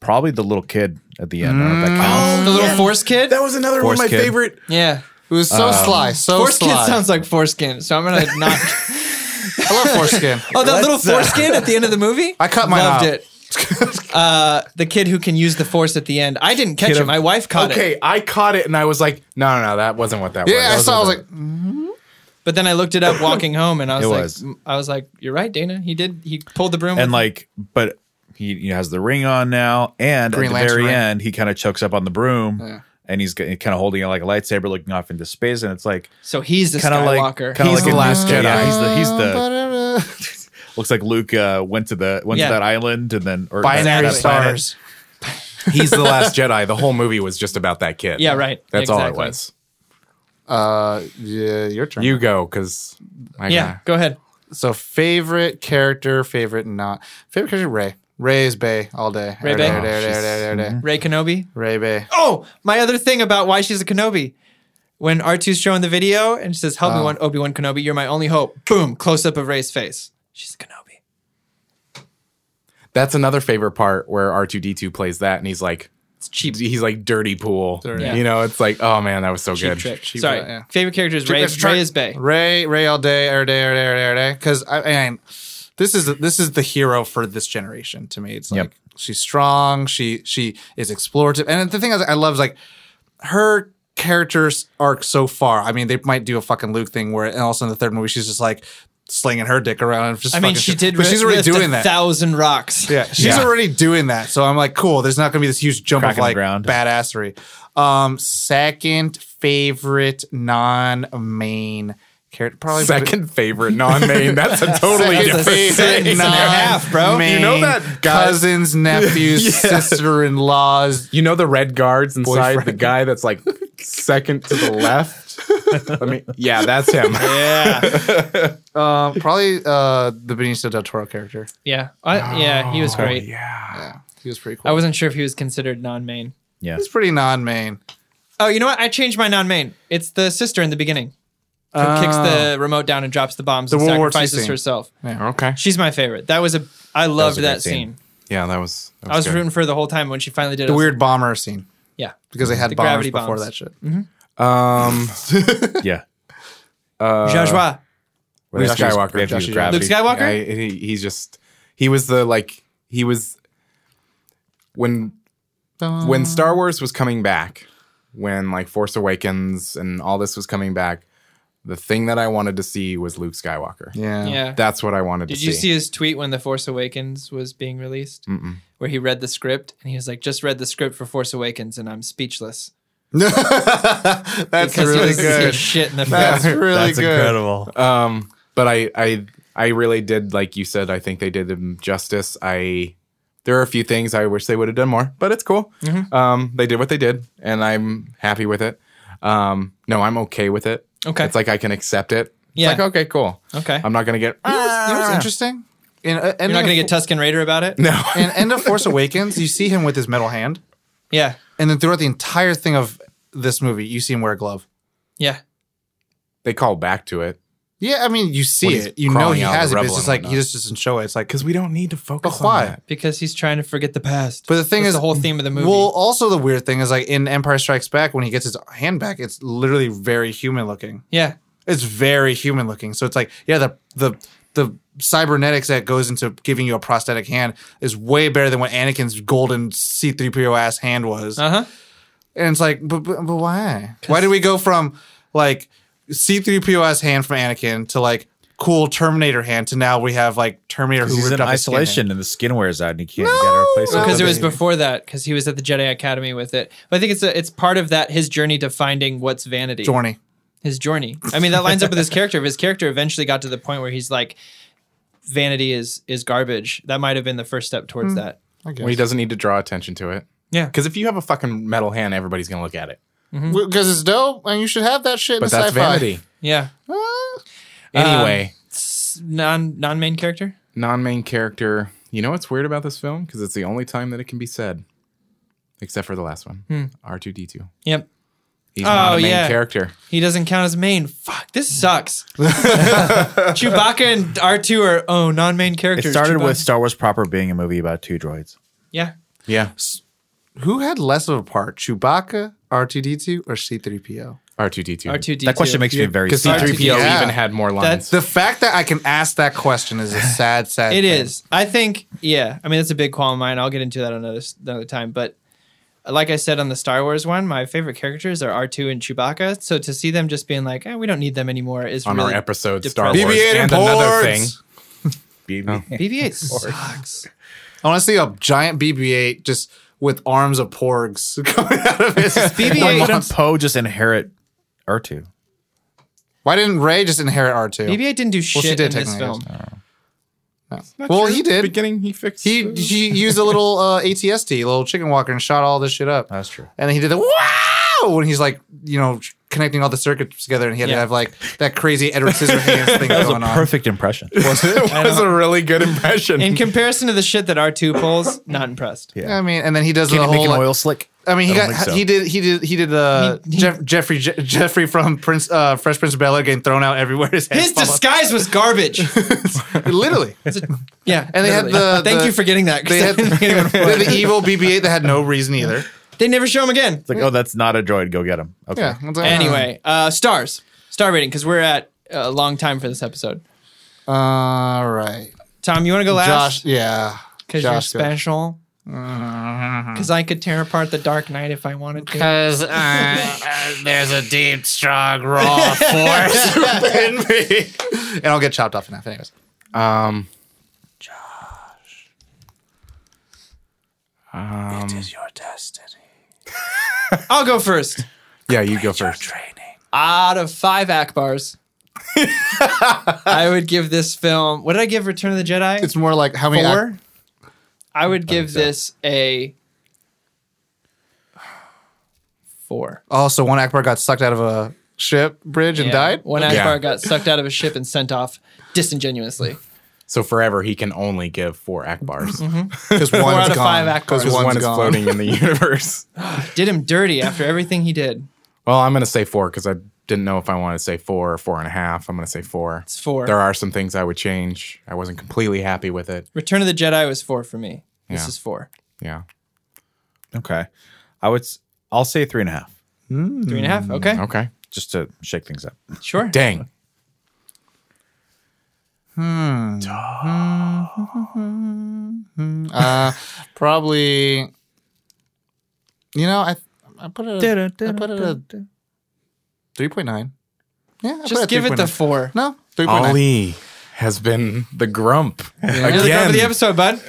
S3: probably the little kid at the end. oh. I don't know if that
S2: Mm.
S3: counts.
S5: the little force kid.
S4: That was another
S3: Force
S4: one of my
S3: kid.
S4: favorite.
S5: yeah.
S2: It was
S4: Um,
S2: so sly, so
S5: Foreskin
S2: sly.
S5: sounds like foreskin, so I'm gonna not.
S2: I love foreskin.
S5: Oh, that little foreskin at the end of the movie.
S2: I cut mine
S5: Loved
S2: out.
S5: it. Uh, the kid who can use the force at the end. I didn't catch it. My wife caught it.
S4: Okay, I caught it and I was like, no, no, no, that wasn't what that was.
S2: yeah, I
S4: That
S2: saw. I was
S4: wasn't
S2: like,
S5: But then I looked it up walking home, and I was
S3: It
S5: like,
S3: was.
S5: I was like, you're right, Dana. He did. He pulled the broom.
S3: and
S5: with-
S3: like, but he, he has the ring on now, and
S2: Green
S3: at the
S2: Lantern
S3: very
S2: ring.
S3: end, he kind of chokes up on the broom, and he's kind of holding it like a lightsaber, looking off into space, and it's like
S5: so he's the
S3: kind of like
S5: Skywalker.
S3: kind of
S4: He's
S3: like
S4: the
S3: in
S4: last
S3: Luke, Yeah,
S4: Jedi.
S3: he's the he's the
S2: "Ba-da-da."
S3: looks like Luke uh, went to the went
S5: Yeah.
S3: to that island and then or that-
S2: Binary
S3: that planet.
S2: stars.
S4: like, he's the last Jedi. The whole movie was just about that kid.
S5: Yeah, right.
S4: That's all
S5: Exactly.
S4: it was.
S2: Uh, yeah, your turn.
S4: You go, because
S5: yeah, go ahead.
S2: So favorite character, favorite not favorite character. Ray. Ray is Bay all day. Every
S5: Ray Bay?
S2: day, every day, every day, every day, every day.
S5: Ray Kenobi.
S2: Ray Bay.
S5: Oh, my other thing about why she's a Kenobi. When R2's showing the video and she says, Help me one, Obi Wan Kenobi, you're my only hope. Boom, close up of Ray's face. She's a Kenobi.
S4: That's another favorite part where R2D2 plays that and he's like,
S5: It's cheap.
S4: he's like dirty pool.
S5: Yeah.
S4: You know, it's like, oh man, that was so
S5: cheap
S4: good.
S5: trick.
S2: cheap,
S5: Sorry.
S2: uh, yeah.
S5: Favorite character is Ray,
S2: That's right.
S5: Ray is Bay.
S2: Ray, Ray all day, every day, every day, every day, every day. Because I and this is this is the hero for this generation to me. It's like
S3: Yep.
S2: she's strong. She she is explorative, and the thing is, I love is like her character's arc so far. I mean, they might do a fucking Luke thing where, and also in the third movie, she's just like slinging her dick around and just.
S5: I mean,
S2: fucking
S5: she
S2: shit.
S5: did
S2: but
S5: ri-
S2: she's already
S5: lift a
S2: doing that.
S5: thousand rocks.
S2: Yeah, she's
S3: Yeah.
S2: already doing that. So I'm like, cool. There's not going to be this huge jump
S3: Crack
S2: of
S3: in the
S2: like
S3: ground.
S2: badassery. Um, second favorite non-main character, probably
S4: Second favorite non main. That's a totally
S2: Second
S4: different
S2: favorite
S4: thing.
S5: half, bro.
S2: non-main
S4: You know that guy-
S2: cousins, nephews, sister-in-laws.
S4: You know the red guards inside the
S2: Boyfriend.
S4: guy that's like second to the left? Let me, yeah, that's him.
S2: Uh, probably uh, the Benicio del Toro character.
S5: Yeah. I, yeah, he was great.
S4: Yeah.
S2: Yeah, he was pretty cool.
S5: I wasn't sure if he was considered non main.
S3: Yeah,
S2: He's pretty non-main.
S5: Oh, you know what? I changed my non main. It's the sister in the beginning who kicks the remote down and drops the bombs and
S2: Ah. World War II
S5: sacrifices
S2: scene.
S5: herself.
S4: Okay.
S5: She's my favorite. That was a. I loved
S3: a great
S5: that,
S3: scene.
S5: scene.
S4: Yeah, that was. That
S5: I was
S4: good.
S5: rooting for her the whole time when she finally did it.
S2: The
S5: I was
S2: weird bomber scene
S5: like, Yeah.
S2: because they had
S5: The
S2: bombers
S5: gravity
S2: before
S5: bombs.
S2: that shit.
S4: Um, uh,
S3: yeah.
S2: Uh,
S5: Zsa Zsa.
S4: Luke
S3: They have to
S4: Skywalker.
S3: use- they have to use
S2: Josh-
S3: gravity.
S5: Luke Skywalker?
S2: uh,
S4: Yeah, he, he- he's just. He was the like. He was. When when Star Wars was coming back, when like Force Awakens and all this was coming back, the thing that I wanted to see was Luke Skywalker.
S2: Yeah.
S5: yeah.
S4: That's what I wanted
S5: Did
S4: to
S5: you see his tweet when The Force Awakens was being released? Where he read the script and he was like, just read the script for Force Awakens and I'm speechless.
S2: That's
S5: Because he
S2: really
S5: was
S2: good.
S5: shit in the
S2: That's
S5: film.
S2: really
S6: That's
S2: good.
S6: incredible.
S4: Um, but I, I, I really did like you said. I think they did him justice. I there are a few things I wish they would have done more, but it's cool.
S5: Mm-hmm.
S4: Um, they did what they did, and I'm happy with it. Um, no, I'm okay with it.
S5: Okay.
S4: it's like I can accept it.
S5: Yeah.
S4: It's like okay, cool.
S5: Okay.
S4: I'm not gonna get.
S2: You know what's- you know what's interesting? In, uh,
S5: You're not going to get Tuscan Raider about it?
S4: no.
S2: in End of Force Awakens, you see him with his metal hand,
S5: Yeah.
S2: and then throughout the entire thing of this movie, you see him wear a glove.
S5: Yeah.
S4: they call back to it.
S2: Yeah, I mean, you see
S4: When he's
S2: it. You know
S4: crawling
S2: he
S4: out of
S2: has
S4: the
S2: it, but
S4: rubble
S2: it's just
S4: and
S2: like, he
S4: whatnot.
S2: just doesn't show it. It's like,
S4: because we don't need to focus
S2: But why?
S4: on that.
S5: because he's trying to forget the past.
S2: But the thing
S5: That's
S2: is-
S5: the whole theme of the movie.
S2: Well, also the weird thing is like in Empire Strikes Back, when he gets his hand back, it's literally very human looking.
S5: yeah,
S2: It's very human looking. So it's like, yeah, the the the cybernetics that goes into giving you a prosthetic hand is way better than what Anakin's golden C3PO ass hand was.
S5: uh
S4: Uh-huh.
S5: huh.
S2: And it's like, but, but, but why? Why did we go from like C3PO ass hand from Anakin to like cool Terminator hand to now we have like Terminator who
S3: He's
S2: ripped
S3: in
S2: up his skin hand?
S3: isolation and the skin wears out and he can't get a replacement.
S5: because it was
S2: Okay.
S5: before that because he was at the Jedi Academy with it. But I think it's a, it's part of that his journey to finding what's vanity.
S2: Journey.
S5: His journey. I mean, that lines up with his character. If his character eventually got to the point where he's like, vanity is is garbage. That might have been the first step towards that.
S2: Okay.
S4: Well, he doesn't need to draw attention to it.
S5: Yeah.
S4: Because if you have a fucking metal hand, everybody's gonna look at it.
S2: Because it's dope, and you should have that shit.
S4: But
S2: in
S4: that's
S2: sci-fi.
S4: vanity.
S5: Yeah. Um,
S4: Anyway,
S5: S- Non non main character.
S4: non-main character. You know what's weird about this film? Because it's the only time that it can be said, except for the last one. R2D2.
S5: Yep.
S4: He's not
S5: Hmm. Oh,
S4: a main
S5: yeah.
S4: character.
S5: He doesn't count as main. Fuck, this sucks. Chewbacca and R2 are oh non-main
S3: It
S5: characters.
S3: started
S5: Chewbacca-
S3: with Star Wars proper being a movie about two droids.
S5: yeah.
S4: Yeah,
S2: Who had less of a part, Chewbacca, R2D2, or C3PO?
S4: R2D2.
S5: R2D2.
S3: That question makes me very
S4: Because
S3: sad.
S4: C3PO
S2: Yeah.
S4: even had more lines.
S5: That's-
S2: The fact that I can ask that question is a sad, sad.
S5: It
S2: thing.
S5: is. I think. Yeah. I mean, that's a big qualm of mine. I'll get into that another another time. But uh, like I said on the Star Wars one, my favorite characters are R two and Chewbacca. So to see them just being like, eh, we don't need them anymore, is
S4: on
S5: really
S4: our episode Star Wars
S5: depressing.
S2: BB-8
S4: and another thing.
S2: imports.
S5: BB-8 sucks.
S2: I want to see a giant BB-8 just with arms of porgs coming out of his.
S3: Why
S5: BB-8
S3: didn't Poe just inherit R2?
S2: Why didn't Ray just inherit R2?
S5: BB-8 didn't do
S2: she
S5: shit
S2: did
S5: in this film.
S2: technically, well, he
S4: At the
S2: did.
S4: beginning, he fixed.
S2: He he used a little uh, ATST, a little chicken walker, and shot all this shit up.
S3: That's true.
S2: And then he did the wow when he's like, you know, connecting all the circuits together, and he had
S5: Yeah.
S2: to have like that crazy Edward Scissorhands thing
S3: That was
S2: going
S3: a
S2: on.
S3: perfect impression.
S4: it was a really good impression.
S5: In comparison to the shit that R two pulls, not impressed.
S3: Yeah.
S2: I mean, and then he does
S3: Can
S2: the
S3: you
S2: whole.
S3: make an
S2: like-
S3: oil slick?
S2: I mean, he
S3: I don't
S2: got
S3: think so.
S2: he did he did he did uh,
S5: He- he-
S2: Jeff, Jeffrey Je- Jeffrey from Prince uh, Fresh Prince of Bel Air getting thrown out everywhere. His, head
S5: His
S2: fall off.
S5: disguise was garbage.
S2: literally.
S5: yeah,
S2: And they had
S5: literally.
S2: the-
S5: Thank
S2: the-
S5: you for getting that. 'cause
S2: They
S5: I
S2: had,
S5: didn't think anyone-
S2: they had the evil BB-8 that had no reason either.
S5: they never show him again.
S3: It's like, oh, that's not a droid. Go get him. Okay.
S2: Yeah. it's like,
S5: Anyway, uh, stars, star rating, because we're at a long time for this episode.
S2: uh, all right,
S5: Tom, you want to go
S2: Josh.
S5: last?
S2: Yeah,
S5: Because you're
S2: Josh, go.
S5: special.
S4: Mm-hmm.
S5: Because I could tear apart the Dark Knight if I wanted to.
S2: Because there's a deep, strong, raw force within me. And I'll get chopped off in half, anyways.
S4: Um,
S5: I'll go first.
S4: yeah, you go first.
S5: Out of five Akbars, I would give this film. What did I give Return of the Jedi?
S2: It's more like how many.
S5: Four?
S2: act-
S5: I would give this a four.
S2: oh, so one Akbar got sucked out of a ship bridge and
S5: Yeah.
S2: died?
S5: One Akbar
S4: Yeah.
S5: got sucked out of a ship and sent off disingenuously.
S4: So forever, he can only give four Akbars.
S5: Mm-hmm.
S2: Because one
S5: out of five Akbars.
S4: Because one is floating in the universe.
S5: Did him dirty after everything he did.
S4: Well, I'm gonna say four because I didn't know if I wanted to say four or four and a half. I'm gonna say four.
S5: It's four.
S4: There are some things I would change. I wasn't completely happy with it.
S5: Return of the Jedi was four for me. This
S4: Yeah.
S5: is four.
S4: Yeah.
S3: Okay. I would. s- I'll say three and a half,
S5: Three and a
S4: Mm,
S5: half. Okay.
S4: Okay.
S3: just to shake things up.
S5: Sure.
S4: Dang.
S2: Uh, probably. You know, I I put it. at- I put it at three point nine. Yeah, I put
S5: Just
S2: at
S5: give it the
S2: 3.9.
S5: four.
S2: no three point nine.
S4: Ali has been the grump
S5: You're the top
S4: again.
S5: of the episode, bud.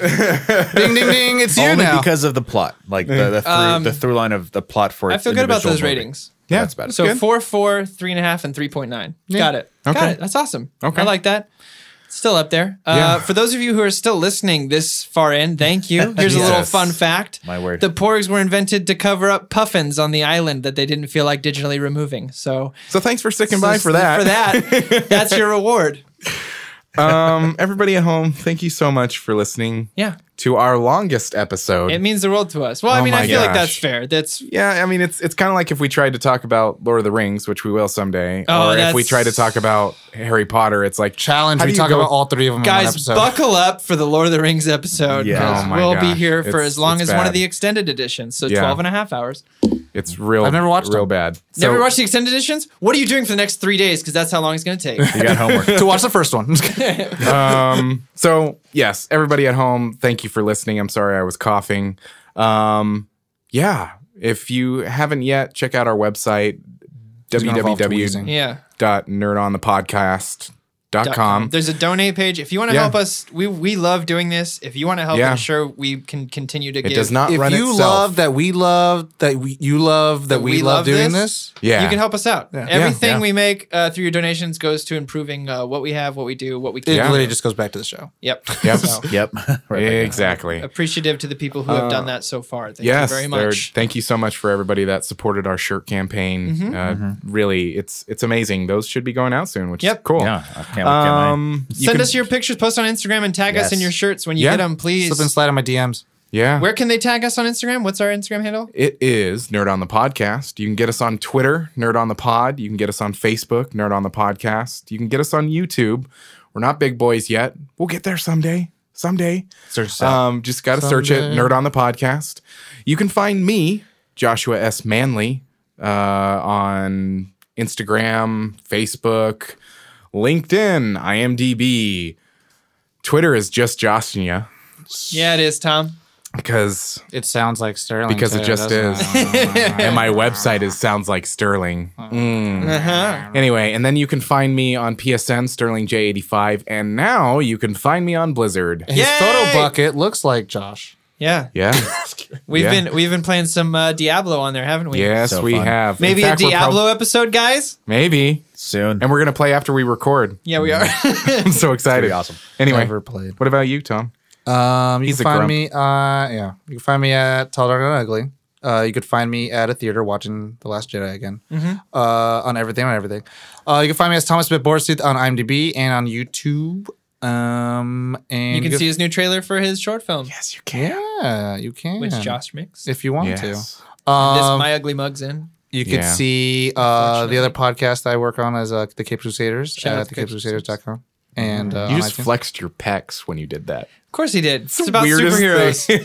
S2: Ding ding ding! It's you
S3: Only
S2: now.
S3: because of the plot, like the the through,
S5: Um,
S3: the through line of the plot for.
S5: I
S3: its
S5: feel good about
S3: individual
S5: those
S3: movie.
S5: ratings.
S4: Yeah.
S3: that's about it.
S5: So
S4: Good.
S5: four, four, three and a half, and three point nine. Got it. Got
S4: Okay.
S5: it. That's awesome.
S4: Okay.
S5: I like that. It's Still up there. Uh,
S4: Yeah.
S5: For those of you who are still listening this far in, thank you. Here's a little
S4: Jesus.
S5: fun fact.
S3: My word.
S5: The porgs were invented to cover up puffins on the island that they didn't feel like digitally removing. So,
S4: So thanks for sticking by for that.
S5: For that, that's your reward.
S4: um, everybody at home, thank you so much for listening
S5: Yeah.
S4: to our longest episode.
S5: It means the world to us. Well, I
S4: Oh
S5: mean, I
S4: my
S5: feel like
S4: gosh.
S5: that's fair. That's
S4: yeah, I mean it's it's kind of like if we tried to talk about Lord of the Rings, which we will someday,
S5: Oh,
S4: or if we
S5: that's-
S4: try to talk about Harry Potter, it's like
S2: Challenge.
S4: How do
S2: We
S4: you
S2: talk
S4: go-
S2: about all three of them in one
S5: guys,
S2: episode.
S5: buckle up for the Lord of the Rings episode.
S3: Yeah.
S5: because
S4: Oh my
S5: we'll be
S4: gosh.
S5: here for
S4: It's-
S5: as long
S4: it's
S5: as one of
S4: bad.
S5: the extended editions. So
S4: Yeah.
S5: 12 and a half hours.
S4: it's real.
S2: I've never watched
S4: real
S2: them.
S4: bad. So,
S5: Never watched the extended editions? What are you doing for the next three days? Because that's how long it's going to take.
S3: You got homework.
S2: to watch the first one.
S4: um, so yes, everybody at home, thank you for listening. I'm sorry I was coughing. Um, yeah, if you haven't yet, check out our website
S2: gonna involve wheezing.
S5: yeah.
S4: www.nerdonthepodcast.com.
S5: There's a donate page. If you want to
S4: Yeah.
S5: help us, we we love doing this. If you want to help
S4: Yeah.
S5: ensure we can continue to
S4: It
S5: give,
S4: does not
S2: if
S4: run
S2: you
S4: itself.
S2: love that we love that we, you love that,
S5: That
S2: we,
S5: we
S2: love,
S5: love
S2: doing this,
S5: this?
S4: yeah,
S5: you can help us out.
S2: Yeah.
S5: Everything
S4: Yeah.
S5: we make uh, through your donations goes to improving uh, what we have, what we do, what we can.
S2: it
S4: Yeah.
S2: literally just goes back to the show.
S5: Yep.
S4: Yep.
S5: So,
S3: yep. Right back.
S4: exactly.
S5: appreciative to the people who have done that so far. Thank
S4: Uh, yes,
S5: you very
S4: there-
S5: much.
S4: Thank you so much for everybody that supported our shirt campaign. Uh, Really, it's it's amazing. Those should be going out soon, which
S5: Yep.
S4: is cool.
S3: Yeah, I can't look at mine.
S4: Um, you
S5: Send
S4: can-
S5: us your pictures, post on Instagram, and tag us in
S3: Yes.
S5: your shirts when you
S4: Yeah.
S5: get them, please.
S2: Slip and slide on my DMs.
S4: yeah.
S5: Where can they tag us on Instagram? What's our Instagram handle?
S4: It is Nerd on the Podcast. You can get us on Twitter, Nerd on the Pod. You can get us on Facebook, Nerd on the Podcast. You can get us on YouTube. We're not big boys yet. We'll get there someday. Someday.
S2: Search um,
S4: Um, just got to search it,
S2: Someday.
S4: Nerd on the Podcast. You can find me, Joshua S. Manley, uh, on Instagram, Facebook, LinkedIn, IMDb. Twitter is just Joshua
S5: Yeah, it is Tom.
S4: because
S2: It sounds like Sterling
S4: Because it
S2: too,
S4: just
S2: doesn't it?
S4: and my website is sounds like Sterling. Mm.
S5: Uh-huh.
S4: Anyway, and then you can find me on PSN Sterling J85, and now you can find me on Blizzard.
S2: His
S5: Yay!
S2: photo bucket looks like Josh.
S5: Yeah,
S4: Yeah,
S5: we've
S4: Yeah.
S5: been we've been playing some uh, Diablo on there, haven't we?
S4: yes,
S3: So
S4: we
S3: fun.
S4: have In
S5: Maybe a
S4: fact, we're prob-
S5: Diablo episode, guys.
S4: maybe,
S3: Soon.
S4: and we're gonna play after we record.
S5: Yeah, we are.
S4: I'm so excited.
S3: Pretty awesome.
S4: Anyway,
S2: Never played.
S4: what about you, Tom?
S2: Um, you
S4: He's
S2: can
S4: a
S2: find
S4: grump.
S2: me. Uh, yeah, you can find me at Tall Dark and Ugly. Uh, you could find me at a theater watching The Last Jedi again. Uh, on everything, on everything. Uh, you can find me as Thomas Bit Borseth on IMDb and on YouTube. Um, and
S5: you can see his new trailer for his short film,
S4: Yes, you
S2: Yeah, you can.
S5: which Josh mixed.
S2: if you want
S4: Yes.
S2: to. Um,
S5: this my ugly mugs in.
S2: You could
S4: Yeah.
S2: see uh, the other podcast I work on as uh, the Cape Crusaders
S5: Shout out
S2: at
S5: to
S2: the
S5: Cape
S2: Cape Crusaders.com. And uh,
S4: You
S5: Oh,
S2: on
S4: just
S2: iTunes.
S4: flexed your pecs when you did that.
S5: Of course he did. It's, about
S4: weirdest
S5: superheroes
S4: thing.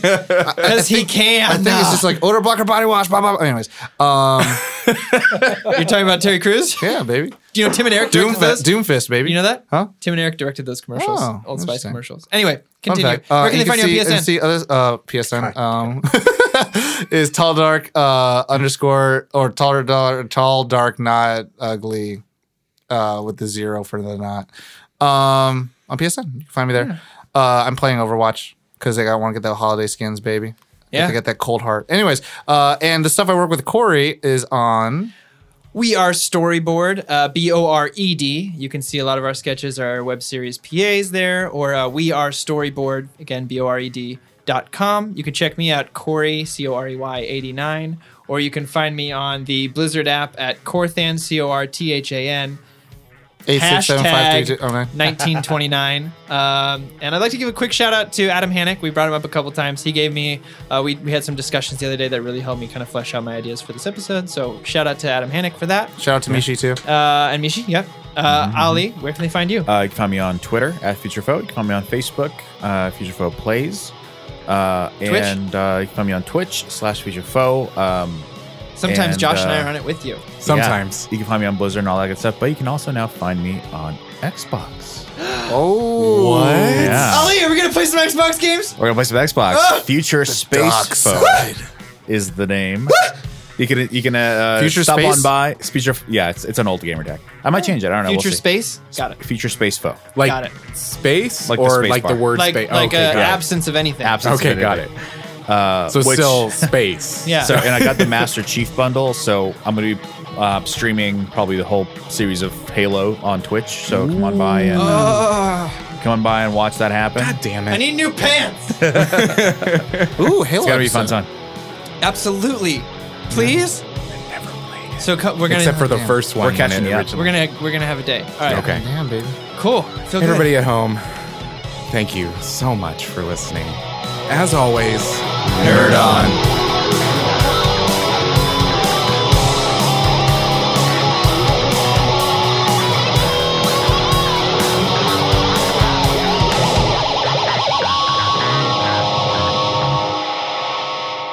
S5: because he can.
S2: I think it's just like odor blocker body wash. Blah blah. blah. Anyways, um,
S5: You're talking about Terry Crews.
S2: yeah, baby.
S5: You know Tim and Eric directed those.
S2: Doomfist, Doomfist, baby.
S5: You know that?
S2: Huh?
S5: Tim and Eric directed those commercials,
S2: Oh,
S5: Old Spice
S2: interesting.
S5: commercials. Anyway,
S2: Fun
S5: continue.
S2: fact. Uh,
S5: Where can they find
S2: see,
S5: you on PSN?
S2: and see others, uh, PSN um, is tall dark uh, underscore or taller dark tall dark not ugly uh, with the zero for the not um, on PSN. You can find me there. Uh, I'm playing Overwatch because I want to get that holiday skins, baby.
S5: Yeah.
S2: I got that cold heart. Anyways, uh, and the stuff I work with Corey is on.
S5: We are Storyboard, uh, B O R E D. You can see a lot of our sketches, our web series PAs there, or uh, We Are Storyboard, again, B O R E D dot com. You can check me out, Corey, C O R E Y 89, or you can find me on the Blizzard app at Corthan, C O R T H A N.
S2: Eight six seven five
S5: Hashtag
S2: three two. Oh, nine.
S5: 1929. Um, and I'd like to give a quick shout out to Adam Hannock. We brought him up a couple times. He gave me, uh, we, we had some discussions the other day that really helped me kind of flesh out my ideas for this episode. So shout out to Adam Hannock for that.
S2: Shout out to Mishi too.
S5: Uh, and Mishi, yeah. Uh,
S3: Mm-hmm.
S5: Ali, where can they find you?
S3: Uh, you can find me on Twitter at FutureFoe. You can find me on Facebook, uh, FutureFoe Plays. Uh, and uh, you can find me on Twitch slash FutureFoe. Um,
S5: Sometimes
S3: and,
S5: Josh and I
S3: uh,
S5: are on it with you.
S4: Sometimes.
S3: yeah, you can find me on Blizzard and all that good stuff. But you can also now find me on Xbox.
S2: Oh, what?
S3: Yeah.
S5: Ali, are we going to play some Xbox games?
S3: We're gonna play some Xbox. Future Space Foe is the name. You can you can uh, uh,
S2: Future
S3: stop
S2: Space?
S3: on by. It's Future, yeah, it's, it's an old gamer deck. I might change it. I don't know.
S5: Future
S3: we'll see.
S5: Space? Got it.
S3: Future Space Foe.
S4: Like
S5: Got it.
S4: space,
S3: Like the
S4: or
S3: space Oh,
S4: like
S3: bar.
S4: the word
S5: Like,
S4: space.
S5: like
S4: okay,
S5: uh,
S4: got it.
S5: absence of anything.
S3: Absence.
S4: Okay, got it. So
S3: Uh, which-
S4: still space.
S5: Yeah.
S3: So and I got the Master Chief bundle, so I'm gonna be uh, streaming probably the whole series of Halo on Twitch. So come on by and uh,
S5: Ugh,
S3: come on by and watch that happen.
S4: God damn it.
S5: I need new pants.
S2: Ooh, Halo.
S3: it's gonna be a fun
S2: episode.
S3: time.
S5: Absolutely. Please. So co- we're gonna
S4: Except for the first one.
S3: We're catching
S4: it
S3: you up.
S4: originally-
S5: we're gonna we're gonna have a day. All right.
S4: Okay.
S2: Damn, baby.
S5: Cool. Feel good.
S4: Everybody at home, thank you so much for listening. as always, nerd on.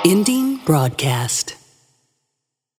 S1: Ending broadcast.